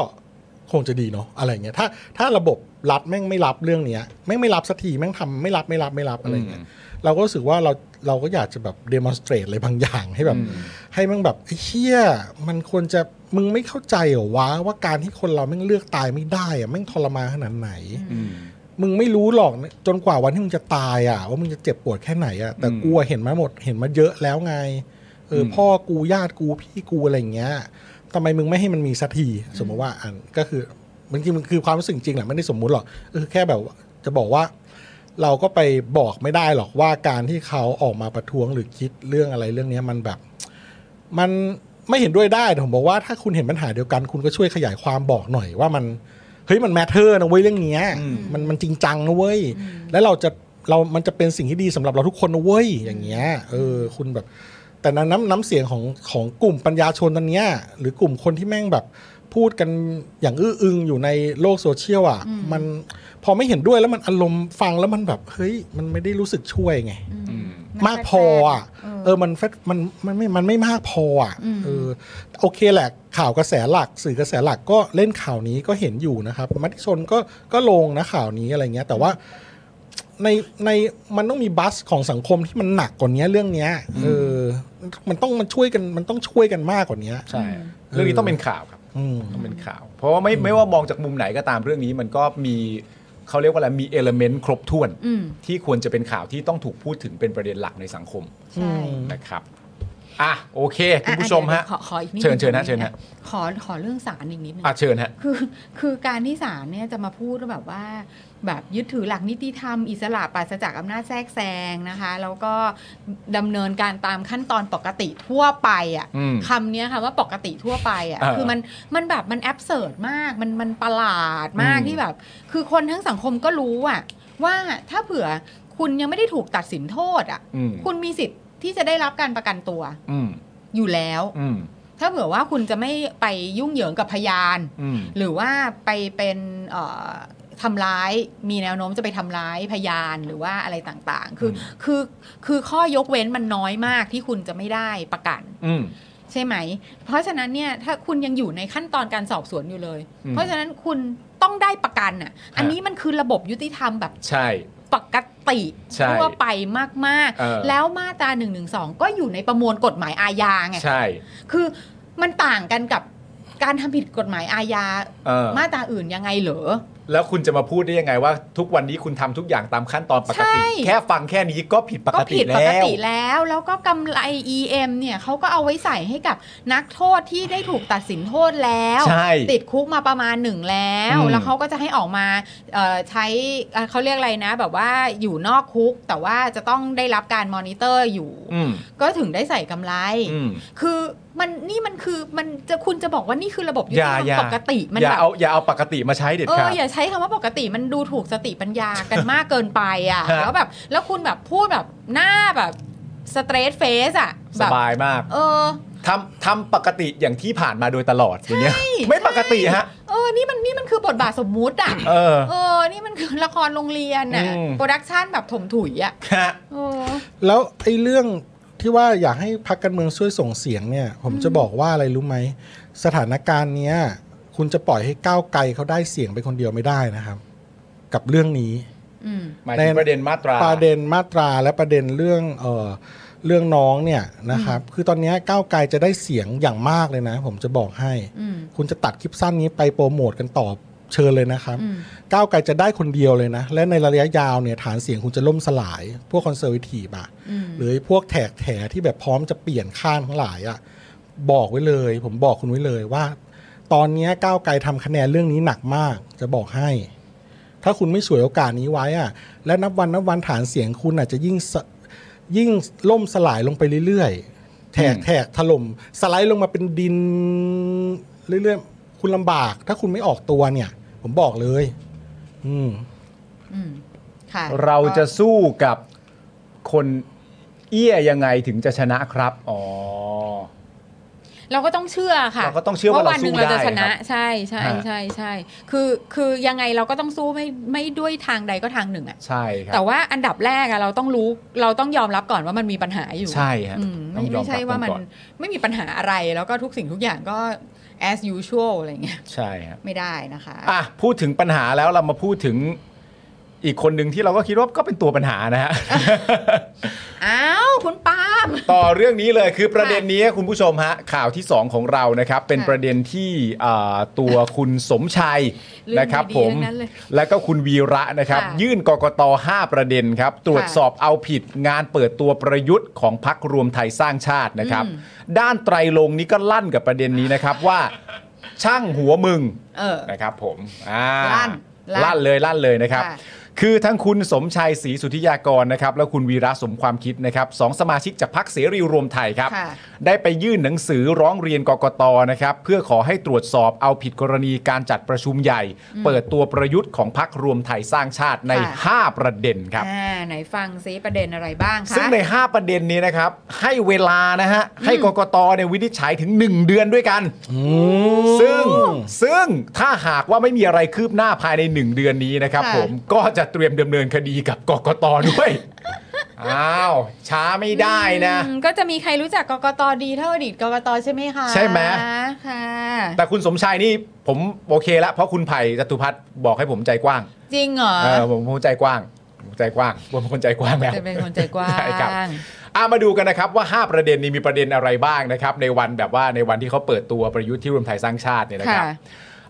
Speaker 2: คงจะดีเนาะอะไรเงี้ยถ้าถ้าระบบรัฐแม่งไม่รับเรื่องเนี้ยแม่งไม่รับสักทีแม่งทำไม่รับไม่รับไม่รับอะไรเงี้ย เราก็รู้สึกว่าเราเราก็อยากจะแบบเดโม s t r a t e อะไรบางอย่างให้แบบ
Speaker 1: อืม
Speaker 2: ให้มันแบบไอ้เชี่ยมันควรจะมึงไม่เข้าใจเหรอวะว่าการที่คนเราแม่งเลือกตายไม่ได้อะแม่งทรมานขนาดไหน
Speaker 1: อืม
Speaker 2: มึงไม่รู้หรอกนะจนกว่าวันที่มึงจะตายอะว่ามึงจะเจ็บปวดแค่ไหนอะแต่
Speaker 1: อืม
Speaker 2: กูอะเห็นมาหมดเห็นมาเยอะแล้วไงเอออ
Speaker 1: ม
Speaker 2: พ่อกูญาติกูพี่กูอะไรอย่างเงี้ยทำไมมึงไม่ให้มันมีสักทีสมมติว่าอันก็คือมันจริงมันคือความรู้สึกจริงแหละไม่ได้สมมุติหรอกเออแค่แบบว่าจะบอกว่า เราก็ไปบอกไม่ได้หรอกว่าการที่เขาออกมาประท้วงหรือคิดเรื่องอะไรเรื่องเนี้ยมันแบบ มันไม่เห็นด้วยได้แต่ผมบอกว่าถ้าคุณเห็นปัญหาเดียวกัน คุณก็ช่วยขยายความบอกหน่อยว่ามันเฮ้ยมันแมทเทอร์นะเว้ยเรื่องเนี้ย
Speaker 1: อืม
Speaker 2: มันมันจริงจังนะเว้ยแล้วเราจะเรามันจะเป็นสิ่งที่ดีสำหรับเราทุกคนนะเว้ยอย่างเงี้ยเออคุณแบบ แต่น้ำน้ำน้ำเสียงของของกลุ่มปัญญาชนตอนเนี้ยหรือกลุ่มคนที่แม่งแบบพูดกันอย่างอื้ออึงอยู่ในโลกโซเชียลอ่ะ
Speaker 3: อืม
Speaker 2: มันพอไม่เห็นด้วยแล้วมันอารมณ์ฟังแล้วมันแบบเฮ้ยมันไม่ได้รู้สึกช่วยไง
Speaker 3: อืม
Speaker 1: อืม
Speaker 2: มากพออ่ะ เอ
Speaker 3: เออ
Speaker 2: อ มันแฟตมัน มันไม่ มันไม่มากพออ่ะ
Speaker 3: อืม
Speaker 2: เออ โอเคแหละ ข่าวกระแสหลัก สื่อกระแสหลักก็เล่นข่าวนี้ก็เห็นอยู่นะครับ มติชนก็ ก็ลงนะข่าวนี้อะไรเงี้ย แต่ว่า ใน ใน มันต้องมีบัสของสังคมที่มันหนักกว่านี้เรื่องเนี้ย เออ มันต้อง มันช่วยกัน มันต้องช่วยกันมากกว่านี้
Speaker 1: ใช่เรื่องนี้ต้องเป็นข่าวครับ
Speaker 2: อืม
Speaker 1: ต้องเป็นข่าว เพราะว่าไม่ไม่ว่ามองจากมุมไหนก็ตามเรื่องนี้ มันก็มีเขาเรียกว่าอะไรมีเอลเมนต์ครบถ้วน
Speaker 3: อืม
Speaker 1: ที่ควรจะเป็นข่าวที่ต้องถูกพูดถึงเป็นประเด็นหลักในสังคม
Speaker 3: ใช่
Speaker 1: นะครับอ่ะโอเค คุณผู้ชมฮะ
Speaker 3: อ่เดี๋ยวขอขออีกนิด
Speaker 1: เชิญเชิญ
Speaker 3: นึ
Speaker 1: ฮะ
Speaker 3: ง
Speaker 1: เชิญฮะ
Speaker 3: ขอขอเรื่องสารอีกนิดนึง
Speaker 1: อ่ะเชิญฮะ
Speaker 3: คือ คือการที่ศาลเนี่ยจะมาพูดว่าแบบว่า แบบยึดถือหลักนิติธรรม อิสระปราศจากอำนาจแทรกแซงนะคะ แล้วก็ดำเนินการตามขั้นตอนปกติทั่วไปอ่ะ
Speaker 1: อืม
Speaker 3: คำเนี้ยค่ะว่าปกติทั่วไปอ่ะ
Speaker 1: เออ
Speaker 3: คือมันมันแบบมันแอบเสิร์มากมันมันประหลาดมาก
Speaker 1: อืม
Speaker 3: ที่แบบ คือคนทั้งสังคมก็รู้อ่ะว่าถ้าเผื่อคุณยังไม่ได้ถูกตัดสินโทษอ่ะ
Speaker 1: อืม
Speaker 3: คุณมีสิทธิ์ที่จะได้รับการประกันตัว
Speaker 1: อืม
Speaker 3: อยู่แล้ว
Speaker 1: อืม
Speaker 3: ถ้าเผื่อว่าคุณจะไม่ไปยุ่งเหยิงกับพยาน
Speaker 1: อืม
Speaker 3: หรือว่าไปเป็นเอ่อทำร้ายมีแนวโน้มจะไปทำร้ายพยานหรือว่าอะไรต่างๆ คืออคือคือข้อยกเว้นมันน้อยมากที่คุณจะไม่ได้ประกัน
Speaker 1: อืม
Speaker 3: ใช่ไหม เพราะฉะนั้นเนี่ยถ้าคุณยังอยู่ในขั้นตอนการสอบสวนอยู่เลย
Speaker 1: อืม
Speaker 3: เพราะฉะนั้นคุณต้องได้ประกันอ่ะ อัน
Speaker 1: ฮะ
Speaker 3: นี้มันคือระบบยุติธรรมแบบ
Speaker 1: ใช่
Speaker 3: ปกติ
Speaker 1: ใช่
Speaker 3: ทั่วไปมาก
Speaker 1: เออ
Speaker 3: ๆ แล้วมาตรา1นึก็อยู่ในประมวลกฎหมายอาญาไง
Speaker 1: ใช่
Speaker 3: คือมันต่างกันกับการทำผิดกฎหมายอาญา
Speaker 1: เออ
Speaker 3: มาตราอื่นยังไงเหรอ
Speaker 1: แล้วคุณจะมาพูดได้ยังไงว่า ทุกวันนี้คุณทำทุกอย่างตามขั้นตอนปกติ
Speaker 3: ใช่
Speaker 1: แค่ฟังแค่นี้ก็ผิดป
Speaker 3: ก็
Speaker 1: กติ
Speaker 3: ผิดป
Speaker 1: แล้
Speaker 3: ก
Speaker 1: ว
Speaker 3: ติแล้ว แล้วก็กำไร EM เนี่ยเขาก็เอาไว้ใส่ให้กับนักโทษที่ได้ถูกตัดสินโทษแล้ว
Speaker 1: ใช่
Speaker 3: ติดคุกมาประมาณหนึ่งแล้ว
Speaker 1: อืม
Speaker 3: แล้วเขาก็จะให้ออกมาเอ่อใช้เอ่อเขาเรียกอะไรนะ แบบว่าอยู่นอกคุก แต่ว่าจะต้องได้รับการมอนิเตอร์อยู่
Speaker 1: อืม
Speaker 3: ก็ถึงได้ใส่กำไร
Speaker 1: อืม
Speaker 3: คือ มันนี่มันคือมันจะคุณจะบอกว่านี่คือระบบ
Speaker 1: อ
Speaker 3: ยุติ
Speaker 1: ย่า
Speaker 3: ธร
Speaker 1: อ
Speaker 3: ร
Speaker 1: ย่าม
Speaker 3: ปกติมัน
Speaker 1: อย่า
Speaker 3: แบบ
Speaker 1: เอาอย่าเอาปกติมาใช้เด็ด
Speaker 3: เอ
Speaker 1: ขา
Speaker 3: อ
Speaker 1: ด
Speaker 3: อย่าใช้คำว่าปกติมันดูถูกสติปัญญากันมากเกินไปอ่ะ
Speaker 1: ฮะ
Speaker 3: แล้วแบบแล้วคุณแบบพูดแบบหน้าแบบสเตรทเฟสอ่ะ
Speaker 1: ส
Speaker 3: แบบ
Speaker 1: บายมาก
Speaker 3: เออ
Speaker 1: ทำทำปกติอย่างที่ผ่านมาโดยตลอดอย่างเงี้ย
Speaker 3: ใช่
Speaker 1: ไม่ปกติฮะ
Speaker 3: เออนี่มันนี่มันคือบทบาทสมมุติอ่ะ
Speaker 1: เออ
Speaker 3: เออนี่มันคือละครโรงเรียนอ่ะ
Speaker 1: อืม
Speaker 3: โปรดักชันแบบถมถุยอ่ะ
Speaker 1: ฮะ
Speaker 3: เออ
Speaker 2: แล้วไอ้เรื่องที่ว่าอยากให้พักการเมืองช่วยส่งเสียงเนี่ย ผมจะบอกว่าอะไรรู้ไหม สถานการณ์เนี้ย คุณจะปล่อยให้ก้าวไกลเขาได้เสียงไปคนเดียวไม่ได้นะครับ กับเรื่องนี้
Speaker 3: อืม
Speaker 1: หมายถึงประเด็นมาตรา
Speaker 2: ประเด็นมาตราและประเด็นเรื่องเออเรื่องน้องเนี่ยนะครับ คือตอนเนี้ยก้าวไกลจะได้เสียงอย่างมากเลยนะ ผมจะบอกให้
Speaker 3: อืม
Speaker 2: คุณจะตัดคลิปสั้นนี้ไปโปรโมทกันต่อเชิญเลยนะครับ
Speaker 3: อืม
Speaker 2: ก้าวไกลจะได้คนเดียวเลยนะ และในระยะยาวเนี่ยฐานเสียงคุณจะล่มสลาย พวกคอนเซอร์วทีฟอะ
Speaker 3: อืม
Speaker 2: หรือพวกแถกแถที่แบบพร้อมจะเปลี่ยนข้างทั้งหลายอะบอกไว้เลย ผมบอกคุณไว้เลยว่า ตอนเนี้ยก้าวไกลทำคะแนนเรื่องนี้หนักมาก จะบอกให้ ถ้าคุณไม่ฉวยโอกาสนี้ไว้อะและนับวันนับวันฐานเสียงคุณอาจจะยิ่งสยิ่งล่มสลายลงไปเรื่อยๆแถกแถกถล่มสไลด์ลงมาเป็นดินเรื่อยๆคุณลำบาก ถ้าคุณไม่ออกตัวเนี่ย ผมบอกเลย อืม
Speaker 3: อืมค่ะ
Speaker 1: เราจะสู้กับคนเอี้ยยังไงถึงจะชนะครับ อ๋อ
Speaker 3: เราก็ต้องเชื่อค่ะ
Speaker 1: เราก็ต้องเชื่อว่าเรา
Speaker 3: วันหนึ่ง
Speaker 1: สู้
Speaker 3: เราจะ
Speaker 1: ได้
Speaker 3: ชนะ
Speaker 1: ครับ
Speaker 3: ใช่ใช่
Speaker 1: ฮะ
Speaker 3: ใช่ใช่คือคือยังไงเราก็ต้องสู้ไม่ไม่ด้วยทางใดก็ทางหนึ่งอะ
Speaker 1: ใช่ครั
Speaker 3: แต่ว่าอันดับแรกอะเราต้องรู้เราต้องยอมรับก่อนว่ามันมีปัญหาอยู่
Speaker 1: ใช่ฮะ
Speaker 3: อืม
Speaker 1: ต้
Speaker 3: ไม่
Speaker 1: องยอ
Speaker 3: ไม่ใช่ว่ามัน
Speaker 1: รับก่อ
Speaker 3: ไม่มีปัญหาอะไรแล้วก็ทุกสิ่งทุกอย่างก็ as usual อะไรอย่างเงี้ย
Speaker 1: ใช่ฮะ
Speaker 3: ไม่ได้นะคะ
Speaker 1: อ่ะพูดถึงปัญหาแล้วเรามาพูดถึงอีกคนหนึ่งที่เราก็คิดว่าก็เป็นตัวปัญหานะฮะ
Speaker 3: อ้าวคุณปาล์ม
Speaker 1: ต่อเรื่องนี้เลยคือประเด็นนี้คุณผู้ชมฮะข่าวที่ 2 ของเรานะครับ เป็น
Speaker 3: ค่ะ
Speaker 1: ประเด็นที่อ่าตัวคุณสมชัย
Speaker 3: เรื่อง
Speaker 1: นะครับ
Speaker 3: ดีๆ
Speaker 1: ผม
Speaker 3: ทั้งนั้นเลย
Speaker 1: และก็คุณวีระนะครับ
Speaker 3: ค่ะ
Speaker 1: ยื่นกกต 5 ประเด็นครับ ตรวจ
Speaker 3: ค่ะ
Speaker 1: สอบเอาผิดงานเปิดตัวประยุทธ์ของพักรวมไทยสร้างชาตินะครับ
Speaker 3: อืม
Speaker 1: ด้านไตรลงค์นี้ก็ลั่นกับประเด็นนี้นะครับว่าช่างหัวมึง
Speaker 3: เออ
Speaker 1: นะครับผมอ่า
Speaker 3: ลั่นลั่
Speaker 1: ลั่น
Speaker 3: น
Speaker 1: เลยลั่นเลยนะครับ
Speaker 3: ค่ะ
Speaker 1: คือทั้งคุณสมชัยศรีสุทธิยากรนะครับ และคุณวีระสมความคิดนะครับสองสมาชิกจากพักเสรีรวมไทยครับ
Speaker 3: ค่ะ
Speaker 1: ได้ไปยื่นหนังสือร้องเรียนกกตนะครับ เพื่อขอให้ตรวจสอบเอาผิดกรณีการจัดประชุมใหญ่ เปิดตัวประยุทธ์ของพักรวมไทยสร้างชาติใน 5 ประเด็นครับ
Speaker 3: อ่าไหนฟังซิประเด็นอะไรบ้างคะ
Speaker 1: ซึ่งใน 5 ประเด็นนี้นะครับ ให้เวลานะฮะ ให้กกตเนี่ยวินิจฉัยถึง 1 เดือนด้วยกัน ซึ่งซึ่งถ้าหากว่าไม่มีอะไรคืบหน้าภายใน 1 เดือนนี้นะครับ
Speaker 3: ค่ะ
Speaker 1: ผมก็จะเตรียมดำเนินคดีกับกกตด้วย อ้าว ช้าไม่ได้นะ
Speaker 3: อืมก็จะมีใครรู้จักกกตดีเท่าอดีตกกตใช่ไหมคะ
Speaker 1: ใช่ไหม
Speaker 3: ค่ะ
Speaker 1: แต่คุณสมชายนี่ผมโอเคละเพราะคุณไผ่จตุพัฒน์บอกให้ผมใจกว้าง
Speaker 3: จริงเหรอ
Speaker 1: เออผมผมใจกว้างผมใจกว้างผมเป็นคนใจกว้างแล้ว
Speaker 3: จะเป็นคนใจกว้า
Speaker 1: ใช่ครับ
Speaker 3: ง
Speaker 1: อามาดูกันนะครับว่า 5 ประเด็นนี้มีประเด็นอะไรบ้างนะครับ ในวันแบบว่าในวันที่เขาเปิดตัวประยุทธ์ที่รวมไทยสร้างชาติเนี่ยนะครับ
Speaker 3: ค่ะ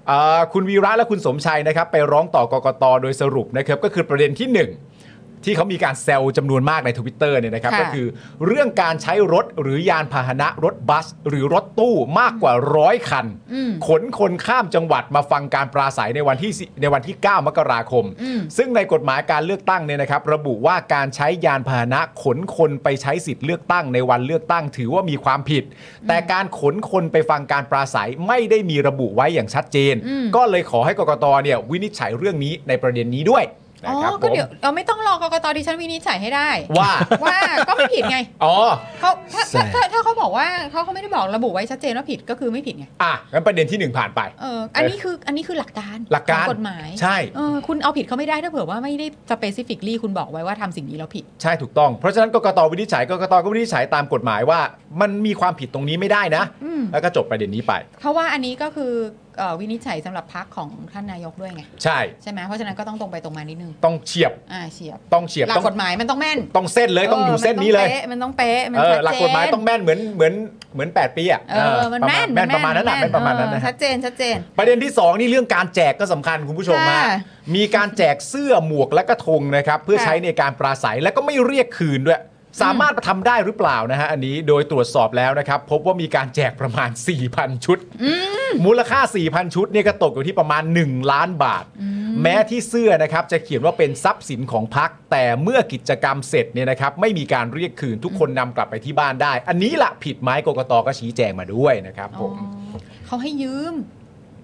Speaker 1: เอ่อคุณวีระและคุณสมชัยนะครับ ไปร้องต่อกกตโดยสรุปนะครับก็คือประเด็นที่ 1 ที่เขามีการแซลจำนวนมากในทวิตเตอร์เนี่ยนะครับ
Speaker 3: ค่ะ
Speaker 1: ก็คือเรื่องการใช้รถหรือยานพาหนะรถบัส หรือรถตู้มากกว่าร้อยคัน ขนคนข้ามจังหวัดมาฟังการปราศัยในวันที่สิในวันที่ 9 มกราคม ซึ่งในกฎหมายการเลือกตั้งเนี่ยนะครับ ระบุว่าการใช้ยานพาหนะขนคนไปใช้สิทธิ์เลือกตั้งในวันเลือกตั้งถือว่ามีความผิด แต่การขนคนไปฟังการปราศัยไม่ได้มีระบุไว้อย่างชัดเจน ก็เลยขอให้กกตเนี่ยวินิจฉัยเรื่องนี้ในประเด็นนี้ด้วย
Speaker 3: อ๋
Speaker 1: นะ
Speaker 3: อ
Speaker 1: ครับผ
Speaker 3: ก็
Speaker 1: ม
Speaker 3: เดี๋ยวเราไม่ต้องรอกกตดิฉันวินิจฉัยให้ได้
Speaker 1: ว่า
Speaker 3: ว่าก็ไม่ผิดไง
Speaker 1: อ๋อ
Speaker 3: เขาถ้า
Speaker 2: แส
Speaker 3: ถ้า
Speaker 2: บ
Speaker 3: ถ้าถ้าเขาบอกว่าเขาเขาไม่ได้บอกระบุไว้ชัดเจนว่าผิดก็คือไม่ผิดไง
Speaker 1: อ่ะงั้นประเด็นที่หนึ่งผ่านไป
Speaker 3: เอออันนี้คืออันนี้คือหลักการ
Speaker 1: หลักการ
Speaker 3: ของกฎหมาย
Speaker 1: ใช่
Speaker 3: เออคุณเอาผิดเขาไม่ได้ถ้าเผื่อว่าไม่ได้ specifically คุณบอกไว้ว่าทำสิ่งนี้แล้วผิด
Speaker 1: ใช่ถูกต้อง เพราะฉะนั้นกกตวินิจฉัยกกตก็วินิจฉัยตามกฎหมายว่า มันมีความผิดตรงนี้ไม่ได้นะ
Speaker 3: อืม
Speaker 1: แล้วก็จบประเด็นนี้ไป
Speaker 3: เพราะว่าอันนี้ก็คือเอ่อวินิจฉัยสำหรับพักของท่านนายกด้วยไง
Speaker 1: ใช่
Speaker 3: ใช่ไหมเพราะฉะนั้นก็ต้องตรงไปตรงมานิดนึง
Speaker 1: ต้องเฉียบ
Speaker 3: อ่าเฉียบ
Speaker 1: ต้องเฉียบ
Speaker 3: หลัก
Speaker 1: ต้อง
Speaker 3: กฎหมายมันต้องแม่น
Speaker 1: ต้องเส้นเลยต้องอยู่เส้นนี้เลย
Speaker 3: มันต้องเป๊ะ มัน
Speaker 1: เอ
Speaker 3: ต้
Speaker 1: อ
Speaker 3: องเป๊ะ มันชัด
Speaker 1: หลักก
Speaker 3: เจน
Speaker 1: ฎหมายต้องแม่นเหมือนเหมือนเหมือนแปดปีอ่ะ
Speaker 3: เออมันแม่น
Speaker 1: ประาณแม่นประมาณนั้นน่ะแม่นประมาณนั้นนะ
Speaker 3: เออชัดเจนชัดเจน
Speaker 1: ประเด็นที่สองนี่เรื่องการแจกก็สำคัญคุณผู้ชมฮะ
Speaker 3: ค่ะ
Speaker 1: มีการแจกเสื้อหมวกและกระทงนะครับเพื่อ
Speaker 3: ค่ะ
Speaker 1: ใช้ในการปราศัยและก็ไม่เรียกคืนด้วย สามารถทำได้หรือเปล่านะฮะอันนี้โดยตรวจสอบแล้วนะครับ พบว่ามีการแจกประมาณ 4,000 ชุด มูลค่า 4,000 ชุดเนี่ยก็ตกอยู่ที่ประมาณ 1 ล้านบาท แม้ที่เสื้อนะครับจะเขียนว่าเป็นทรัพย์สินของพัก แต่เมื่อกิจกรรมเสร็จเนี่ยนะครับไม่มีการเรียกคืนทุกคนนำกลับไปที่บ้านได้ อันนี้ละผิดไหมกกตก็ชี้แจงมาด้วยนะครับผม
Speaker 3: อ๋อเขาให้ยืม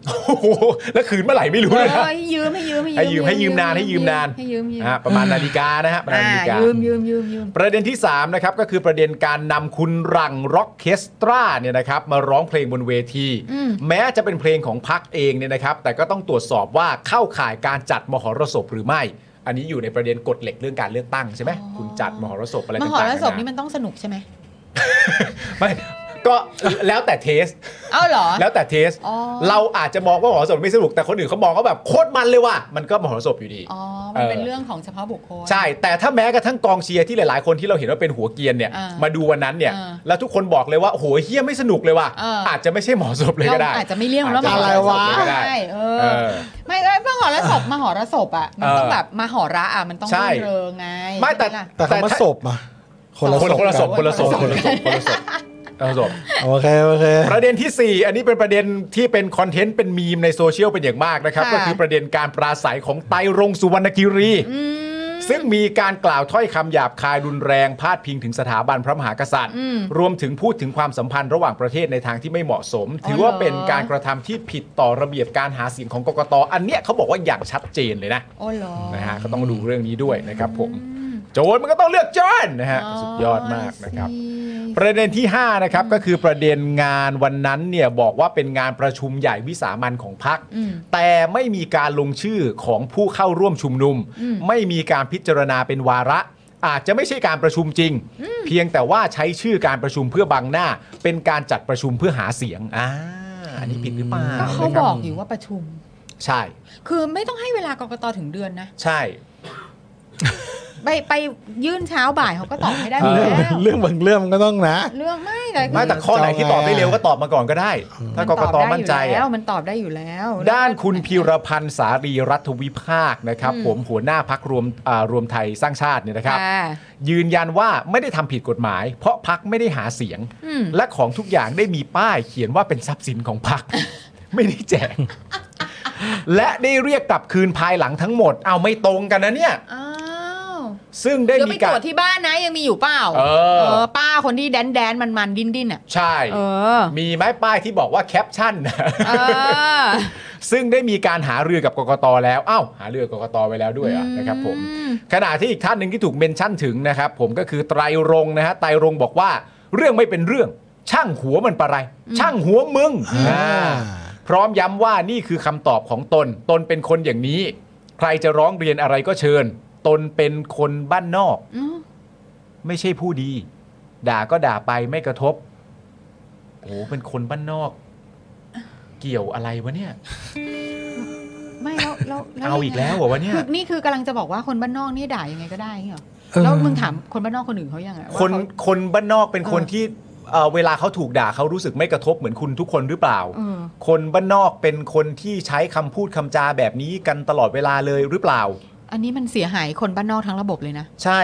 Speaker 1: โอ้โหแล้วคืนเมื่อไหร่ไม่รู้เลย
Speaker 3: เอ
Speaker 1: นะ
Speaker 3: อให้ยืมให้ยืม
Speaker 1: ให้ยืมให้ยืมนานให้ยืมนาน
Speaker 3: ให้ยืมยืม
Speaker 1: อ่ะประมาณนาฬิกานะฮะประมาณ
Speaker 3: อ่า
Speaker 1: นาฬิกา
Speaker 3: ยืมยืมยืมยืม
Speaker 1: ประเด็นที่ 3 นะครับ ก็คือประเด็นการนำคุณรังร็อกเคสตราเนี่ยนะครับ มาร้องเพลงบนเวที
Speaker 3: อืม
Speaker 1: แม้จะเป็นเพลงของพักเองเนี่ยนะครับ แต่ก็ต้องตรวจสอบว่าเข้าข่ายการจัดมหรสพหรือไม่ อันนี้อยู่ในประเด็นกฎเหล็กเรื่องการเลือกตั้งใช่ไหมคุณจัดมหรสพอะไร
Speaker 3: ม
Speaker 1: ต่างๆ
Speaker 3: หรสพนี่
Speaker 1: า
Speaker 3: มันต้องสนุกใช่ไหม
Speaker 1: ไม่ก็แล้วแต่เทส
Speaker 3: เอ้าเหรอ
Speaker 1: แล้วแต่เทส
Speaker 3: อ๋อ
Speaker 1: เราอาจจะมองว่ามหรสพไม่สนุกแต่คนอื่นเขามองว่าแบบโคตรมันเลยว่ะมันก็มหรสพอยู่ดี
Speaker 3: อ๋อ มันเป็นเรื่องของเฉพาะบุคคล
Speaker 1: ใช่ แต่ถ้าแม้กระทั่งกองเชียร์ที่หลาย ๆ คนที่เราเห็นว่าเป็นหัวเกรียนเนี่ย
Speaker 3: อ่า
Speaker 1: มาดูวันนั้นเนี่ย
Speaker 3: อ่า
Speaker 1: แล้วทุกคนบอกเลยว่าโอ้โหเฮี้ยไม่สนุกเลยว่ะ
Speaker 3: เอออ
Speaker 1: อาจจะไม่ใช่หมอศพเลยก็ได้
Speaker 3: อาจจะไม่เรียกมันว่า
Speaker 2: อะไร
Speaker 3: ม
Speaker 2: วะ
Speaker 3: หรสพก็ได้เอ
Speaker 1: เอ
Speaker 3: อ
Speaker 1: อ
Speaker 3: ไม่แล้วมหรสพมหรสพอ่ะ มันต้อง
Speaker 1: เออ
Speaker 3: แบบมหระอ่ะ มันต้อง
Speaker 1: ใช่
Speaker 3: รื่นเริงไง
Speaker 1: ไม่แต่
Speaker 3: ใช่หล่ะ
Speaker 2: แต่คำว่าศพอะคนละ
Speaker 1: คน
Speaker 2: ศ
Speaker 1: ละ
Speaker 2: พ
Speaker 1: คนละศพ
Speaker 2: กัน
Speaker 1: คนละศพคนละศพคนละศพคนละศพ
Speaker 2: โอเคโอเค
Speaker 1: ประเด็นทีสี่ 4 อันนี้เป็นประเด็นที่เป็นคอนเทนต์เป็นมีมในโซเชียลเป็นอย่างมากนะครับ
Speaker 3: ค่ะ
Speaker 1: ก็คือประเด็นการปราศัยของไตรรงค์สุวรรณกิรี
Speaker 3: อืม
Speaker 1: ซึ่งมีการกล่าวถ้อยคำหยาบคายรุนแรงพาดพิงถึงสถาบันพระมหากษัตริย์
Speaker 3: อืม
Speaker 1: รวมถึงพูดถึงความสัมพันธ์ระหว่างประเทศในทางที่ไม่เหมาะสม ถือว่า
Speaker 3: เหรอ
Speaker 1: เป็นการกระทำที่ผิดต่อระเบียบการหาเสียงของกกตอันเนี้ยเขาบอกว่าอย่างชัดเจนเลยนะ
Speaker 3: โอ้เหรอ
Speaker 1: นะฮะก็ต้องดูเรื่องนี้ด้วยนะครับผม
Speaker 3: อืม
Speaker 1: โจรมันก็ต้องเลือกโจรนะฮะสุดยอดมากนะครับ
Speaker 3: อ๋อ
Speaker 1: ประเด็นที่ 5 นะครับ ก็คือประเด็นงานวันนั้นเนี่ยบอกว่าเป็นงานประชุมใหญ่วิสามันของพัก
Speaker 3: อืม
Speaker 1: แต่ไม่มีการลงชื่อของผู้เข้าร่วมชุมนุม
Speaker 3: อืม
Speaker 1: ไม่มีการพิจารณาเป็นวาระ อาจจะไม่ใช่การประชุมจริง เพียงแต่ว่าใช้ชื่อการประชุมเพื่อบังหน้า เป็นการจัดประชุมเพื่อหาเสียงอ่าอันนี้ผิดหรือเปล่า
Speaker 3: ก็เขา
Speaker 1: นะครับ
Speaker 3: อกอยู่ว่าประชุม
Speaker 1: ใช่
Speaker 3: คือไม่ต้องให้เวลากกตถึงเดือนนะ
Speaker 1: ใช่
Speaker 3: ไปไปยื่นเช้าบ่ายเขาก็ตอบให้ได้หมด
Speaker 2: เรื่อง
Speaker 3: แล้ว
Speaker 2: เรื่องบางเรื่องมันก็ต้องนะ
Speaker 3: เรื่องไม่เลย
Speaker 1: ไม่แต่ข้อไหนที่ตอบได้เร็วก็ตอบมาก่อนก็ได้ ถ้ากกตมั่นใจ
Speaker 3: มัตอบได้อยู่
Speaker 1: อะ
Speaker 3: แล้วมันตอบได้อยู่แล้ว
Speaker 1: ด้านคุณพิรพันธ์สารีรัฐวิภาคนะครับ
Speaker 3: อืม
Speaker 1: ผมหัวหน้าพักรวมอ่ารวมไทยสร้างชาติเนี่ยนะครับ
Speaker 3: ค่ะ
Speaker 1: ยืนยันว่าไม่ได้ทำผิดกฎหมาย เพราะพักไม่ได้หาเสียง
Speaker 3: อืม
Speaker 1: และของทุกอย่างได้มีป้ายเขียนว่าเป็นทรัพย์สินของพัก ไม่ได้แจก และได้เรียกกลับคืนภายหลังทั้งหมด เอาไม่ตรงกันนะเนี่ย
Speaker 3: อ้าว
Speaker 1: ซึ่งได้
Speaker 3: เดี๋ยว
Speaker 1: มี
Speaker 3: ไป
Speaker 1: กา
Speaker 3: ตร
Speaker 1: ร
Speaker 3: วจที่บ้านนะยังมีอยู่เปล่า
Speaker 1: เออ
Speaker 3: ป้าคนที่แดนแดนมันมันๆดิ้นดิ้นอ่ะ
Speaker 1: ใช่
Speaker 3: เออ
Speaker 1: มีไหมป้ายที่บอกว่าแคปชั่น
Speaker 3: เออ
Speaker 1: ซึ่งได้มีการหารือกับกกตแล้ว เอ้า หารือกับกกตไปแล้วด้วยเหรอนะครับผม
Speaker 3: อืม
Speaker 1: ขณะที่อีกท่านหนึ่งที่ถูกเมนชั่นถึงนะครับ ผมก็คือไตรรงค์นะฮะ ไตรรงค์บอกว่า เรื่องไม่เป็นเรื่อง ช่างหัวมันประไร ช่างหัวมึงอ่าพร้อมย้ำว่านี่คือคำตอบของตน ตนเป็นคนอย่างนี้ ใครจะร้องเรียนอะไรก็เชิญ ตนเป็นคนบ้านนอก
Speaker 3: อืม
Speaker 1: ไม่ใช่ผู้ดี ด่าก็ด่าไปไม่กระทบโอ้โหเป็นคนบ้านนอก เกี่ยวอะไรวะเนี่ย
Speaker 3: ไม่แล้วแล้วแล้ว
Speaker 1: เอาอีกแล้วเหรอวะเนี่ย
Speaker 3: คือนี่คือกำลังจะบอกว่าคนบ้านนอกนี่ด่ายังไงก็ได้อย่างเงี้ยเหรอ
Speaker 2: เออ
Speaker 3: แล้วมึงถามคนบ้านนอกคนอื่นเขายังไง
Speaker 1: ค
Speaker 3: ว่าเขา
Speaker 1: นคนบ้านนอกเป็นคน
Speaker 3: เออ
Speaker 1: ที่เอ่อเวลาเขาถูกด่าเขารู้สึกไม่กระทบเหมือนคุณทุกคนหรือเปล่า
Speaker 3: เออ
Speaker 1: คนบ้านนอกเป็นคนที่ใช้คำพูดคำจาแบบนี้กันตลอดเวลาเลยหรือเปล่า
Speaker 3: อันนี้มันเสียหายคนบ้านนอกทั้งระบบเลยนะ
Speaker 1: ใช่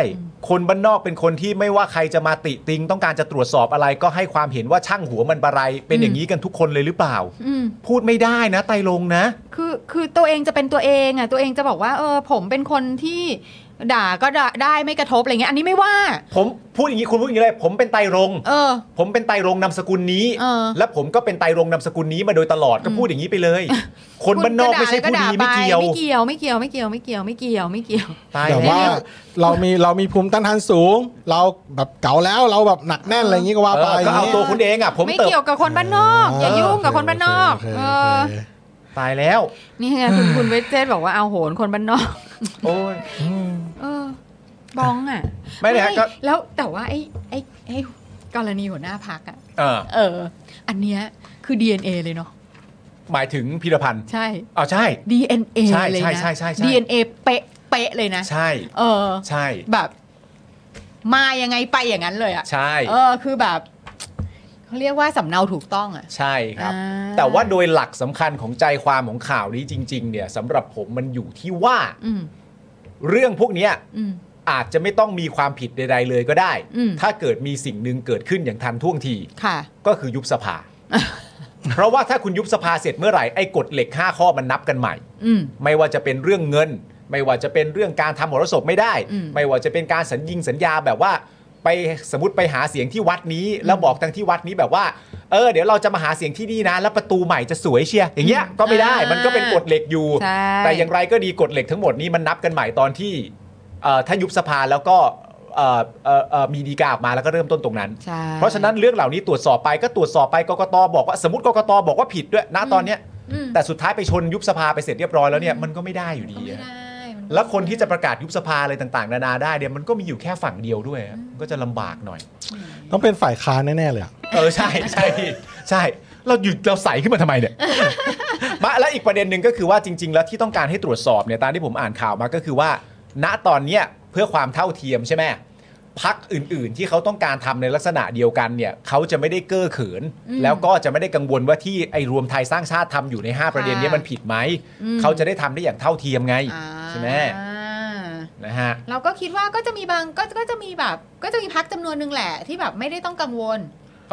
Speaker 1: คนบ้านนอกเป็นคนที่ไม่ว่าใครจะมาติติง ต้องการจะตรวจสอบอะไรก็ให้ความเห็นว่าช่างหัวมันบะไร เป็นอย่างนี้กันทุกคนเลยหรือเปล่า
Speaker 3: อืม
Speaker 1: พูดไม่ได้นะไตรลงค์นะ
Speaker 3: คือคือตัวเองจะเป็นตัวเองอ่ะตัวเองจะบอกว่าเออผมเป็นคนที่ด่าก็ด่าได้ไม่กระทบอะไรเงี้ยอันนี้ไม่ว่า
Speaker 1: ผมพูดอย่างนี้คุณพูดอย่างนี้เลยผมเป็นไตรรงค์
Speaker 3: เออ
Speaker 1: ผมเป็นไตรรงค์นามสกุลนี้
Speaker 3: เออ
Speaker 1: และผมก็เป็นไตรรงค์นามสกุลนี้มาโดยตลอดก็พูดอย่างนี้ไปเลย คนบ้านนอกไม่ใช่ผู้ดีไม่เกี่ยว
Speaker 3: ไม่เกี่ยวไม่เกี่ยวไม่เกี่ยวไม่เกี่ยวไม่เกี่ยวไม่เกี่ยว
Speaker 1: ตาย
Speaker 2: แต่
Speaker 1: แล้ว
Speaker 2: ว่าเรามีเรามีภูมิต้านทานสูง เราแบบเก่าแล้วเราแบบหนักแน่นอะไรอย่างนี้ก็ว่าไป
Speaker 1: เออก็เอาตัว
Speaker 3: เนี่ย
Speaker 1: คุณเองอ่ะ ผม
Speaker 3: ไม่
Speaker 1: เติบ
Speaker 3: เกี่ยวกับคนบ้านนอก อย่ายุ่งกับคนบ้านนอก
Speaker 2: โเค
Speaker 3: เอ
Speaker 2: โเค
Speaker 3: อ
Speaker 2: โเค
Speaker 1: ตายแล้ว
Speaker 3: นี่ ไงคุณคุณเวจเจตบอกว่าเอาโหนคนบ้านนอก
Speaker 1: โอ้ย
Speaker 3: เออ บ้องอ่ะ
Speaker 1: ไม่เลยฮะก็
Speaker 3: แล้วแต่ว่าไอ้ไอ้ไอ้กรณีหัวหน้าพักอ่ะ
Speaker 1: เออ
Speaker 3: เออ อันเนี้ยคือ DNA เลยเนาะ
Speaker 1: หมายถึงพีรพันธ์
Speaker 3: ใช่
Speaker 1: อ๋อใช่
Speaker 3: DNA
Speaker 1: ใช่
Speaker 3: เลย
Speaker 1: ใช่
Speaker 3: นะ
Speaker 1: ใช่ใช่ใช่
Speaker 3: DNA เป๊ะเป๊ะเลยนะ
Speaker 1: ใช่
Speaker 3: เออ
Speaker 1: ใช่
Speaker 3: แบบ มายังไงไปอย่างนั้นเลยอะ
Speaker 1: ใช่
Speaker 3: เออคือแบบ เขาเรียกว่าสำเนาถูกต้องอ่ะ
Speaker 1: ใช่ครับ
Speaker 3: อ่า
Speaker 1: แต่ว่าโดยหลักสำคัญของใจความของข่าวนี้จริง ๆ เนี่ยสำหรับผมมันอยู่ที่ว่า
Speaker 3: อืม
Speaker 1: เรื่องพวกเนี้ย
Speaker 3: อืม
Speaker 1: อาจจะไม่ต้องมีความผิดใดๆเลยก็ได้
Speaker 3: อืม
Speaker 1: ถ้าเกิดมีสิ่งหนึ่งเกิดขึ้นอย่างทันท่วงที
Speaker 3: ค่ะ
Speaker 1: ก็คือยุบสภา เพราะว่าถ้าคุณยุบสภาเสร็จเมื่อไหร่ไอ้กฎเหล็ก 5 ข้อมันนับกันใหม่
Speaker 3: อืม
Speaker 1: ไม่ว่าจะเป็นเรื่องเงิน ไม่ว่าจะเป็นเรื่องการทำมรสพไม่ได้
Speaker 3: อืม
Speaker 1: ไม่ว่าจะเป็นการสัญญิงสัญญาแบบว่า ไปสมมติไปหาเสียงที่วัดนี้ แล้วบอกทางที่วัดนี้แบบว่า เออเดี๋ยวเราจะมาหาเสียงที่นี่นะ แล้วประตูใหม่จะสวยเชียร์อย่างเงี้ยก็ไม่ได้
Speaker 3: อ่ามั
Speaker 1: มันก็เป็นกฎเหล็กอยู่
Speaker 3: ใช่
Speaker 1: แต่อย่างไรก็ดีกฎเหล็กทั้งหมดนี้มันนับกันใหม่ตอนที่เอ่อถ้ายุบสภาแล้วก็เอ่อเอ่อเอ่อมีดีกาออกมาแล้วก็เริ่มต้นตรงนั้น
Speaker 3: ใช่
Speaker 1: เพราะฉะนั้นเรื่องเหล่านี้ตรวจสอบไปก็ตรวจสอบไปกกตบอกว่าสมมติกกตบอกว่าผิดด้วยนะตอนเนี้ย
Speaker 3: อืม
Speaker 1: แต่สุดท้ายไปชนยุบสภาไปเสร็จเรียบร้อยแล้วเนี่ยมันก็ไม่ได้อยู่ดี
Speaker 3: ก็ไม่
Speaker 1: อะ
Speaker 3: ได้มันก็
Speaker 1: แล้วคนที่จะประกาศยุบสภาอะไรต่างๆ นานาได้เนี่ยมันก็มีอยู่แค่ฝั่งเดียวด้วยอะมันก็จะลำบากหน่อย
Speaker 2: ต้องเป็นฝ่ายค้านแน่ๆเลยอะ
Speaker 1: เออใช่ ใช่พี่ใช่ เราหยุดเราใส่ขึ้นมาทำไม เนี่ย มาและอีกประเด็นหนึ่งก็คือว่าจริง ๆ แล้วที่ต้องการให้ตรวจสอบเนี่ยตามที่ผมอ่านข่าวมาก็คือว่า ณตอนเนี้ยเพื่อความเท่าเทียมใช่ไหมพักอื่นๆ ที่เขาต้องการทำในลักษณะเดียวกันเนี่ยเขาจะไม่ได้เก้อเขิน แล้วก็จะไม่ได้กังวลว่าที่ไอ้รวมไทยสร้างชาติทำอยู่ใน 5 ประเด็นเนี้มันผิดไหม
Speaker 3: อืม
Speaker 1: เขาจะได้ทำได้อย่างเท่าเทียมไง
Speaker 3: อ่า
Speaker 1: ใช่ไหมนะฮะ
Speaker 3: เราก็คิดว่าก็จะมีบางก็ก็จะมีแบบ ก็จะมีพักจำนวนหนึ่งแหละ ที่แบบไม่ได้ต้องกังวล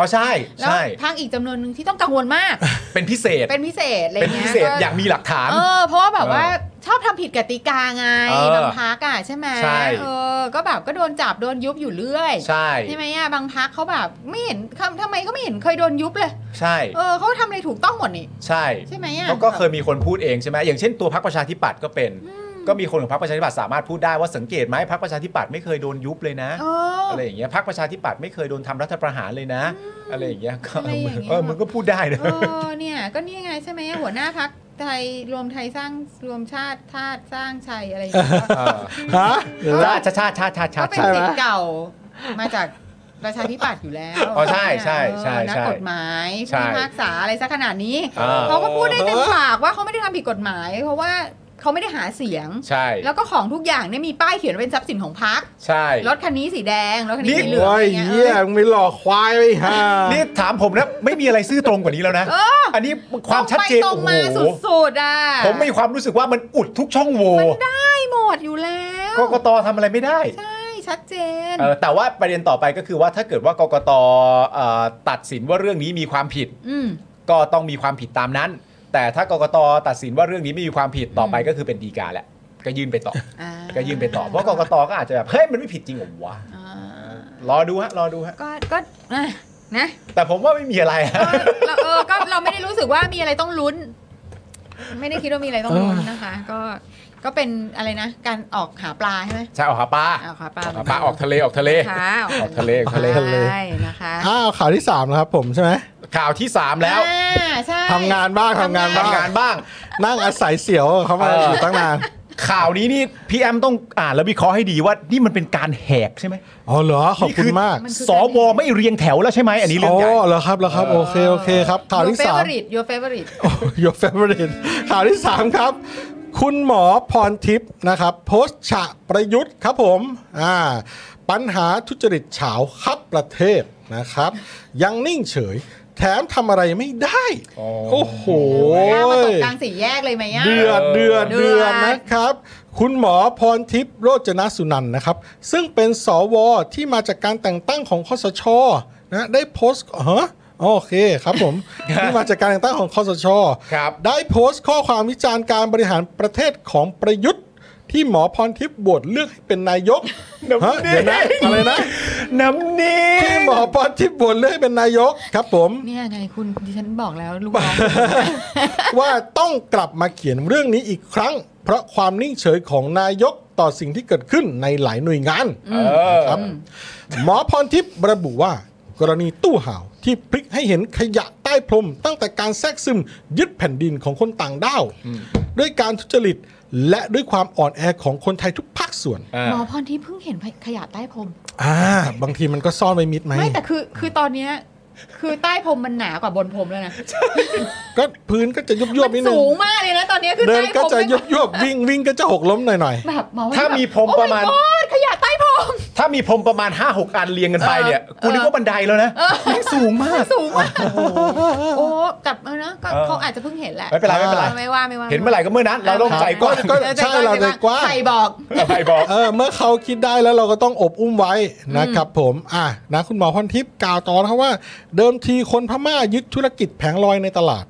Speaker 1: ก็ใช่
Speaker 3: แล้ว
Speaker 1: ใช่
Speaker 3: พักอีกจำนวนหนึ่งที่ต้องกังวลมาก
Speaker 1: เป็นพิเศษ
Speaker 3: เป็นพิเศษอะไร
Speaker 1: เป็น
Speaker 3: เงี้
Speaker 1: พิ
Speaker 3: ย
Speaker 1: เศษ
Speaker 3: ก็
Speaker 1: อย่างมีหลักฐาน
Speaker 3: เออเพราะว่าแบบว่า
Speaker 1: เออ
Speaker 3: ชอบทำผิดกติกาไง
Speaker 1: เออบ
Speaker 3: างพักอ่ะใช่ไหม
Speaker 1: ใช่
Speaker 3: เออ ก็แบบก็โดนจับโดนยุบอยู่เรื่อย
Speaker 1: ใช่
Speaker 3: ไหมอ่ะบางพักเขาแบบไม่เห็นคำทำไมเขาไม่เห็นเคยโดนยุบเลย
Speaker 1: ใช่
Speaker 3: เออเขาทำอะไรถูกต้องหมดนี่
Speaker 1: ใช่
Speaker 3: ใช่ไหมอ่ะ
Speaker 1: แล้วก็เคยมีคนพูดเองใช่ไหมอย่างเช่นตัวพรรคประชาธิปัตย์ก็เป็น ก็มีคนของพรรคประชาธิปัตย์สามารถพูดได้ว่าสังเกตไหมพรรคประชาธิปัตย์ไม่เคยโดนยุบเลยนะ
Speaker 3: เออ
Speaker 1: อะไรอย่างเงี้ยพรรคประชาธิปัตย์ไม่เคยโดนทำรัฐประหารเลยนะ อะไรอย่างเงี้ยก็
Speaker 3: อะไรอย่างเงี้ย
Speaker 1: เออมันก็พูดได้นะ
Speaker 3: เออเนี่ย ก็นี่ไงใช่ไหมหัวหน้าพักไทยรวมไทยสร้างรวมชาติชาติสร้างชัยอะไรอย่างเงี้ย
Speaker 1: เออ
Speaker 2: ฮะ
Speaker 1: ชาติชาติชาติชาติชา
Speaker 3: ก็
Speaker 1: ติ
Speaker 3: เป็น
Speaker 1: ชาติ
Speaker 3: สิทธิ์เก่ามาจากประชาธิปัตย์อยู่แล้ว
Speaker 1: อ๋อใช่ใช่ใช่
Speaker 3: เออนัก
Speaker 1: ใช่
Speaker 3: กฎหมาย
Speaker 1: ใช่
Speaker 3: ผู้พิพากษาอะไรซะขนาดนี้
Speaker 1: อ่า
Speaker 3: เขาก็พูดได้เต็มปากว่าเขาไม่ได้ทำผิดกฎหมาย เพราะว่าเขาไม่ได้หาเสียง
Speaker 1: ใช่
Speaker 3: แล้วก็ของทุกอย่างเนี่ยมีป้ายเขียนว่าเป็นทรัพย์สินของพัก
Speaker 1: ใช่
Speaker 3: รถคันนี้สีแดงรถคันนี้สีเหลือง
Speaker 2: โอ้
Speaker 3: อะ
Speaker 2: ย
Speaker 3: ไรเงี้ย
Speaker 2: เหี้ยมึงไปหลอกควายไปฮ่า
Speaker 1: นี่ถามผมนะไม่มีอะไรซื่อตรงกว่านี้แล้วนะอันนี้ความชัดเจน
Speaker 3: ตรง
Speaker 1: โอ้
Speaker 3: ไป
Speaker 1: โห
Speaker 3: ตรงมาสุดๆอ่ะ
Speaker 1: ผมมีความรู้สึกว่ามันอุดทุกช่องโหว่
Speaker 3: มันได้หมดอยู่แล้ว
Speaker 1: กกตทำอะไรไม่ได้
Speaker 3: ใช่ ชัดเจน
Speaker 1: เออแต่ว่าประเด็นต่อไปก็คือว่าถ้าเกิดว่ากกตเอ่อตัดสินว่าเรื่องนี้มีความผิด
Speaker 3: อืม
Speaker 1: ก็ต้องมีความผิดตามนั้น แต่ถ้ากกตตัดสินว่าเรื่องนี้ไม่มีความผิดต่อไปก็คือเป็นดีกาแหละก็ยื่นไปต่อ
Speaker 3: อ่า
Speaker 1: ก็ยื่นไปต่อเพราะกกตก็อาจจะแบบเฮ้ยมันไม่ผิดจริงเหรอวะ
Speaker 3: อ่าร
Speaker 1: อดูฮะรอดูฮะ
Speaker 3: ก็ ก็อ่ะนะ
Speaker 1: แต่ผมว่าไม่มีอะไรฮะ
Speaker 3: เออเราเออก็เราไม่ได้รู้สึกว่ามีอะไรต้องลุ้น ไม่ได้คิดว่ามีอะไรต้องลุ้นนะคะ ก็ ก็เป็นอะไรนะ การออกหาปลาใช่ไหม
Speaker 1: ใช่ออกหาปลา
Speaker 3: ออกหาปลา
Speaker 1: ออกหาปลาออกทะเลออกทะเล
Speaker 3: ค่ะ
Speaker 1: ออกทะเลออกทะเล
Speaker 3: ใช่นะคะ
Speaker 2: อ้าวข่าวที่สามนะครับผมใช่ไหม
Speaker 1: ข่าวที่ 3 แล้ว
Speaker 3: อ่าใช่
Speaker 2: ทำงานบ้างทำงานบ้าง
Speaker 1: ทำงานบ้าง
Speaker 2: นั่งอาศัยเสียวเขามา
Speaker 1: เอออ
Speaker 2: อยู่ตั้งนาน
Speaker 1: ข่าวนี้นี่พี่แอมต้องอ่านแล้ววิเคราะห์ให้ดีว่านี่มันเป็นการแหกใช่ไหม
Speaker 2: อ๋อเหรอขอบคุณมาก
Speaker 3: มันคือ
Speaker 1: ส
Speaker 3: การแหก
Speaker 1: วไม่เรียงแถวแล้วใช่ไหมอันนี้เรื่
Speaker 2: อ๋
Speaker 1: องใหญ่
Speaker 2: อเหรอครับเหรอครับโอเคโอเคครับข่าวที่
Speaker 3: Your
Speaker 2: สาม
Speaker 3: favorite your favorite
Speaker 2: โอ้ your favorite ข่าวที่ 3 ครับ คุณหมอพรทิพย์นะครับ โพสต์ฉะประยุทธ์ครับผมอ่าปัญหาทุจริตเฉาวครับประเทศนะครับ ยังนิ่งเฉย แถมทำอะไรไม่ได้
Speaker 1: อ๋อ
Speaker 2: โอ้โห
Speaker 3: หน้ามาตกกลางสี่แยกเลยไหมอ่ะ
Speaker 2: เดือดเดือด
Speaker 3: เดื
Speaker 2: เดื
Speaker 3: อ
Speaker 2: อ
Speaker 3: ด
Speaker 2: ดนะครับ คุณหมอพรทิพย์โรจนสุนันท์นะครับ ซึ่งเป็นสวที่มาจากการแต่งตั้งของคอสชนะได้โพสต์ฮะโอเคครับ ผม ที่มาจากการแต่งตั้งของคอสช
Speaker 1: ครับ
Speaker 2: ได้โพสต์ข้อความวิจารณ์การบริหารประเทศของประยุทธ์ ที่หมอพรทิพย์บวชเลือกให้เป็นนายกฮะเดี๋ยวนะอะไรนะ
Speaker 1: น้ำนิ่ง
Speaker 2: ที่หมอพรทิพย์บวชเลือกให้เป็นนายกครับผม
Speaker 3: เนี่ยไงคุณดิฉันบอกแล้วลูก น้อง
Speaker 2: ว่าต้องกลับมาเขียนเรื่องนี้อีกครั้ง เพราะความนิ่งเฉยของนายกต่อสิ่งที่เกิดขึ้นในหลายหน่วยงานนะครับหมอพรทิพย์ระบุว่า กรณีตู้ห่าวที่พลิกให้เห็นขยะใต้พรม ตั้งแต่การแทรกซึมยึดแผ่นดินของคนต่างด้าวด้วยการทุจริต และด้วยความอ่อนแอของคนไทยทุกภาคส่วน
Speaker 3: หมอพรที่เพิ่งเห็นขยะใต้พรม
Speaker 2: อ่าบางทีมันก็ซ่อนไว้มิดไหม
Speaker 3: ไม่แต่คือคือตอนเนี้ยคือใต้พรมมันหนากว่าบนพรมแล้วนะ
Speaker 2: ก็พื้นก็จะยุบย
Speaker 3: มั
Speaker 2: นิดนึ
Speaker 3: สู
Speaker 2: ง
Speaker 3: งมากเลยนะตอนเนี้ยคือ
Speaker 2: เดิน
Speaker 3: ใต้พ
Speaker 2: ก็
Speaker 3: รม
Speaker 2: จะ
Speaker 3: แม่ง
Speaker 2: ยุบยวิ่งวิ่งก็จะหกล้มหน่อยหน่อยๆ
Speaker 3: แบบหมอ
Speaker 1: ถ้ามีพรม
Speaker 3: โอ้ my
Speaker 1: ประมาณ
Speaker 3: God ขยะใต้พรม
Speaker 1: ถ้ามีพรมประมาณ 5-6 อันเรียงกันไปเนี่ย กูนึกว่าบันไดแล้วนะแม่งสูงมาก
Speaker 3: สูงมากโอ้กลับเออนะก็
Speaker 1: เออ
Speaker 3: เขาอาจจะเพิ่งเห็นแหละ
Speaker 1: ไม่เป็นไรไม่เป็นไร
Speaker 3: ไม่ว่าไม่ว่า
Speaker 1: เห็นเมื่อไหร่ก็เมื่อนั้น เราต้องใจกว้าง
Speaker 2: ก็ใช่เราใจกว้าง
Speaker 3: ใครบอก
Speaker 1: ใครบอก
Speaker 2: เออเมื่อเขาคิดได้แล้วเราก็ต้องอบอุ้มไว้นะครับผม อ่ะนะคุณหมอพรทิพย์กล่าวต่อนะครับว่า เดิมทีคนพม่ายึดธุรกิจแผงลอยในตลาด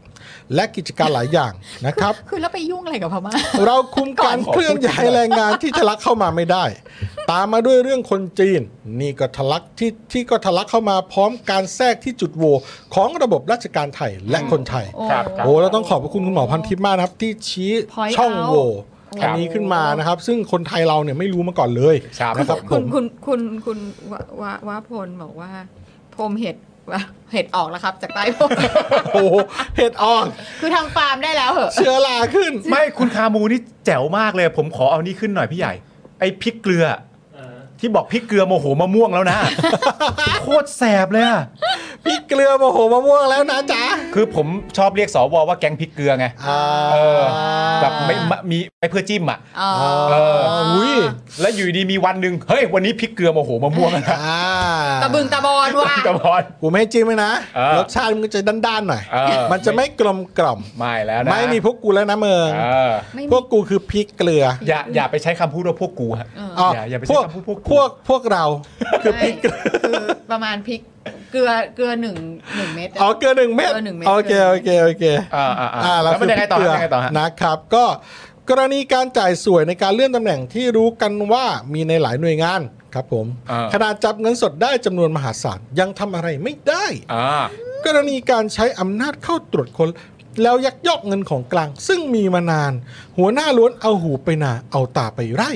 Speaker 2: และกิจการหลายอย่าง นะครับ
Speaker 3: คือแล้วไปยุ่งอะไรกับพม่า
Speaker 2: เราคุมการเคลื่อนย้ายแรงงานที่ทะลักเข้ามาไม่ได้ ตามมาด้วยเรื่องคนจีน นี่ก็ทะลักที่ที่ก็ทะลักเข้ามาพร้อมการแทรกที่จุดโหวของระบบราชการไทยและคนไทย
Speaker 1: ครับ
Speaker 2: โอ้เราต้องขอบพระคุณคุณหมอพันทิพย์มากนะครับ ที่ชี้
Speaker 3: Point
Speaker 2: ช่องโหว่
Speaker 3: out
Speaker 2: อันนี้ขึ้นมานะครับ ซึ่งคนไทยเราเนี่ยไม่รู้มาก่อนเลย
Speaker 1: ครับ
Speaker 2: นะค
Speaker 1: ผ
Speaker 2: รั
Speaker 1: ม
Speaker 2: ผ
Speaker 3: คุณ
Speaker 2: ม
Speaker 3: คุณคุณคุณวาวาวาพลบอกว่าพรมเห็ดว่าเห็ดออกแล้วครับ จากใต้พรม
Speaker 2: โอ้โหเห็ดออก
Speaker 3: คือทำฟาร์มได้แล้วเหรอ
Speaker 2: เชื้อราขึ้น
Speaker 1: ไม่คุณคามูนี่แจ๋วมากเลย ผมขอเอานี่ขึ้นหน่อยพี่ใหญ่ ไอ้พริกเกลือ ที่บอกพริกเกลือโมโหมะม่วงแล้วนะ โคตรแสบเลยอะ
Speaker 2: พี่เกลือโมโหมะม่วงแล้วนะจ๊ะ
Speaker 1: คือผมชอบเรียกสวว่าแก๊งพริกเกลือไง
Speaker 2: อ่า
Speaker 1: เออ แบบไม่มะมีไม่เพื่อจิ้มอ่ะ
Speaker 3: อ๋อ
Speaker 1: เอ
Speaker 2: อุ้ย
Speaker 1: แล้วอยู่ดีมีวันหนึ่งเฮ้ยวันนี้พริกเกลือโมโหมะม่วงนะ
Speaker 2: อ่า
Speaker 3: ตะบึงตะบอนว่ะ
Speaker 1: กระพร
Speaker 2: กูไม่ให้จิ้มเลยนะ
Speaker 1: เออ
Speaker 2: รสชาติมันก็จะด้านๆหน่อย
Speaker 1: เออ
Speaker 2: มันจะไม่กลมกล่อม
Speaker 1: ไม่แล้วนะ
Speaker 2: ไม่มีพวกกูแล้วนะเมือง
Speaker 1: เออ
Speaker 3: ไม่
Speaker 2: พ
Speaker 3: มี
Speaker 2: วกกูคือพริกเกลือ
Speaker 1: อย่าอย่าไปใช้คำพูดว่าพวกกูฮะ
Speaker 3: เออ
Speaker 2: อ๋อ
Speaker 1: อย่าอย่าไปใช้
Speaker 2: พวก
Speaker 1: คำพูดพวกกู
Speaker 2: พวกพวกเราคือพริกเกลือ
Speaker 3: คือประมาณพริกเกลือเกลือหนึ่งหนึ่งเม็ดะ
Speaker 2: อ๋อเกลือหนึ่งเม็ด
Speaker 3: เกลือหนึ่งเม็ด
Speaker 2: โอเคโอเคโอเค
Speaker 1: อ่าอ่าอ่า
Speaker 2: อ่า
Speaker 1: แล้วมันยังไงต่อ
Speaker 2: คื
Speaker 1: ฮะยังไงต่อฮะ
Speaker 2: นะครับ ก็กรณีการจ่ายสวยในการเลื่อนตำแหน่งที่รู้กันว่ามีในหลายหน่วยงานครับผม
Speaker 1: อ่า
Speaker 2: ขนาดจับเงินสดได้จำนวนมหาศาลยังทำอะไรไม่ได้
Speaker 1: อ่าก
Speaker 2: รณีการใช้อำนาจเข้าตรวจคน แล้วยักยอกเงินของกลาง ซึ่งมีมานาน หัวหน้าล้วนเอาหูไปนาเอาตาไปไร่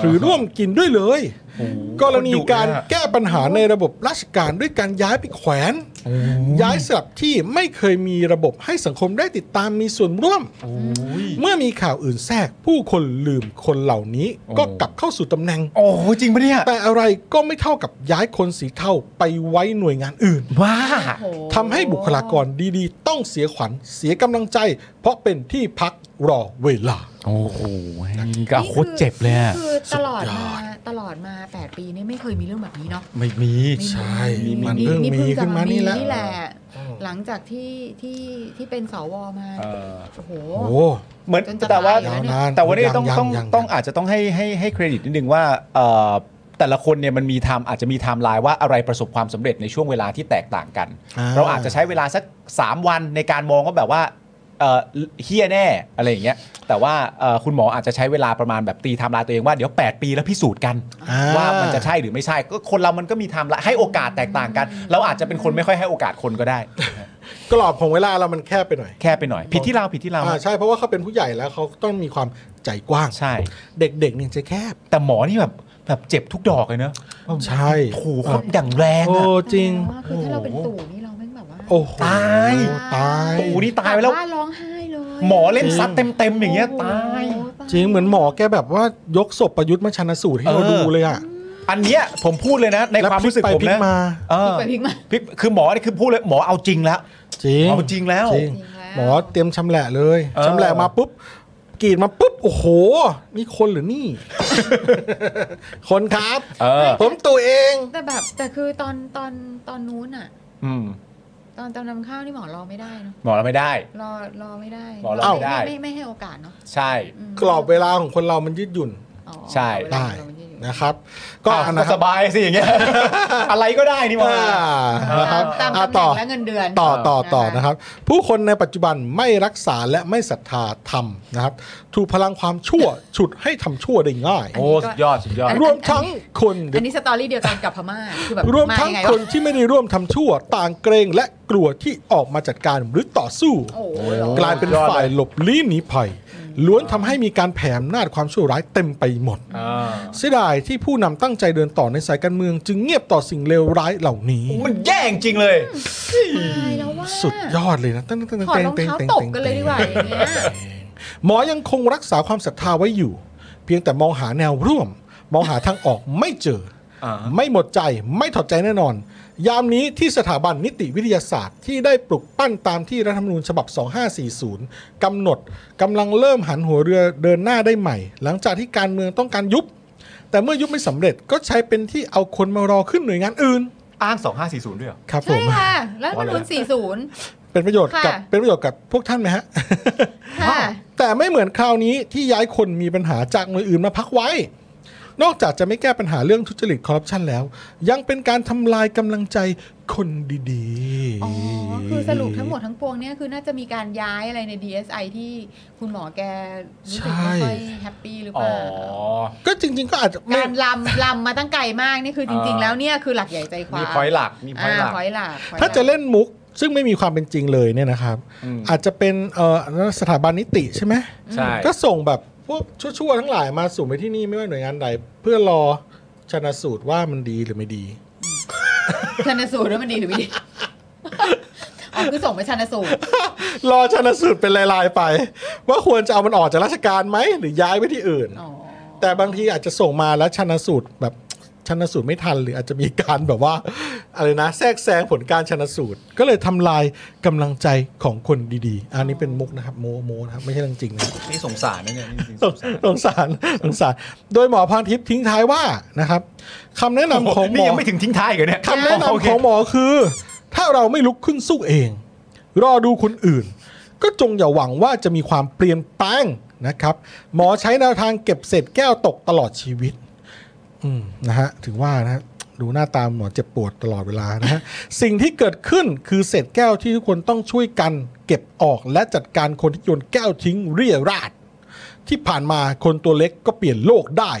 Speaker 2: หรือร่วมกินด้วยเลย กรณีการแก้ปัญหาในระบบราชการด้วยการย้ายไปแขวน ย้ายสลับที่ไม่เคยมีระบบให้สังคมได้ติดตามมีส่วนร่วม เมื่อมีข่าวอื่นแทรก ผู้คนลืมคนเหล่านี้ก็กลับเข้าสู่ตำแหน่ง
Speaker 1: โอ้โหจริงปะเนี่ย
Speaker 2: แต่อะไรก็ไม่เท่ากับย้ายคนสีเทาไปไว้หน่วยงานอื่น
Speaker 1: ว้า
Speaker 3: โอ้โ
Speaker 2: ทำให้บุคลากรดีๆ ต้องเสียขวัญเสียกำลังใจ เพราะเป็นที่พักรอเวลา
Speaker 1: โอ้โห
Speaker 3: นี่อนี่คือตลอดมาตลอดมา 8 ปีนี่ไม่เคยมีเรื่องแบบนี้เนาะ
Speaker 1: ไม่มี
Speaker 3: ไม่มี
Speaker 2: ใช่
Speaker 3: ไ
Speaker 2: มันเพิ่งมีขึ้นมานี่แหละ
Speaker 3: นี่แหละ หลังจากที่ที่ที่เป็นสวมา
Speaker 1: เออ
Speaker 3: โอ้โห
Speaker 2: โอ้
Speaker 1: เหมือน
Speaker 3: จนจะ
Speaker 1: แต่ว่า
Speaker 3: ตายแล้วเนี่ย
Speaker 1: แต่ว่านี่
Speaker 2: ยั
Speaker 1: ต้องต้อง
Speaker 2: ยัยั
Speaker 1: ต้องอาจจะต้องให้ให้ให้เครดิตนิดนึงว่าเอ่อแต่ละคนเนี่ยมันมีไทม์อาจจะมีไทม์ไลน์ว่าอะไรประสบความสำเร็จในช่วงเวลาที่แตกต่างกัน เราอาจจะใช้เวลาสัก 3 วันในการมองว่าแบบว่าเอ่อเฮี้ยแน่อะไรอย่างเงี้ยแต่ว่าเอ่อคุณหมออาจจะใช้เวลาประมาณแบบตีไทม์ไลน์ตัวเองว่าเดี๋ยว 8 ปีแล้วพิสูจน์กัน
Speaker 2: อ่
Speaker 1: ว่ามันจะใช่หรือไม่ใช่ ก็คนเรามันก็มีไทม์ไลน์ให้โอกาสแตกต่างกัน เราอาจจะเป็นคนไม่ค่อยให้โอกาสคนก็ได้
Speaker 2: กรอบของเวลาเรามันแคบไปหน่อย
Speaker 1: แค่ไปหน่อย ผิดที่เราผิดที่เรา
Speaker 2: อ่าใช่เพราะว่าเขาเป็นผู้ใหญ่แล้วเขาต้องมีความใจกว้าง
Speaker 1: ใช่
Speaker 2: เด็กๆเนี่ยจะแคบ
Speaker 1: แต่หมอนี่แบบแบบเจ็บทุกดอกเลยเนอะ
Speaker 2: ใช่
Speaker 1: ถูกเขาอย่างแรง
Speaker 2: โอ้
Speaker 1: อะ
Speaker 2: จริง
Speaker 3: แต่ว่าคือถ้าเราเป็นตู่นี่เราแม่งแบบว่า
Speaker 2: โอ้โห
Speaker 1: ตาย
Speaker 2: ตาย
Speaker 1: โอ้โหนี่ตายไปแล้ว
Speaker 3: บ้านร้องไห้เลย
Speaker 1: หมอเล่นซัดเต็มๆอย่างเงี้ย
Speaker 3: โอ้โห
Speaker 1: ตาย
Speaker 2: จริงเหมือนหมอแกแบบว่ายกศพประยุทธ์มาชันสูตรให้เรา
Speaker 1: เออ
Speaker 2: ดูเลยอะ
Speaker 1: อันเนี้ยผมพูดเลยนะ ใน
Speaker 2: แล้ว
Speaker 1: ความ
Speaker 2: พลิก
Speaker 1: รู้สึก
Speaker 2: ไป
Speaker 1: ผม
Speaker 2: พลิก
Speaker 1: นะ
Speaker 2: มา
Speaker 1: เอ
Speaker 3: พลิ
Speaker 1: อก
Speaker 3: ไปพลิกมา
Speaker 1: พลิกคือหมอนี่คือพูดเลยหมอเอาจริงแล้ว
Speaker 2: จริง
Speaker 1: เอาจริงแล้ว
Speaker 2: จริ
Speaker 3: จ
Speaker 2: ง
Speaker 3: ริงแล้ว
Speaker 2: หมอเตรียมชำแหละเลย
Speaker 1: เออ
Speaker 2: ชำแหละมาปุ๊บกรีดมาปุ๊บ โอ้โห นี่คนหรือ นี่ คนครับ
Speaker 1: เออ
Speaker 2: ผมตัวเอง
Speaker 3: แต่แบบแต่คือตอนตอนตอนนู้นอะ
Speaker 1: อืม
Speaker 3: ตอนตอนนำข้าวนี่หมอรอไม่ได้เนาะ
Speaker 1: หมอเราไม่ได้
Speaker 3: รอรอไม่ได้
Speaker 1: หมอรอไม่ได้
Speaker 3: ไม่ไม่ให้โอกาสเนาะ
Speaker 1: ใช่
Speaker 3: อืม
Speaker 2: กรอบเวลาของคนเรามันยืดหยุ่น
Speaker 3: อ๋อ
Speaker 1: ใช่
Speaker 3: เวลา
Speaker 2: ได้
Speaker 3: เราม่อยู่
Speaker 2: นะครับ ก็
Speaker 1: อ้าว
Speaker 2: อันนะครับบ
Speaker 1: สายสิอย่างเงี้ย อะไรก็ได้นี่หมา
Speaker 2: อ่านะครับ
Speaker 3: ตาม
Speaker 2: อ่า
Speaker 3: ตำแห
Speaker 2: ต่
Speaker 3: น่
Speaker 2: อ
Speaker 3: งและเงินเดือน
Speaker 2: ต่อต่อต่อ
Speaker 3: นะ
Speaker 2: นะคะ ครับ ผู้คนในปัจจุบันไม่รักษาและไม่ศรัทธาธรรมนะครับ ถูกพลังความชั่ว ฉุดให้ทำชั่วได้ง่าย
Speaker 1: โอ้สุดยอดสุดยอด
Speaker 2: รวมทั้งคนหรื
Speaker 3: อั
Speaker 2: อ
Speaker 3: นนี้สตอรี่เดียวกันกับพม่าคือแบบ
Speaker 2: รวมทั้ง
Speaker 3: ายัไ
Speaker 2: คนที่ไม่ได้ร่วมทำชั่ว ต่างเกรงและกลัวที่ออกมาจัดการหรือต่อสู้
Speaker 3: โอ้โห
Speaker 2: กลายเป็น
Speaker 1: ยอดเลย
Speaker 2: ฝ่ายหลบลี้หนีภัย ล้วนทำให้มีการแผ่อำนาจความชั่วร้ายเต็มไปหมด
Speaker 1: อ่า
Speaker 2: เสียดายที่ผู้นำตั้งใจเดินต่อในสายการเมือง จึงเงียบต่อสิ่งเลวร้ายเหล่านี้
Speaker 1: มันแย่งจริงเลย
Speaker 3: ตายแล้วว่า
Speaker 2: สุดยอดเลยนะตั้งตั้งตั้ง
Speaker 3: ถอด
Speaker 2: เต็ง
Speaker 3: รองเท้า
Speaker 2: เต็งเต็ง
Speaker 3: ตบ
Speaker 2: เต็ง
Speaker 3: กันเลยดีกว่าอย่างเงี้ย
Speaker 2: หมอยังคงรักษาความศรัทธาไว้อยู่ เพียงแต่มองหาแนวร่วม มองหาทางออกไม่เจอ
Speaker 1: อ่า
Speaker 2: ไม่หมดใจไม่ถอดใจแน่นอน ยามนี้ที่สถาบันนิติวิทยาศาสตร์ที่ได้ปลุกปั้นตามที่รัฐธรรมนูญฉบับ 2540 กำหนดกำลังเริ่มหันหัวเรือเดินหน้าได้ใหม่ หลังจากที่การเมืองต้องการยุบ แต่เมื่อยุบไม่สำเร็จก็ใช้เป็นที่เอาคนมารอขึ้นหน่วยงานอื่น
Speaker 1: อ้าง 2540 ด้วยเหรอ
Speaker 2: ครับผ
Speaker 3: ใช่
Speaker 2: ม
Speaker 3: ค่ะรัฐธรรมนูญ
Speaker 2: เป็นประโยชน์กับเป็นประโยชน์กับพวกท่านไหมฮะ
Speaker 3: 40 ค่ะ
Speaker 2: แต่ไม่เหมือนคราวนี้ที่ย้ายคนมีปัญหาจากหน่วยอื่นมาพักไว้ นอกจากจะไม่แก้ปัญหาเรื่องทุจริตคอร์รัปชันแล้ว ยังเป็นการทำลายกำลังใจคนดีๆ
Speaker 3: อ๋อ คือสรุปทั้งหมดทั้งปวงเนี่ยคือน่าจะมีการย้ายอะไรใน DSI ที่คุณหมอแกรู้สึกไม่ค่อยแฮปปี้หรือเป
Speaker 1: อ๋อ
Speaker 3: ล่า
Speaker 2: ก็จริง ๆ ก็อาจจะไม่
Speaker 3: การลำลำมาตั้งไกลมากนี่คือจริง ๆ แล้วเนี่ยคือหลักใหญ่ใจความ
Speaker 1: มีพอยต์หลัก มีพอยต์หลั
Speaker 3: อ่า
Speaker 1: ก
Speaker 3: พอยต์หลัก
Speaker 2: ถ้าจะเล่นมุก ซึ่งไม่มีความเป็นจริงเลยเนี่ยนะครับ
Speaker 1: อืม
Speaker 2: อาจจะเป็นเอ่อสถาบันนิติใช่ไหม
Speaker 1: ใช่
Speaker 2: ก็ส่งแบบพวกชั่วๆทั้งหลายมาสู่ไปที่นี่ไม่ว่าหน่วยงานใด เพื่อรอชนะสูตรว่ามันดีหรือไม่ดี
Speaker 3: ชันสูตรแล้วมันดีหรือไม่ดี อ๋อคือส่งไปชันสูตร
Speaker 2: รอชนะสูตรเป็นลายๆไป ว่าควรจะเอามันออกจากราชการไหมหรือย้ายไปที่อื่น
Speaker 3: อ๋อ
Speaker 2: แต่บางทีอาจจะส่งมาแล้วชันสูตรแบบชันสูตรไม่ทัน หรืออาจจะมีการแบบว่า อะไรนะ แทรกแซงผลการชันสูตร ก็เลยทำลายกำลังใจของคนดีๆ อันนี้เป็นมุกนะครับโมโมนะครับไม่ใช่เรื่องจริงนะครับ
Speaker 1: นี่สงสารนะเนี่ยนี่จริงๆ
Speaker 2: ส
Speaker 1: ส
Speaker 2: ง
Speaker 1: งสาร
Speaker 2: สงสารสงสาร โดยหมอพรทิพย์ทิ้งท้ายว่านะครับคำแนะนำของหม
Speaker 1: นี่
Speaker 2: อ
Speaker 1: ยังไม่ถึงทิ้งท้ายอีกเหรอเนี่ย
Speaker 2: คำแนะนำของหมอคือ ถ้าเราไม่ลุกขึ้นสู้เอง รอดูคนอื่น ก็จงอย่าหวังว่าจะมีความเปลี่ยนแปลงนะครับ หมอใช้แนวทางเก็บเศษแก้วตกตลอดชีวิต อืมนะฮะถึงว่านะฮะดูหน้าตามหมอเจ็บปวดตลอดเวลานะฮะ สิ่งที่เกิดขึ้นคือเศษแก้วที่ทุกคนต้องช่วยกัน เก็บออกและจัดการคนที่โยนแก้วทิ้งเรี่ยราด ที่ผ่านมาคนตัวเล็กก็เปลี่ยนโลกได้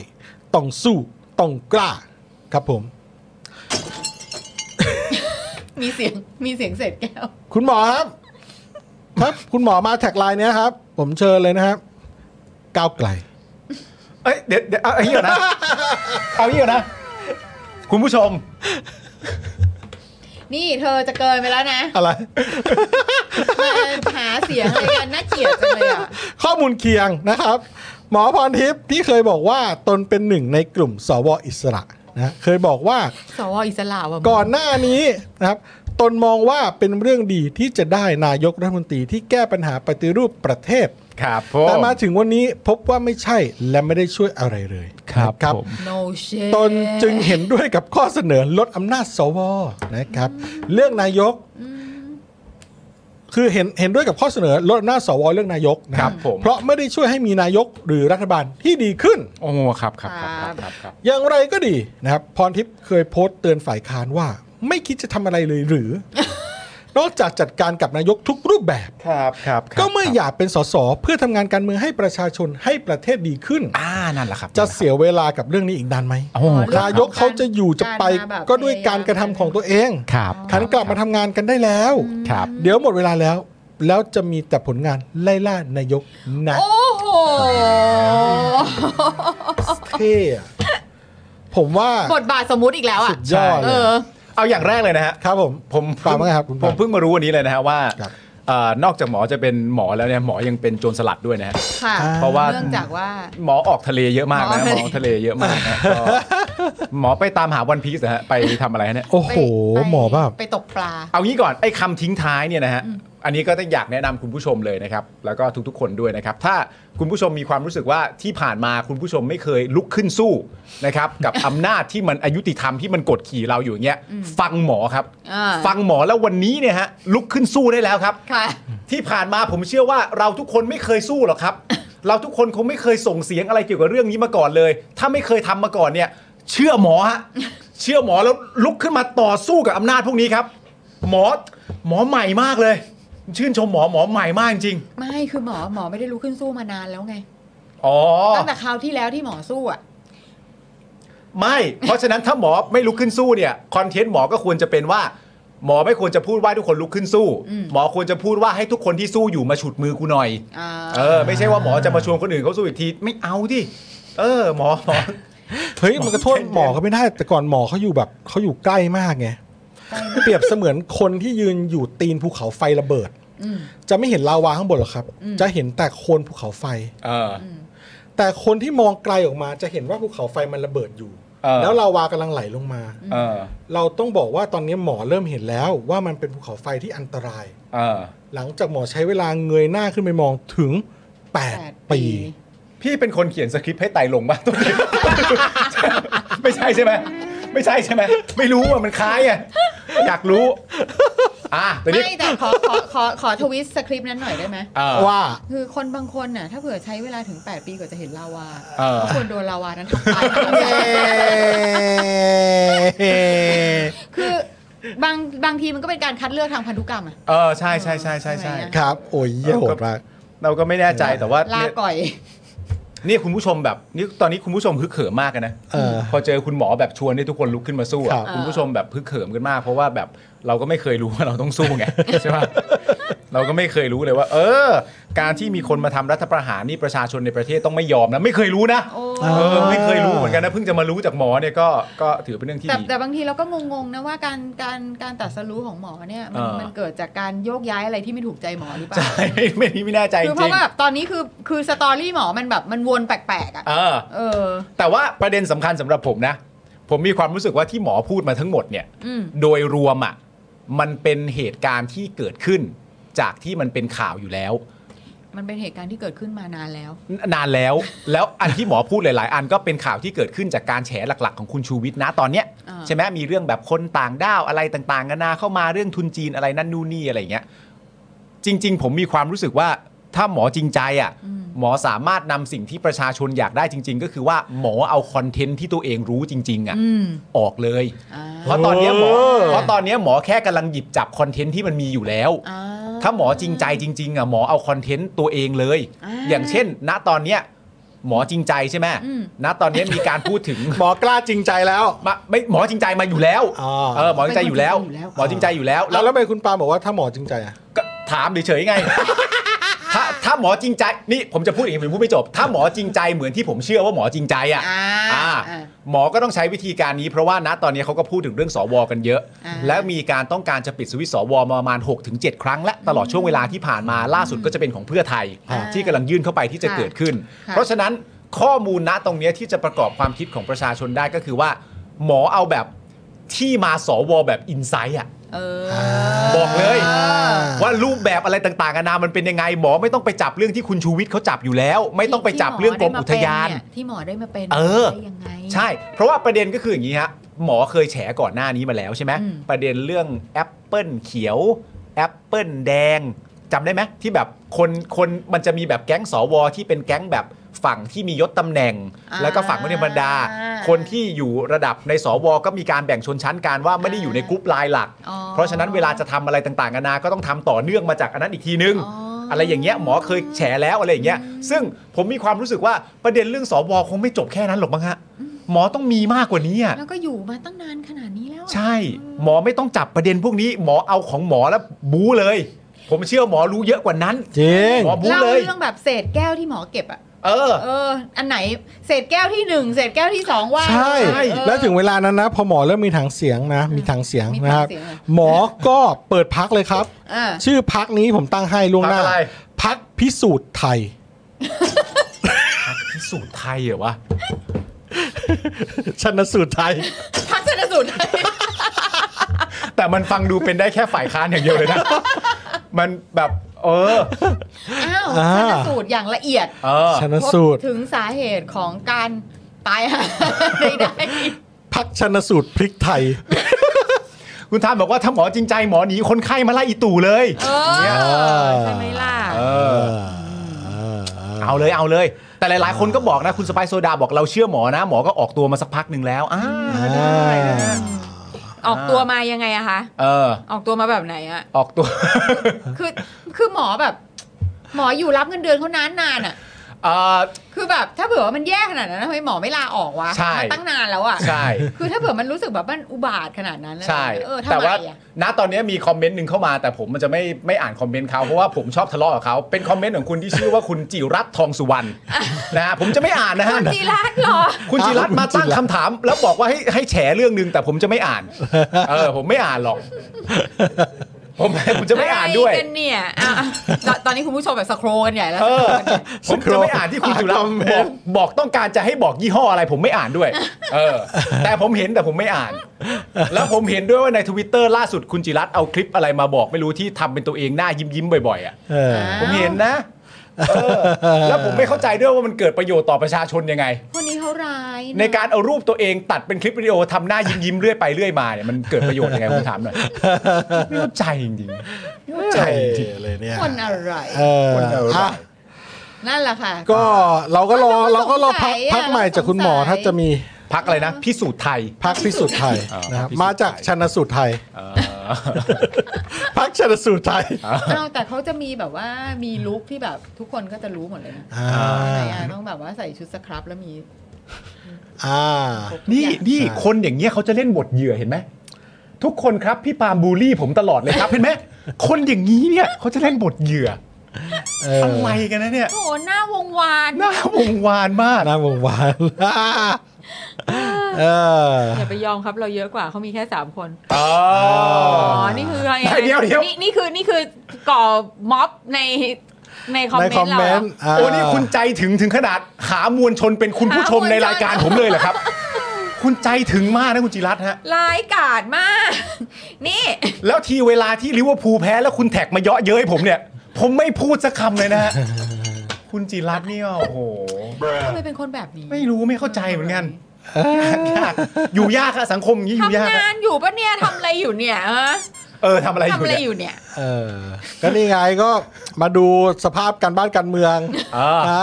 Speaker 2: ต้องสู้ต้องกล้าครับผม
Speaker 3: มีเสียง มีเสียงเศษแก้ว
Speaker 2: คุณหมอครับ ครับ คุณหมอมาแท็กไลน์เนี้ยครับ ผมเชิญเลยนะครับก้าวไกล
Speaker 1: เอ้ยเดี๋ยวเดี๋ยวเอาเอาอย่างนี้ก่อนนะ เอาอย่างนี้ก่อนนะ คุณผู้ชม
Speaker 3: นี่เธอจะเกินไปแล้วนะ
Speaker 2: อะไร
Speaker 3: มาหาเสียงอะไรกันน่าเกลียดจังเลยอ่ะ
Speaker 2: ข้อมูลเคียงนะครับ หมอพรทิพย์ที่เคยบอกว่าตนเป็นหนึ่งในกลุ่มสวอิสระนะเคยบอกว่า
Speaker 3: สวอิสระว่ะ
Speaker 2: ก่อนหน้านี้นะครับ ตนมองว่าเป็นเรื่องดีที่จะได้นายกรัฐมนตรีที่แก้ปัญหาปฏิรูปประเทศ
Speaker 1: ครับผ
Speaker 2: แต่มาถึงวันนี้พบว่าไม่ใช่และไม่ได้ช่วยอะไรเลย
Speaker 1: ครับ
Speaker 2: นะ
Speaker 1: ผม
Speaker 3: โนเช t
Speaker 2: ตนจึงเห็นด้วยกับข้อเสนอลดอำนาจสวนะครับ เรื่องนายก คือเห็นเห็นด้วยกับข้อเสนอลดอำนาจสวเรื่องนายกนะครับ
Speaker 1: ผม
Speaker 2: เพราะไม่ได้ช่วยให้มีนายกหรือรัฐบาลที่ดีขึ้น
Speaker 1: โอ้ครับครับครับครับครับครับ
Speaker 2: อย่างไรก็ดีนะครับ พรทิพย์เคยโพสต์เตือนฝ่ายค้านว่า ไม่คิดจะทำอะไรเลยหรือ นอกจากจัดการกับนายกทุกรูปแบบ
Speaker 1: ครับครับ
Speaker 2: ก็เมื่ออยากเป็นสสเพื่อทำงานการเมืองให้ประชาชนให้ประเทศดีขึ้น
Speaker 1: อ่านั่นแหละครับ
Speaker 2: จะเสียเวลากับเรื่องนี้อีกนานไหม
Speaker 1: โอ้โห
Speaker 3: ครั
Speaker 2: นา
Speaker 3: บ
Speaker 2: ยกเขาจะอยู่จะไปก็ด้วยการกระทำของตัวเอง
Speaker 1: ครับ
Speaker 2: หันกลับมาทำงานกันได้แล้ว
Speaker 1: ครับ
Speaker 2: เดี๋ยวหมดเวลาแล้ว แล้วจะมีแต่ผลงานไล่ล่านายกนะ
Speaker 3: โอ้โห
Speaker 2: เท่อะผมว่า
Speaker 3: บทบาทสมมุติอีกแล้วอ่ะ
Speaker 2: สุดยอดเลย
Speaker 3: เออ
Speaker 1: เอาอย่างแรกเลยนะฮะ
Speaker 2: ครับผม
Speaker 1: ผม
Speaker 2: ปาล์มว่าไงครับคุณ
Speaker 1: ผ
Speaker 2: ปาล์
Speaker 1: ม
Speaker 2: ม
Speaker 1: เพิ่งมารู้วันนี้เลยนะฮะว่า
Speaker 2: ครับ
Speaker 1: เอ่อนอกจากหมอจะเป็นหมอแล้วเนี่ยหมอยังเป็นโจรสลัดด้วยนะฮะ
Speaker 3: ค่ะ
Speaker 1: เพราะว่า
Speaker 3: เนื่องจากว่า
Speaker 1: หมอออกทะเลเยอะมากนะ
Speaker 3: หมอ
Speaker 1: ฮะหมอออกทะเลเยอะมากนะฮะก็หมอไปตามหาวันพีซนะฮะไปทำอะไรฮะเนี่ย
Speaker 2: โอ้โห
Speaker 3: ไป
Speaker 2: หมอแบบ
Speaker 3: ไปตกปลา
Speaker 1: เอางี้ก่อนไอ้คำทิ้งท้ายเนี่ยนะฮะอันนี้ก็ต้องอยากแนะนำคุณผู้ชมเลยนะครับ แล้วก็ทุกๆคนด้วยนะครับ ถ้าคุณผู้ชมมีความรู้สึกว่าที่ผ่านมาคุณผู้ชมไม่เคยลุกขึ้นสู้นะครับ กับ อำนาจที่มันอายุติธรรมที่มันกดขี่เราอยู่อย่างเงี้ยฟังหมอครับ
Speaker 3: อ่า
Speaker 1: ฟังหมอแล้ววันนี้เนี่ยฮะลุกขึ้นสู้ได้แล้วครับ
Speaker 3: ค่ะ
Speaker 1: ที่ผ่านมาผมเชื่อว่าเราทุกคนไม่เคยสู้หรอกครับ เราทุกคนคงไม่เคยส่งเสียงอะไรเกี่ยวกับเรื่องนี้มาก่อนเลย ถ้าไม่เคยทำมาก่อนเนี่ย เชื่อหมอฮะ เชื่อหมอแล้วลุกขึ้นมาต่อสู้กับอำนาจพวกนี้ครับ หมอหมอใหม่มากเลย ชื่นชมหมอหมอใหม่มากจริง
Speaker 3: ไม่คือหมอหมอไม่ได้รู้ขึ้นสู้มานานแล้วไง
Speaker 1: อ๋อ
Speaker 3: ตั้งแต่คราวที่แล้วที่หมอสู้อ่ะ
Speaker 1: ไม่ เพราะฉะนั้นถ้าหมอไม่ลุกขึ้นสู้เนี่ยคอนเทนต์หมอก็ควรจะเป็นว่า หมอไม่ควรจะพูดว่าให้ทุกคนลุกขึ้นสู้
Speaker 3: อืม
Speaker 1: หมอควรจะพูดว่าให้ทุกคนที่สู้อยู่มาฉุดมือกูหน่อย
Speaker 3: อ่า
Speaker 1: เออไม่ใช่ว่าหมอจะมาชวนคนอื่นเขาสู้อีกทีไม่เอาดิเออ หมอหมอ
Speaker 2: เฮ้ยมันกระโทษหมอก็ไม่ได้ แต่ก่อนหมอเขาอยู่แบบเขาอยู่ใกล้มากไงเปรียบเสมือนคนที่ยืนอยู่ตีนภูเขาไฟระเบิด
Speaker 3: อืม
Speaker 2: จะไม่เห็นลาวาข้างบนหรอกครับ
Speaker 3: อืม
Speaker 2: จะเห็นแต่โคนภูเขาไฟ
Speaker 1: เออ
Speaker 3: อืม
Speaker 2: แต่คนที่มองไกลออกมาจะเห็นว่าภูเขาไฟมันระเบิดอยู่
Speaker 1: เออ
Speaker 2: แล้วลาวากำลังไหลลงมา
Speaker 1: เออ
Speaker 2: เราต้องบอกว่าตอนนี้หมอเริ่มเห็นแล้วว่ามันเป็นภูเขาไฟที่อันตราย
Speaker 1: เออ
Speaker 2: หลังจากหมอใช้เวลาเงยหน้าขึ้นไปมองถึง
Speaker 3: แปด
Speaker 2: 8 ปี
Speaker 3: ปี
Speaker 1: พี่เป็นคนเขียนสคริปต์ให้ไต่ลงป่ะ ไม่ใช่ใช่ไหมไม่ใช่ใช่ไหมไม่รู้อ่ะมันคล้ายอ่ะอยากรู้ อ่ะแต่นี่
Speaker 3: ไม่ แต่ขอขอขอขอทวิสสคริปต์นั้นหน่อยได้ไหม
Speaker 1: เออ
Speaker 2: ว่า
Speaker 3: คือคนบางคนน่ะถ้าเผื่อใช้เวลาถึง 8 ปีกว่าจะเห็นลาวา
Speaker 1: เออ
Speaker 3: ก็ควรโดนลาวานั้นทับตายคือบางบางทีมันก็เป็นการคัดเลือกทางพันธุกรรมอะ
Speaker 1: เออใช่ใช่ใช่ใช่ใช่
Speaker 3: ทำไมอะ
Speaker 2: ครับ โอ้ยเหี้ยโหดมาก
Speaker 1: เราก็ไม่แน่ใจแต่ว่า
Speaker 3: ลา
Speaker 1: เนี่ย
Speaker 3: ก่อย
Speaker 1: นี่คุณผู้ชมแบบนี่ตอนนี้คุณผู้ชมฮึกเขิมมากกันนะ
Speaker 2: เออ
Speaker 1: พอเจอคุณหมอแบบชวนให้ทุกคนลุกขึ้นมาสู้อะ
Speaker 2: ครับ
Speaker 1: คุณผู้ชมแบบพึกเขิมกันมาก เพราะว่าแบบเราก็ไม่เคยรู้ว่าเราต้องสู้ไง ใช่ปะเราก็ไม่เคยรู้เลยว่า เออ การที่มีคนมาทำรัฐประหารนี่ประชาชนในประเทศต้องไม่ยอมนะไม่เคยรู้นะ
Speaker 3: โอ้
Speaker 1: เออไม่เคยรู้เหมือนกันนะเพิ่งจะมารู้จากหมอเนี่ยก็ก็ถือเป็นเรื่องที่
Speaker 3: แต่
Speaker 1: ดี
Speaker 3: แต่บางทีเราก็งงๆนะว่าการการการตัดสรู้ของหมอเนี่ยมัน
Speaker 1: เออ
Speaker 3: มันเกิดจากการโยกย้ายอะไรที่ไม่ถูกใจหมอหรือเปล่า
Speaker 1: ใช่ไม่ไม่ไม่แน่ใจจ
Speaker 3: คือเพ
Speaker 1: ริง
Speaker 3: ราะว่าแบบตอนนี้คือคือสตอรี่หมอมันแบบมันวนแปลกๆอ่ะ
Speaker 1: เออ
Speaker 3: เออ
Speaker 1: แต่ว่าประเด็นสำคัญสำหรับผมนะ ผมมีความรู้สึกว่าที่หมอพูดมาทั้งหมดเนี่ย
Speaker 3: อืม
Speaker 1: โดยรวมอ่ะมันเป็นเหตุการณ์ที่เกิดขึ้น จากที่มันเป็นข่าวอยู่แล้ว
Speaker 3: มันเป็นเหตุการณ์ที่เกิดขึ้นมานานแล้ว
Speaker 1: นานแล้ว แล้วอันที่หมอพูดหลาย ๆ อันก็เป็นข่าวที่เกิดขึ้นจากการแฉหลัก ๆ ของคุณชูวิทย์นะตอนเนี้ย
Speaker 3: อ่า
Speaker 1: ใช่ไหมมีเรื่องแบบคนต่างด้าวอะไรต่างๆกันานาเข้ามาเรื่องทุนจีนอะไรนั่นนู่นนี่อะไรอย่างเงี้ยจริง ๆ ผมมีความรู้สึกว่าถ้าหมอจริงใจอ่ะหมอสามารถนำสิ่งที่ประชาชนอยากได้จริง ๆ ก็คือว่าหมอเอาคอนเทนต์ที่ตัวเองรู้จริง ๆ อ่ะ
Speaker 3: อืม
Speaker 1: ออกเลย
Speaker 3: อ่า
Speaker 1: เพราะตอนเนี้ยหมอ
Speaker 2: เออ
Speaker 1: เพราะตอนเนี้ยหมอแค่กำลังหยิบจับคอนเทนต์ที่มันมีอยู่แล้ว
Speaker 3: อ่
Speaker 1: ถ้าหมอจริงใจจริงๆอ่ะหมอเอาคอนเทนต์ตัวเองเลย
Speaker 3: อ่า
Speaker 1: อย่างเช่น ณตอนเนี้ยหมอจริงใจใช่ไหม
Speaker 3: อืม
Speaker 1: ณตอนเนี้ยมีการพูดถึง
Speaker 2: หมอกล้าจริงใจแล้ว
Speaker 1: มาไม่หมอจริงใจมาอยู่แล้ว
Speaker 2: อ๋อ
Speaker 1: เออหมอจริงใจอยู่แล้ว หมอจริงใจอยู่แล้ว
Speaker 2: แล้
Speaker 1: แล้ว ว
Speaker 2: แล้วทำไมคุณปาบอกว่าถ้าหมอจริงใจอ่ะ
Speaker 1: ก็ถามเฉยๆไง ถ้าถ้าหมอจริงใจนี่ผมจะพูดอย่างนี้ผมพูดไม่จบ ถ้าหมอจริงใจเหมือนที่ผมเชื่อว่าหมอจริงใจอ่ะ
Speaker 3: อ่า
Speaker 1: อ่า
Speaker 3: อ่า
Speaker 1: หมอก็ต้องใช้วิธีการนี้เพราะว่าณตอนนี้เขาก็พูดถึงเรื่องสวกันเยอะ
Speaker 3: อ่า
Speaker 1: และมีการต้องการจะปิดสวิตช์สวมาประมาณ 6-7 ครั้งและตลอดช่วงเวลาที่ผ่านมาล่าสุดก็จะเป็นของเพื่อไทย
Speaker 3: อ่า
Speaker 1: ที่กำลังยื่นเข้าไปที่จะเกิดขึ้น
Speaker 3: ค่ะ
Speaker 1: เพราะฉะนั้นข้อมูลณตรงเนี้ยที่จะประกอบความคิดของประชาชนได้ก็คือว่า หมอเอาแบบที่มาสวแบบอินไซต์อ่ะ
Speaker 3: เออ
Speaker 1: บอกเลย
Speaker 2: อ่า
Speaker 1: ว่ารูปแบบอะไรต่างๆนานามันเป็นยังไง หมอไม่ต้องไปจับเรื่องที่คุณชูวิทย์เขาจับอยู่แล้ว ไม่ต้องไปจับเรื่องกรมอุทยาน
Speaker 3: ที่หมอได้มาเป็น
Speaker 1: เอ
Speaker 3: นี่
Speaker 1: อ
Speaker 3: ยที่หมอได้มาเป็นได้ยังไง
Speaker 1: ใช่ เพราะว่าประเด็นก็คืออย่างนี้ฮะหมอเคยแฉก่อนหน้านี้มาแล้วใช่ไหม
Speaker 3: อืม
Speaker 1: ประเด็นเรื่องแอปเปิลเขียวแอปเปิลแดงจำได้ไหมที่แบบคนคนมันจะมีแบบแก๊งสวที่เป็นแก๊งแบบฝั่งที่มียศตำแหน่ง แล้วก็ฝั่งไม่ธรรมดา คนที่อยู่ระดับในสวก็มีการแบ่งชนชั้นการว่าไม่ได้อยู่ในกรุ๊ปไลน์หลัก
Speaker 3: อ๋อ
Speaker 1: เพราะฉะนั้นเวลาจะทำอะไรต่างๆนานาก็ต้องทำต่อเนื่องมาจากอันนั้นอีกทีนึง
Speaker 3: อ๋ออ
Speaker 1: อะไรอย่างเงี้ยหมอเคยแฉแล้วอะไรอย่างเงี้ยซึ่งผมมีความรู้สึกว่าประเด็นเรื่องสวคงไม่จบแค่นั้นหรอกมั้งฮะหมอต้องมีมากกว่านี้อ่ะ
Speaker 3: แล้วก็อยู่มาตั้งนานขนาดนี้แล้วอะ
Speaker 1: ใช่ หมอไม่ต้องจับประเด็นพวกนี้ หมอเอาของหมอแล้วบู๊เลย ผมเชื่อหมอรู้เยอะกว่านั้น
Speaker 2: จริง
Speaker 1: หมอบู๊
Speaker 3: เล่า
Speaker 1: เลย
Speaker 3: เรื่องแบบเศษแก้วที่หมอเก็บอ่ะ
Speaker 1: เออ
Speaker 3: เออ อันไหนเศษแก้วที่หนึ่งเศษแก้วที่สองว่าง
Speaker 2: ใช่
Speaker 3: เออ
Speaker 2: แล้วถึงเวลานั้นนะพอหมอเริ่มมีถังเสียงนะ มีถังเสียง
Speaker 3: มีถัง
Speaker 2: นะครับ
Speaker 3: เสียงเหรอ
Speaker 2: หมอก็เปิดพักเลยครับ
Speaker 3: เออ
Speaker 2: ชื่อพักนี้ผมตั้งให้ล่วงหน้า
Speaker 1: พรรคอะไร
Speaker 2: พักพิสูจน์ไทย
Speaker 1: พิสูจน์ไทยเหรอวะ
Speaker 2: ชนสูตรไทย
Speaker 3: พักชนสูตร
Speaker 1: แต่มันฟังดูเป็นได้แค่ฝ่ายค้านอย่างเดียวเลยนะ มันแบบเออ
Speaker 3: อ้าว
Speaker 2: อ่า
Speaker 3: ชนสูตรอย่างละเอียด
Speaker 1: เออ
Speaker 2: ชนสูตร
Speaker 3: พบถึงสาเหตุของการตายห าได้
Speaker 2: พักชนสูตรพริกไทย
Speaker 1: คุณทานบอกว่าถ้าหมอจริงใจหมอหนีคนไข้มาไล่อีตู่เลย
Speaker 3: เออใช่ไหมล่ะ
Speaker 1: เออ เอาเลยเอาเลย แต่หลาย ๆ คนก็บอกนะ คุณสไปซ์โซดาบอกเราเชื่อหมอนะ หมอก็ออกตัวมาสักพักหนึ่งแล้วอ่าได้นะ
Speaker 3: ออกตัวมายังไงอะคะ
Speaker 1: เออ
Speaker 3: ออกตัวมาแบบไหนอะ
Speaker 1: ออกตัว
Speaker 3: คือคือหมอแบบ หมออยู่รับเงินเดือนเขานานนานๆอะ
Speaker 1: เออ
Speaker 3: คือแบบถ้าเผื่อว่ามันแย่ขนาดนั้นทำไมหมอไม่ลาออกวะ
Speaker 1: ใช่
Speaker 3: มาตั้งนานแล้วอ่ะ
Speaker 1: ใช่
Speaker 3: คือถ้าเผื่อมันรู้สึกแบบมันอุบาทขนาดนั้นอะไร
Speaker 1: ใช่
Speaker 3: เออทำ
Speaker 1: แต่
Speaker 3: ไม
Speaker 1: ว่า
Speaker 3: อะ
Speaker 1: ณตอนนี้มีคอมเมนต์หนึ่งเข้ามา แต่ผมมันจะไม่ไม่อ่านคอมเมนต์เขาเพราะว่าผมชอบทะเลาะกับเขาเป็นคอมเมนต์ของคุณที่ชื่อว่าคุณจิรัตน์ทองสุวรรณนะฮะผมจะไม่อ่านนะฮะ
Speaker 3: คุณจีรัตน์เหรอ
Speaker 1: คุณจิรัตน์มาตั้งคำถาม แล้วบอกว่าให้ให้แฉเรื่องหนึงแต่ผมจะไม่อ่าน เออ ผมไม่อ่านหรอก ผมผมจะไม่อ่านด้วย
Speaker 3: อะไรกันเนี่ยอ่ะอ่ะตอนตอนนี้คุณผู้ชมแบบสโครกันใหญ่แล้ว
Speaker 1: เออ ผมจะไม่อ่านที่คุณจุฬา
Speaker 2: คอมเม
Speaker 1: บอน ก
Speaker 2: ต์
Speaker 1: บอกต้องการจะให้บอกยี่ห้ออะไร ผมไม่อ่านด้วย เอ อ แต่ผมเห็นแต่ผมไม่อ่าน แล้วผมเห็นด้วยว่าในทวิตเตอร์ล่าสุดคุณจิรัตน์เอาคลิปอะไรมาบอกไม่รู้ที่ทำเป็นตัวเองหน้ายิ้มยิ้มๆบ่อยๆอ่ะ
Speaker 2: เออ
Speaker 3: อ้าว
Speaker 1: ผมเห็นนะ เออแล้วผมไม่เข้าใจด้วยว่ามันเกิดประโยชน์ต่อประชาชนยังไง
Speaker 3: คนนี้เขาร้ายนะ
Speaker 1: ในการเอารูปตัวเองตัดเป็นคลิปวิดีโอทำหน้ายิ้มยิ้มๆเรื่อยไปเรื่อยมาเนี่ยมันเกิดประโยชน์ยังไงผมถาม หน่อยไม่เข้าใจจริงๆไม่เข้าใจ
Speaker 2: ใช่
Speaker 1: จริง
Speaker 2: เลยเนี่ย
Speaker 3: คนอะไร
Speaker 2: เออ
Speaker 1: คนอะไร
Speaker 2: อ่ะ
Speaker 3: นั่นแหละค่ะ
Speaker 2: ก็เราก็รอ
Speaker 3: เรา
Speaker 2: เรา
Speaker 3: ก็
Speaker 2: ก็
Speaker 3: ส
Speaker 2: รง อ
Speaker 3: สั
Speaker 2: พัก
Speaker 3: ยอะ
Speaker 2: พักใหม่จากคุณหมอ
Speaker 3: เราสงสัย
Speaker 2: ถ้าจะมี
Speaker 1: ๆพักอะไรนะพิสูจน์ไทย
Speaker 2: พักพิสูจน์ไท ย
Speaker 1: อ่าน
Speaker 2: นะครับ
Speaker 1: พิสูจน์ไทย
Speaker 2: มาจากชนสูตรไทย
Speaker 1: เออ
Speaker 2: พักชนสูตรไทย
Speaker 3: อ้าวแต่เขาจะมีแบบว่ามีลุคที่แบบทุกคนก็จะรู้หมดเลยนะ
Speaker 2: อ่า
Speaker 3: อะไรอ่ะต้องแบบว่าใส่ชุดสครับแล้วมี
Speaker 2: อ่า
Speaker 3: ครบทุก
Speaker 1: นี่
Speaker 3: อย่าง
Speaker 1: นี่คนอย่างเงี้ยเขาจะเล่นบทเหยื่อเห็นไหมทุกคนครับพี่ปาล์มบูลลี่ผมตลอดเลยครับ เห็นไหมคนอย่างนี้เนี่ยเขาจะเล่นบทเหยื่อ
Speaker 2: เออ
Speaker 1: อะไรกันนะเนี่ย
Speaker 3: โอ้โหหน้าวงวาน
Speaker 1: หน้าวงวานมาก
Speaker 2: หน้าวงวานเออ
Speaker 5: อย่าไปยอมครับเราเยอะกว่าเขามีแค่สามคน
Speaker 2: อ๋อ
Speaker 5: อ๋อ
Speaker 2: อ๋
Speaker 5: นี่คือไง
Speaker 1: เดี๋ยวเดี๋ยว
Speaker 5: นี่นี่คือนี่คือก่อม็อบในในคอม
Speaker 2: ใน
Speaker 5: เมน
Speaker 2: คอม
Speaker 5: ต์เราเห
Speaker 2: เม
Speaker 5: รอ
Speaker 2: นต์
Speaker 1: โอ้นี่คุณใจถึงถึงขนาดหามวลชนเป็นคุณผู้ชมในรายการผมเลยเหรอครับ คุณใจถึงมากนะคุณจิรัตน์ฮะ
Speaker 3: ร้ายกาจมาก นี่
Speaker 1: แล้วทีเวลาที่ลิเวอร์พูลแพ้แล้วคุณแท็กมาเยาะเย้ยผมเนี่ย ผมไม่พูดสักคำเลยนะฮะคุณจิรัตน์เนี่ยโอ้โห
Speaker 3: ทำไมเป็นคนแบบนี้
Speaker 1: ไม่รู้ไม่เข้าใจเหมือนกันยากอยู่ยากอะสังคมอย่างนี้อยู่ยาก
Speaker 3: ทำ
Speaker 1: อะ
Speaker 3: งานอยู่ปะเนี่ยทำอะไรอยู่เนี่ยฮะ
Speaker 1: เออทำอะไรอ
Speaker 3: ทำ
Speaker 1: ยู่
Speaker 3: อะไร
Speaker 1: เนี่ย
Speaker 3: อยู่เนี่ย
Speaker 2: เออ ก็นี่ไงก็มาดูสภาพการบ้านการเมือง
Speaker 1: อ่า
Speaker 2: อ่า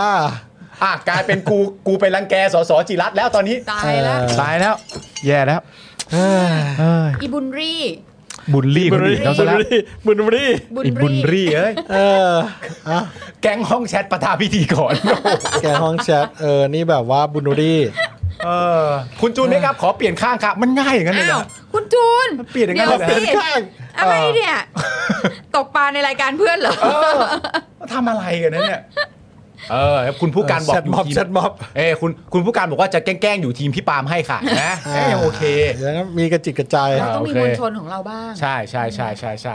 Speaker 1: อ่ะกลายเป็นกูกูไปรังแกสสจิรัตน์แล้วตอนนี้
Speaker 3: ตายแล้ว
Speaker 1: ตายแล้ว แย่แล้ว
Speaker 2: เอ้ย
Speaker 1: เอ้ย
Speaker 3: อีบุนรี่
Speaker 1: บุลลี่คนอื่นเขาซะแล้ว
Speaker 2: บุญบุรี
Speaker 3: บุญ
Speaker 1: อีบุล
Speaker 3: รี่
Speaker 1: ลี่เอ้ย
Speaker 2: เอออ่ะ
Speaker 1: แก๊งห้องแชทประทาพิธีก่อน
Speaker 2: แกห้องแชทเออ นี่แบบว่าบุญบุรี
Speaker 1: เออคุณจูนไหมครับขอเปลี่ยนข้างครับมันง่ายอย่างนั้นเลยเหร
Speaker 3: อ้าว
Speaker 1: อ
Speaker 3: คุณจูน
Speaker 1: มันเปลี่ยนอย่างนั้น
Speaker 3: เดี๋ยว
Speaker 1: เลยเหรอ
Speaker 3: สิ
Speaker 2: ข้าง
Speaker 3: อะไรเนี่ย ตกปลาในรายการเพื่อนเหรอ
Speaker 1: เออทำอะไรกันนะเนี่ยเออครับคุณผู้การบอก
Speaker 2: แชท
Speaker 1: อยู่
Speaker 2: ม็อบ
Speaker 1: ทีม
Speaker 2: แชทม็อบ
Speaker 1: เอ้ยคุณคุณผู้การบอกว่าจะแกล้งๆอยู่ทีมพี่ปาล์มให้ค่ะนะเอ้ยยังโอเค
Speaker 2: ดี๋ยวนะมีกระจิกกระจาย
Speaker 3: เราต้องมี
Speaker 1: โอเค
Speaker 3: มวลชนของเราบ้าง
Speaker 1: ใช่ใช่ใช่ใช่ใช่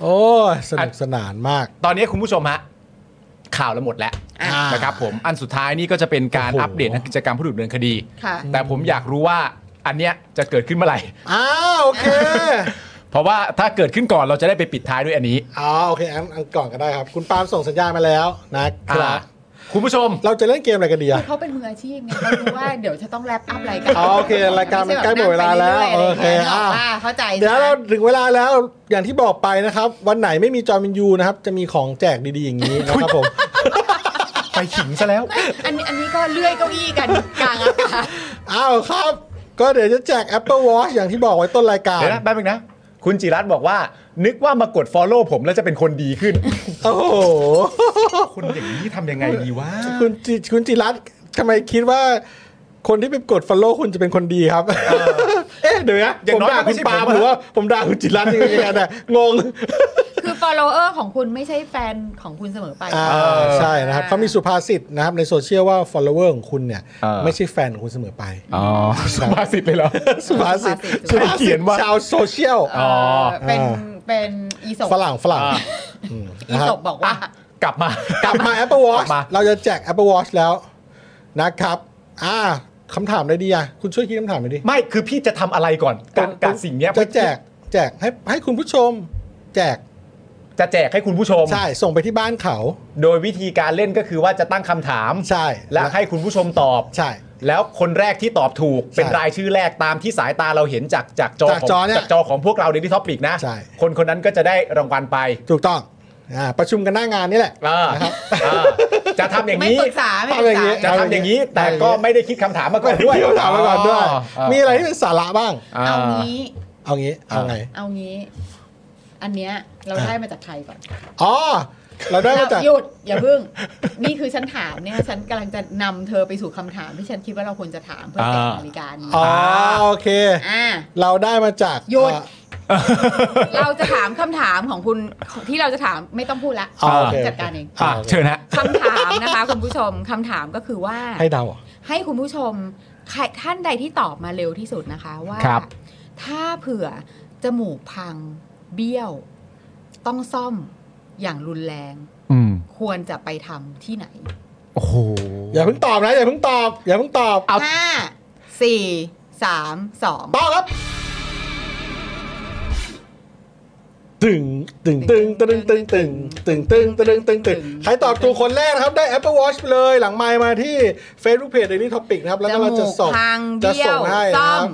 Speaker 2: โอ้ยสนุกสนานมาก
Speaker 1: ตอนนี้คุณผู้ชมฮะข่าวแล้วหมดแล้ว
Speaker 2: อ่าน
Speaker 1: นะครับผมอันสุดท้ายนี่ก็จะเป็นการ
Speaker 2: โอ้โห
Speaker 1: อัปเดตทางกิจกรรมผู้ถูกดำเนินคดี
Speaker 3: ค่ะ
Speaker 1: แต่ผมอยากรู้ว่าอันเนี้ยจะเกิดขึ้นเมื่อไหร่
Speaker 2: อ้าว โอ เค
Speaker 1: เพราะว่าถ้าเกิดขึ้นก่อนเราจะได้ไปปิดท้ายด้วยอันนี้
Speaker 2: อ๋อโอเคอันอันก่อนก็ได้ครับ คุณปาล์มส่งสัญญาณมาแล้วนะครั
Speaker 1: อ่า
Speaker 2: บ
Speaker 1: คุณผู้ชม
Speaker 2: เราจะเล่นเกมอะไรกันดีอะ
Speaker 3: คือเขาเป็นมืออาชีพไงเขารู้ว่าเดี๋ยวจะต้องแรปอัพรายการ
Speaker 2: อ๋อโอเครายการมันใกล้หมดเวลาแล้ว
Speaker 3: ไม่ใช่บบนั่งไปรื่ยๆะไรย่างงี้ย
Speaker 2: โอเค
Speaker 3: นึกก
Speaker 2: อ่ะ
Speaker 3: ป่ะเข้าใจ
Speaker 2: เดี๋ยวเราถึงเวลาแล้วอย่างที่บอกไปนะครับ วันไหนไม่มีจอมินยูนะครับ จะมีของแจกดีๆอย่าง นี้นะครับผม
Speaker 1: ไปขิงซะแล้ว
Speaker 3: อันนี้อันนี้ก็เลื่อยเก้าอี้กันกลางอากาศ
Speaker 2: อ้าวครับ ก็เดี๋ยวจะแจก Apple Watch อย่างที่บอกไว้ต้นรายการ
Speaker 1: เดี๋ยวนะแป๊บนึงนะ คุณจิรัตน์บอกว่า นึกว่ามากด Follow ผมแล้วจะเป็นคนดีขึ้น
Speaker 2: โอ้โห
Speaker 1: คุณอย่างนี้ทำยังไงดีวะ
Speaker 2: คุณจิคุณจิรัตน์ทำไมคิดว่า คนที่ไปกด Follow คุณจะเป็นคนดีครับ เอ๊ะเดี๋ยวนะ
Speaker 1: อย่าง
Speaker 2: ผม
Speaker 1: น้อย
Speaker 2: ด่า
Speaker 1: ก็ไม่
Speaker 2: คุณ
Speaker 1: ใช่
Speaker 2: ปาล์ม
Speaker 1: ผมอะ
Speaker 2: หรือว่าผมด่าคุณจิรัตน์ยังไงกันอะง ง
Speaker 3: คือ follower ของคุณไม่ใช่แฟนของคุณเสมอไป
Speaker 2: อ่า
Speaker 1: เออ
Speaker 2: ใช่นะครับเขามีสุภาษิตนะครับในโซเชียลว่า follower ของคุณเนี่ย
Speaker 1: เออ
Speaker 2: ไม่ใช่แฟนของคุณเสมอไป
Speaker 1: อ๋อสุภาษิตเลยเหรอ
Speaker 2: สุภาษิต
Speaker 3: สุ
Speaker 2: สุ
Speaker 3: ภาษิต
Speaker 2: ภาษิตชาวโซเชียล
Speaker 3: เอ่อเป็น
Speaker 2: อ่า
Speaker 3: เป็นอีศบ
Speaker 2: ฝรั่งฝรั่ง
Speaker 1: อ่า
Speaker 2: อืม
Speaker 3: อี
Speaker 2: นะค
Speaker 3: ศ
Speaker 2: รับบ
Speaker 3: บอกว่า
Speaker 1: กลับมา
Speaker 2: กลับมา Apple Watch
Speaker 1: กลับมา
Speaker 2: เราจะแจก Apple Watch แล้วนะครับ อ่าคำถามเลยดีอ่ะ คุณช่วยคิดคำถามหน่อยดิ
Speaker 1: ไม่คือพี่จะทำอะไรก่อนกับกับสิ่งเนี้ย
Speaker 2: จะแจกแจกให้ให้คุณผู้ชม แจก
Speaker 1: จะแจกให้คุณผู้ชม
Speaker 2: ใช่ส่งไปที่บ้านเขา
Speaker 1: โดยวิธีการเล่นก็คือว่าจะตั้งคำถาม
Speaker 2: ใช่
Speaker 1: และให้คุณผู้ชมตอบ
Speaker 2: ใช่
Speaker 1: แล้วคนแรกที่ตอบถูก
Speaker 2: ใช่
Speaker 1: เป็นรายชื่อแรกตามที่สายตาเราเห็นจากจากจอ
Speaker 2: จากจ
Speaker 1: ข
Speaker 2: อ
Speaker 1: อง
Speaker 2: เนี่ย
Speaker 1: จากจอของพวกเราในที่ท็อปิกนะ
Speaker 2: ใช่
Speaker 1: คนคนนั้นก็จะได้รางวัลไป
Speaker 2: ถูกต้องอ่าประชุมกันหน้างานนี่แหละ
Speaker 1: เออ
Speaker 2: นะครับ
Speaker 1: เออจะทำอย่าง
Speaker 3: ไม่
Speaker 1: นี้
Speaker 3: ปรึกษาไม่ป
Speaker 2: เอาอ
Speaker 3: รึก
Speaker 2: ย่างงี้
Speaker 3: ษา
Speaker 1: จะทำอย่างนี้ แต่ก็ไม่ได้คิดคำถามมาก่อนด้วย
Speaker 2: มีคำถามมาก่อนด้วย มีอะไรที่เป็นสาระบ้าง
Speaker 1: า
Speaker 3: เอางี้
Speaker 2: เอางี้ เอาไง
Speaker 3: เอางี้ อันเนี้ยเราได้มาจากใครก่อน
Speaker 2: อ๋อ เราได้มาจาก
Speaker 3: หยุดอย่าเพิ่ง นี่คือฉันถามเนี่ยฉันกำลังจะนำเธอไปสู่คำถามที่ฉันคิดว่าเราควรจะถามเพื่อแต่ง
Speaker 1: อ่า
Speaker 3: นาฬิกานี้
Speaker 2: อ๋อ โอเค
Speaker 3: อ่า
Speaker 2: เราได้มาจาก
Speaker 3: หยุด เราจะถามคำถามของคุณที่เราจะถามไม่ต้องพูดละ
Speaker 2: อ่าโอเค
Speaker 3: จัดการเอง
Speaker 1: อ่ะเชิญฮะ
Speaker 3: คำถามนะคะ คุณผู้ชมคำถามก็คือว่า
Speaker 2: ให้เดาเหรอ
Speaker 3: ให้คุณผู้ชมใครท่านใดที่ตอบมาเร็วที่สุดนะคะว่า
Speaker 1: ครับ
Speaker 3: ถ้าเผื่อจมูกพังเบี้ยว ต้องซ่อมอย่างรุนแรง
Speaker 1: อืม
Speaker 3: ควรจะไปทำที่ไหน
Speaker 1: โอ้โห
Speaker 2: อย่าเพิ่งตอบนะ อย่าเพิ่งตอบ อย่าเพิ่งตอบ
Speaker 1: เอา
Speaker 3: ห้าสี่สามสอง
Speaker 2: ตอบครับ ตึงตึงตึงตึงตึงตึงตึงตึงตึงตึงตึงใครตอบถูกคนแรกนะครับได้ Apple Watch ไปเลยหลังไมค์มาที่ Facebook Page Daily Topic นะครับ แล้วก็เราจะส่ง
Speaker 3: จมูกพังเบี้ย
Speaker 2: จะ
Speaker 3: ว
Speaker 2: ส่งให้นะ
Speaker 3: ซ่อ
Speaker 2: ครับ
Speaker 3: ม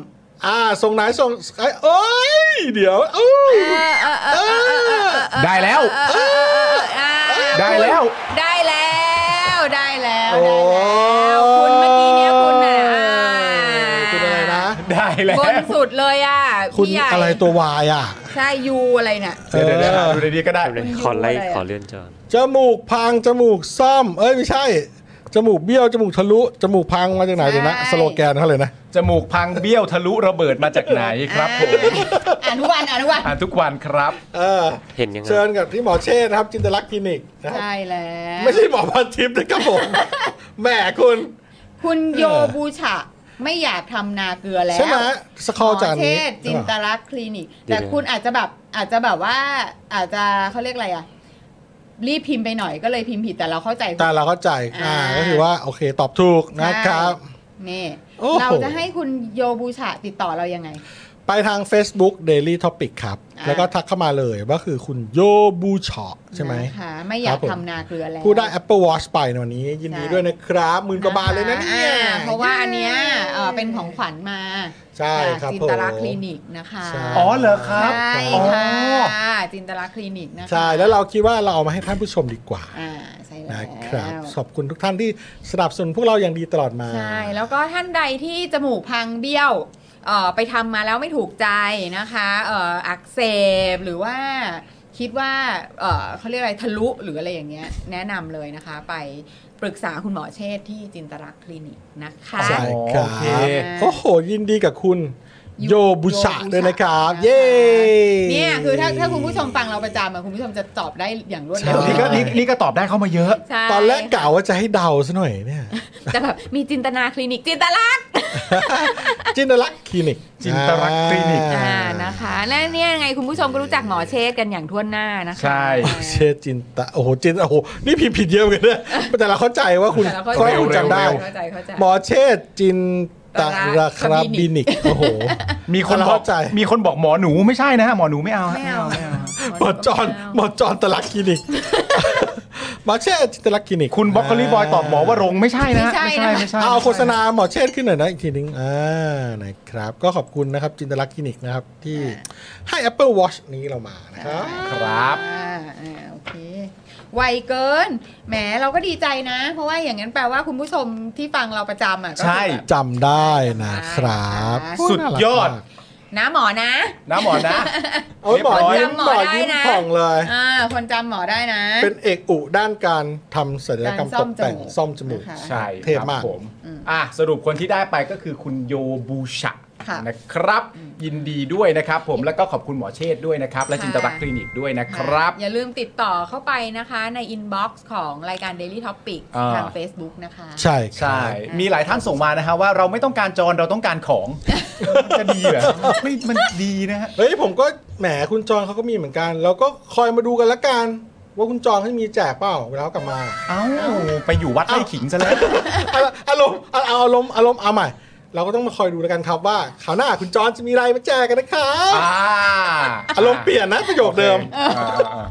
Speaker 2: อ่าส่งไหนส่งเอ้ยเอ้ยเดี๋ยวเอ้ย
Speaker 1: ได้แล้ว ได้แล้ว
Speaker 3: ได้แล้วได้แล้ว
Speaker 2: โอ้
Speaker 3: ได้แล้วคุณเมื่อกี้เนี่ยคุณน่ะอ่า
Speaker 2: คุณอะไรนะ
Speaker 1: ได้แล้ว
Speaker 3: บนสุดเลยอ่ะ
Speaker 2: คุณ
Speaker 3: พี่ใหญ่
Speaker 2: อะไรตัววายอ่ะ
Speaker 3: ใช่ยูอะไรเนี่ย
Speaker 1: เดี๋ยวเดี๋ยวเดี๋ยวหาดูดีๆก็ได้
Speaker 3: คุณ
Speaker 6: ขอไล่
Speaker 3: ยูอะไรอะ
Speaker 6: ขอเลื่อนจอ
Speaker 2: จมูกพัง จมูกซ่อม เอ้ยไม่ใช่ จมูกเบี้ยว จมูกทะลุ จมูกพังมาจากไหนเดี๋ยวนะ
Speaker 3: ใช่
Speaker 2: สโลแกนเขาเลยนะ
Speaker 1: จมูกพังเบี้ยวทะลุระเบิดมาจากไหนครับผม
Speaker 3: อ่านทุกวันอ่านทุกวัน
Speaker 1: อ่านทุกวันครับ
Speaker 2: เออ
Speaker 6: เห็นยังไง
Speaker 2: เชิญกับที่หมอเชษฐ์นะครับ จินตลักษณ์คลินิกนะครับ
Speaker 3: ใช่แล้ว
Speaker 2: ไม่ใช่หมอพันทิพย์นะครับ ผม แหมคุณ
Speaker 3: คุณโยบูชะไม่อยากทำนาเกลือแล้ว
Speaker 2: ใช่ไหมสคอลจาก
Speaker 3: หมอเท
Speaker 2: นี้
Speaker 3: ศจินตลักษณ์คลินิก แต่คุณอาจจะแบบอาจจะแบบว่าอาจจะเขาเรียกอะไรอ่ะ รีบพิมพ์ไปหน่อยก็เลยพิมพ์ผิดแต่เราเข้าใจ
Speaker 2: แต่เราเข้าใจ อ่า
Speaker 3: อ่า
Speaker 2: ก็คือว่า โอเค ตอบถูกนะครับ
Speaker 3: นี่
Speaker 2: โอ้โห
Speaker 3: เราจะให้คุณโยบูชะติดต่อเรายังไง
Speaker 2: ไปทาง Facebook Daily Topic ครับ
Speaker 3: อ่า
Speaker 2: แล้วก็ทักเข้ามาเลยว่าคือคุณโยบูชอใช่ไหม
Speaker 3: นะคะไม่อยา
Speaker 2: ครั
Speaker 3: ก
Speaker 2: บผม
Speaker 3: ทำนาเกลือแล้ว
Speaker 2: ผู้ได้ Apple Watch ไปในวันนี้ ยินดี
Speaker 3: ใช่
Speaker 2: ด้วยนะครับหมื่นกว่าบาทเลยนะเนี่ย
Speaker 3: อ่าเพราะว่าอันเนี้ยเอ่อเป็นของขวัญมา
Speaker 2: ใช่
Speaker 3: จาก
Speaker 2: ครับ
Speaker 3: จินตลักษ
Speaker 2: ผ
Speaker 3: ณ์
Speaker 2: ม
Speaker 3: คลินิกนะคะ
Speaker 2: ใช่
Speaker 1: อ๋อเหรอครับ
Speaker 3: ใช่
Speaker 1: อ๋อ
Speaker 3: ค่ะจินตลักษณ์คลินิกนะคะ
Speaker 2: ใช่ แล้วเราคิดว่าเราเอามาให้ท่านผู้ชมดีกว่า
Speaker 3: อ่าใช่แล้ว
Speaker 2: นะครับ ขอบคุณทุกท่านที่สนับสนุนพวกเราอย่างดีตลอดมา
Speaker 3: ใช่แล้วก็ท่านใดที่จมูกพังเบี้ยวเอ่อไปทำมาแล้วไม่ถูกใจนะคะเอ่ออักเสบหรือว่าคิดว่าเอ่อเขาเรียกอะไรทะลุหรืออะไรอย่างเงี้ยแนะนำเลยนะคะ ไปปรึกษาคุณหมอเชษฐ์ที่จินตลักษณ์คลินิกนะคะ
Speaker 2: ใช่
Speaker 1: โอ
Speaker 2: ครับ
Speaker 1: เค
Speaker 2: โอ้โห ยินดีกับคุณโยบุชะ
Speaker 3: โยบุชะ
Speaker 2: ด้วยนะครับ
Speaker 3: นะคะ
Speaker 2: เย้
Speaker 3: เนี่ยคือถ้าถ้าคุณผู้ชมฟังเราประจำอะคุณผู้ชมจะตอบได้อย่างรวด
Speaker 2: ใช่
Speaker 3: เร็ว
Speaker 1: นี่ก็นี่นี่ก็ตอบได้เข้ามาเยอะ
Speaker 3: ใช่
Speaker 2: ตอนแรกกล่าวว่าจะให้เดาซะหน่อย เนี่ย
Speaker 3: แต่แบบมีจินตนาคลินิกจินตลักษณ์
Speaker 2: จินตลักษณ์คลินิก
Speaker 1: จินตลักษณ์คลินิก
Speaker 2: อ่า
Speaker 3: อ่านะคะและเนี่ยไงคุณผู้ชมก็รู้จักหมอเชษกันอย่างทั่วหน้านะคะ
Speaker 1: ใช่
Speaker 2: เชษจินตะโอ้โหจินโอ้โหนี่ผิดผิดเยอะเหมือนกันนะ แต่เราเข้าใจว่าคุณ
Speaker 3: แต่เราเข้าใจ
Speaker 2: ค่อยคุณจำได้
Speaker 3: เข้าใจเข้าใจ
Speaker 2: หมอเชษจินตะราคาบินิกโอ้โห
Speaker 1: มีคนบ
Speaker 2: เรา
Speaker 1: อก
Speaker 2: เข้าใจ
Speaker 1: มีคนบอกหมอหนูไม่ใช่นะฮะหมอหนูไม่เอาฮะ
Speaker 3: ไม่เอาไม่เอา
Speaker 2: หมอจอนหมอจอนตะลักคลินิ กหมอเชษจินตะลักคลินิก
Speaker 1: คุณบ็อกโคลีบอยตอบหมอว่ารงค์ไม่ใช่นะฮะ
Speaker 3: ไม่ใช่นะ
Speaker 1: ไม่ใช่
Speaker 2: เอาโฆษณาหมอเชษขึ้นหน่อยนะอีกทีนึงอ่านะครับ ก็ขอบคุณนะครับจินตลักษณ์คลินิกนะครับ ที่ให้ Apple Watch นี้เรามานะครับ
Speaker 1: ครับ
Speaker 3: อ่าอ่าโอเคไวเกินแหมเราก็ดีใจนะ เพราะว่าอย่างนั้นแปลว่าคุณผู้ชมที่ฟังเราประจำอ่ะก็คือ
Speaker 1: ใช่
Speaker 3: แบบ
Speaker 2: จำได้นะครับ
Speaker 1: สุดยอด
Speaker 3: นะหมอนะ
Speaker 1: นะหมอนะ
Speaker 2: โอ้ยหมอ
Speaker 3: เรีย
Speaker 2: ยิ้
Speaker 3: บ
Speaker 2: ม
Speaker 3: ร้อย
Speaker 2: หมอ
Speaker 3: จำหมอได้
Speaker 2: ยิ้ม
Speaker 3: นะ
Speaker 2: ผ่องเลย
Speaker 3: อ่าคนจำหมอได้นะ
Speaker 2: เป็นเอกอุด้านการทำศัลยกรรม
Speaker 3: การซ่
Speaker 2: ต
Speaker 3: อม
Speaker 2: กแต่ง
Speaker 3: จมูก
Speaker 2: ซ่อมจมูก
Speaker 3: นะคะ
Speaker 1: ใช่
Speaker 2: เทพมาก
Speaker 1: ครับผมอ่ะสรุปคนที่ได้ไปก็คือคุณโยบูชะ
Speaker 3: ค่ะ
Speaker 1: นะครับ ยินดีด้วยนะครับผมแล้วก็ขอบคุณหมอเชษฐ์ด้วยนะครับ และ
Speaker 3: ค่ะ
Speaker 1: จินตลักษณ์คลินิกด้วยนะครับ
Speaker 3: อย่าลืมติดต่อเข้าไปนะคะในอินบ็อกซ์ของรายการ Daily Topic
Speaker 1: อ่า
Speaker 3: ทาง Facebook นะคะ
Speaker 2: ใช่ครับ
Speaker 1: ใช่ มีหลายท่านส่งมานะฮะว่าเราไม่ต้องการจรเราต้องการของ จะดีเหรอไม่มันดีนะฮะ
Speaker 2: เฮ้ยผมก็แหมคุณจอนเขาก็มีเหมือนกันเราก็คอยมาดูกันละกัน ว่าคุณจอนเขามีแจกเปล่าเวลาเขากลับมา
Speaker 1: เอ้า ไปอยู่วัดไร่ขิงซะแล้ว
Speaker 2: อารอารมณ์เอาอารมณ์อารมณ์เอาใหม่ เราก็ต้องมาคอยดูแล้วกันครับว่าขาวหน้าคุณจอนจะมีอะไรมาแจกกันนะครับ
Speaker 1: อ่า
Speaker 2: อารมณ์เปลี่ยนนะประโยคเดิม
Speaker 1: อ่าอ่า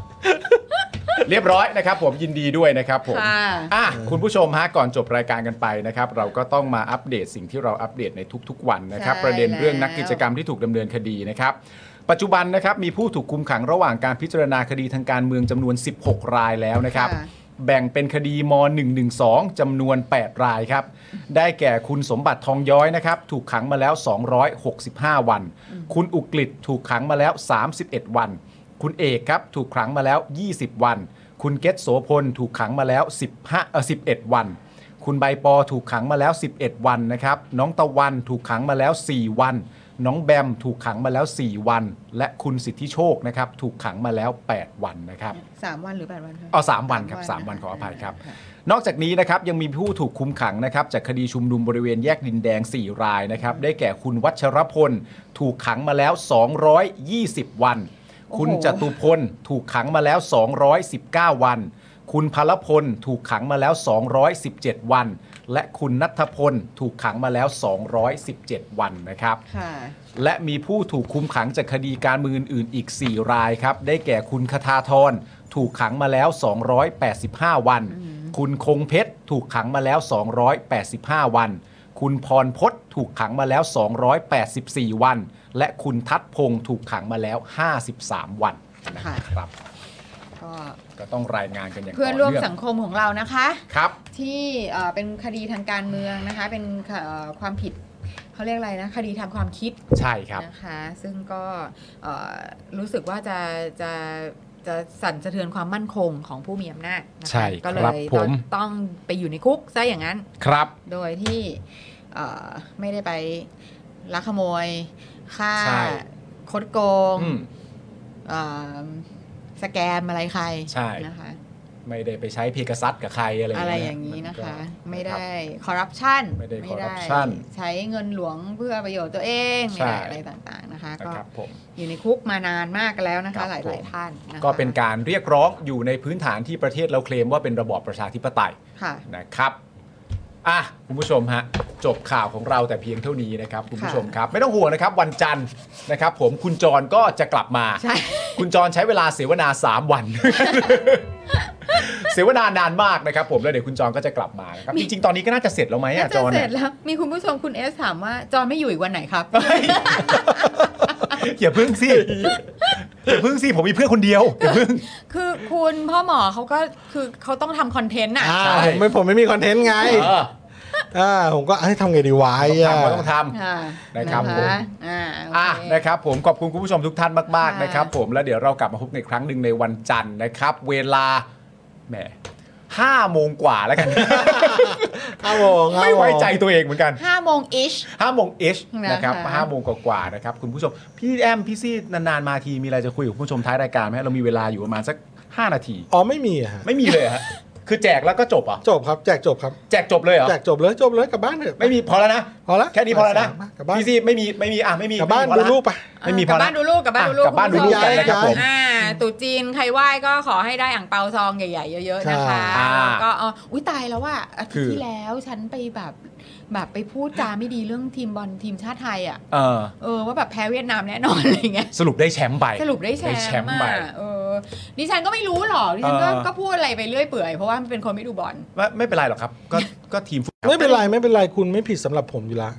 Speaker 1: เรียบร้อยนะครับผมยินดีด้วยนะครับผม
Speaker 3: ค่ะ
Speaker 1: อ่ะคุณผู้ชมฮะก่อนจบรายการกันไปนะครับ เราก็ต้องมาอัปเดตสิ่งที่เราอัปเดตในทุกๆ วันนะครับ
Speaker 3: ใช่
Speaker 1: ประเด็นเรื่อง
Speaker 3: แล้ว
Speaker 1: นักกิจกรรมที่ถูกดำเนินคดีนะครับ ปัจจุบันนะครับมีผู้ถูกคุมขังระหว่างการพิจารณาคดีทางการเมืองจำนวน 16 รายแล้วนะครับ แบ่งเป็นคดีม 112 จำนวน 8 รายครับ ได้แก่คุณสมบัติทองย้อยนะครับ ถูกขังมาแล้ว 265 วัน คุณอุกฤษถูกขังมาแล้ว 31 วัน คุณเอกครับถูกขังมาแล้ว 20 วัน คุณเกตโสพลถูกขังมาแล้ว 15เอ่อ11 วัน คุณใบปอถูกขังมาแล้ว 11 วันนะครับ น้องตะวันถูกขังมาแล้ว 4 วัน น้องแบมถูกขังมาแล้ว 4 วัน และคุณสิทธิโชคนะครับถูกขังมาแล้ว 8 วันนะครับ
Speaker 3: สามวันหรือแปดวันคะ
Speaker 1: เอาสามวันครับสามวันขออภัยครับ นอกจากนี้นะครับยังมีผู้ถูกคุมขังนะครับจากคดีชุมนุมบริเวณแยกดินแดง 4 รายนะครับได้แก่คุณวัชรพล ถูกขังมาแล้ว 220 วัน คุณจตุพล ถูกขังมาแล้ว 219 วัน คุณพลพลถูกขังมาแล้ว 217 วัน และคุณนัทพลถูกขังมาแล้ว 217 วันนะครับ
Speaker 5: ค่ะ
Speaker 1: และมีผู้ถูกคุมขังจากคดีการเมืองอื่นๆอีก 4 รายครับ ได้แก่คุณคทาธรถูกขังมาแล้ว 285 วัน คุณคงเพชรถูกขังมาแล้ว 285 วัน คุณพรพศถูกขังมาแล้ว 284 วัน และคุณทัดพงศ์ถูกขังมาแล้ว 53 วันนะครับ
Speaker 5: ก็
Speaker 1: ก็ต้องรายงานกันอย่าง
Speaker 3: เพื่อน
Speaker 1: ต่
Speaker 3: ร่วม
Speaker 1: ง
Speaker 3: สังคมของเรานะคะ
Speaker 1: ครับ
Speaker 3: ที่เอ่อเป็นคดีทางการเมืองนะคะ เป็นเอ่อความผิดเขาเรียกอะไรนะคดีทางความคิด
Speaker 1: ใช่ครับ
Speaker 3: นะคะ ซึ่งก็เอ่อรู้สึกว่าจะจะจะสั่นสะเทือนความมั่นคงของผู้มีอำนาจนะคะ
Speaker 1: ใช่ครับ
Speaker 3: ก็เลย
Speaker 1: ผม
Speaker 3: ต้องต้องไปอยู่ในคุกซะอย่างนั้น
Speaker 1: ครับ
Speaker 3: โดยที่เอ่อไม่ได้ไปลักขโมยฆ่า
Speaker 1: ใช่
Speaker 3: คดโกง
Speaker 1: อืม
Speaker 3: เอ่อสแกมอะไรใคร
Speaker 1: ใช่
Speaker 3: นะคะ
Speaker 1: ไม่ได้ไปใช้เพกซัสกับใครอะไร
Speaker 3: อะไรอ
Speaker 1: เ
Speaker 3: ย่างนี้
Speaker 1: มั
Speaker 3: นะคะ
Speaker 1: ก็
Speaker 3: ไม่ได้คอร์รัปชัน
Speaker 1: ไม่ได้ corruption
Speaker 3: ใช้เงินหลวงเพื่อประโยชน์ตัวเอง
Speaker 1: ใช่
Speaker 3: ไม่ได้อะไรต่างๆนะคะ
Speaker 1: นะ
Speaker 3: ก็
Speaker 1: ครับผม
Speaker 3: อยู่ในคุกมานานมากแล้วนะ
Speaker 1: ครั
Speaker 3: คะ
Speaker 1: บผ
Speaker 3: หลาย
Speaker 1: ม
Speaker 3: ๆท่านนะคะ
Speaker 1: ก็เป็นการเรียกร้องอยู่ในพื้นฐานที่ประเทศเราเคลมว่าเป็นระบอบประชาธิปไตย
Speaker 3: ค่ะ
Speaker 1: นะครับ อ่ะ คุณผู้ชมฮะ จบข่าวของเราแต่เพียงเท่านี้นะครับ คุณผู้ชมครับ ไม่ต้องห่วงนะครับ วันจันทร์นะครับ ผมคุณจรก็จะกลับมา
Speaker 3: ใช่
Speaker 1: คุณจรใช้เวลาเสวนา 3 วัน เสวนานานมากนะครับ ผมแล้วเดี๋ยวคุณจรก็จะกลับมานะครับจริงๆตอนนี้ก็น่าจะเสร็จแล้วไหม
Speaker 3: น่า
Speaker 1: อ่ะจ
Speaker 3: จะ
Speaker 1: ร
Speaker 3: เส
Speaker 1: เนี่
Speaker 3: ร็
Speaker 1: ย
Speaker 3: จแล้ว มีคุณผู้ชมคุณเอสถามว่า จอนไม่อยู่อีกวันไหนครับ
Speaker 1: เฮ้ย อย่าพึ่งสิ อย่าพึ่งสิ ผมมีเพื่อนคนเดียว อย่าพึ่ง
Speaker 3: คือคุณพ่อหมอเขาก็คือเขาต้องทำคอนเทนต์น่ะ
Speaker 2: อ่า
Speaker 1: ใช่
Speaker 2: ผมไม่ผมไม่มีคอนเทนต์ไง
Speaker 1: เออ
Speaker 2: อ่าผมก็เอ้ยทำไงดีวะไอ้
Speaker 1: ต้
Speaker 2: อ่ะ
Speaker 1: องทำก็ต้องทำ
Speaker 3: ค่ะ
Speaker 1: นะครับผม
Speaker 3: อ่าโอ
Speaker 1: อ่ะ
Speaker 3: เค
Speaker 1: นะครับผมขอบคุณคุณผู้ชมทุกท่านมากๆ
Speaker 3: ค่ะ
Speaker 1: นะครับผมแล้วเดี๋ยวเรากลับมาพบกันอีกครั้งหนึ่งในวันจันทร์นะครับ เวลาแหมห้าโมงกว่าแล้วกัน
Speaker 2: ครับผมครับ
Speaker 1: ไม่ไว้ใจ
Speaker 2: ผ
Speaker 1: ตัวเองเหมือนกัน
Speaker 3: ห้าโมงอิช
Speaker 1: ห้าโมงเอช
Speaker 3: นะคะ
Speaker 1: นะครับห้าโมงกว่าๆนะครับคุณผู้ชม พี่แอมพี่ซี่นานๆมาทีมีอะไรจะคุยกับคุณผู้ชมท้ายรายการไหมเรามีเวลาอยู่ประมาณสัก 5 นาที
Speaker 2: มอ๋อไม่มีอะฮะ
Speaker 1: ไม่มีเลยฮะคือแจกแล้วก็จบเหรอ่ะ
Speaker 2: จบครับ แจกจบครับ
Speaker 1: แจกจบเลยเหรอ
Speaker 2: แจกจบเลยจบเลยกลับบ้านเถอะ
Speaker 1: ไม่มีพอแล้วนะ
Speaker 2: พอละ
Speaker 1: แค่นี้พอแล้วนะ
Speaker 2: กลับบ้าน
Speaker 1: พี่ซี่ไม่มีไม่มีอ่ะไม่มี
Speaker 2: กลับบ้าน
Speaker 1: ไม่มีพอ
Speaker 2: ดู
Speaker 1: ละ
Speaker 2: รูปไป
Speaker 1: ไม่มี
Speaker 3: กลับ
Speaker 1: ภาระ
Speaker 3: บ้านดูลูกกลับบ้านดูลู
Speaker 1: อ่ะก
Speaker 3: ก
Speaker 1: ลับบ้านดูลูก
Speaker 3: คุณผู้ช
Speaker 2: กันนะครับผม
Speaker 3: อ่าตู่จีนใครไหว้ก็ขอให้ได้อ่างเปาซองใหญ่ ๆ เยอะๆนะคะ
Speaker 1: ใช่
Speaker 3: แล้วก็เอ๋ออุ้ยตายแล้วว่าอาทิต
Speaker 1: คือ
Speaker 3: ย์ที่แล้วฉันไปแบบแบบไปพูดจาไม่ดีเรื่องทีมบอลทีมชาติไทยอ่ะ
Speaker 1: เออ
Speaker 3: เออว่าแบบแพ้เวียดนามแน่นอน อะไรเงี้ย
Speaker 1: สรุปได้แชมป์ไป
Speaker 3: สรุปได้แช
Speaker 1: ได้แชม
Speaker 3: ม
Speaker 1: ป์
Speaker 3: ป์
Speaker 1: ไป
Speaker 3: อ่ะเออดิฉันก็ไม่รู้หรอกดิฉันก็
Speaker 1: เออ
Speaker 3: ก็พูดอะไรไปเรื่อยเปื่อยเพราะว่ามันเป็นคนไม่ดูบอล
Speaker 1: ไม่ไม่เป็นไรหรอกครับ ก็ก็ทีมฟุต
Speaker 2: ไม่เป็นไรไม่เป็นไรคุณไม่ผิดสำหรับผมอยู่ละ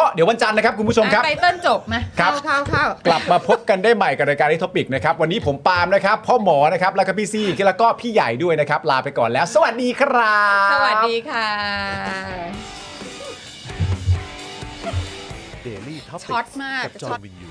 Speaker 1: ก็เดี๋ยววันจันทร์นะครับ คุณผู้ชมครับ
Speaker 3: อ่ะไตเติ้ลจบมา
Speaker 1: ครั
Speaker 3: เข้า
Speaker 1: บ
Speaker 3: เข้าเข้าก
Speaker 1: ลับมาพบกันได้ใหม่กับรายการที่ท็อปิกนะครับ วันนี้ผมปาล์มนะครับ พ่อหมอนะครับ แล้วก็พี่ซี่แล้วก็พี่ใหญ่ด้วยนะครับ ลาไปก่อนแล้ว สวัสดีครับ
Speaker 3: สวัสดีค่ะ
Speaker 7: Daily t o p i c
Speaker 3: ช็อตมาก
Speaker 7: กับจอ
Speaker 3: ช็อ
Speaker 7: ห์
Speaker 3: ต
Speaker 7: นวินยู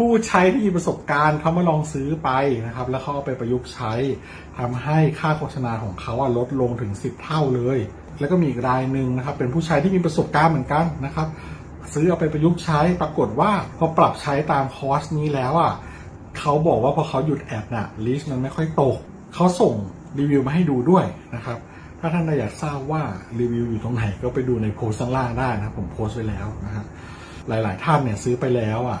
Speaker 6: ผู้ใช้ที่มีประสบการณ์เขามาลองซื้อไปนะครับ แล้วเขาเอาไปประยุกต์ใช้ทำให้ค่าโฆษณาของเขาอะลดลงถึง 10 เท่าเลย แล้วก็มีอีกรายหนึ่งนะครับ เป็นผู้ใช้ที่มีประสบการณ์เหมือนกันนะครับ ซื้อเอาไปประยุกต์ใช้ปรากฏว่าพอปรับใช้ตามคอร์สนี้แล้วอ่ะเขาบอกว่าพอเขาหยุดแอดน่ะลิสต์มันไม่ค่อยตกเขาส่งรีวิวมาให้ดูด้วยนะครับ ถ้าท่านอยากทราบว่ารีวิวอยู่ตรงไหนก็ไปดูในโพสต์ข้างล่างได้นะครับผมโพสต์ไว้แล้วนะครับ หลาย ๆ ท่านเนี่ยซื้อไปแล้วอ่ะ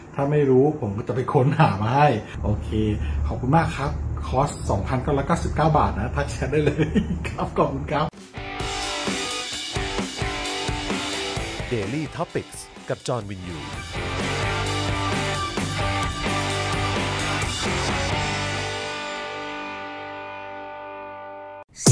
Speaker 6: ถ้าไม่รู้ผมก็จะไปค้นหามาให้ โอเค ขอบคุณมากครับ คอร์ส 2,999 บาทนะ ทักแชทได้เลย ครับ ขอบคุณครับ
Speaker 7: เดลี่ท็อปิกกับจอห์นวินยู
Speaker 4: ซ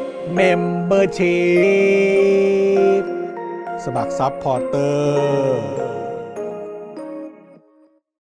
Speaker 4: เมมเบอร์ชีพสมัครซัพพอร์เตอร์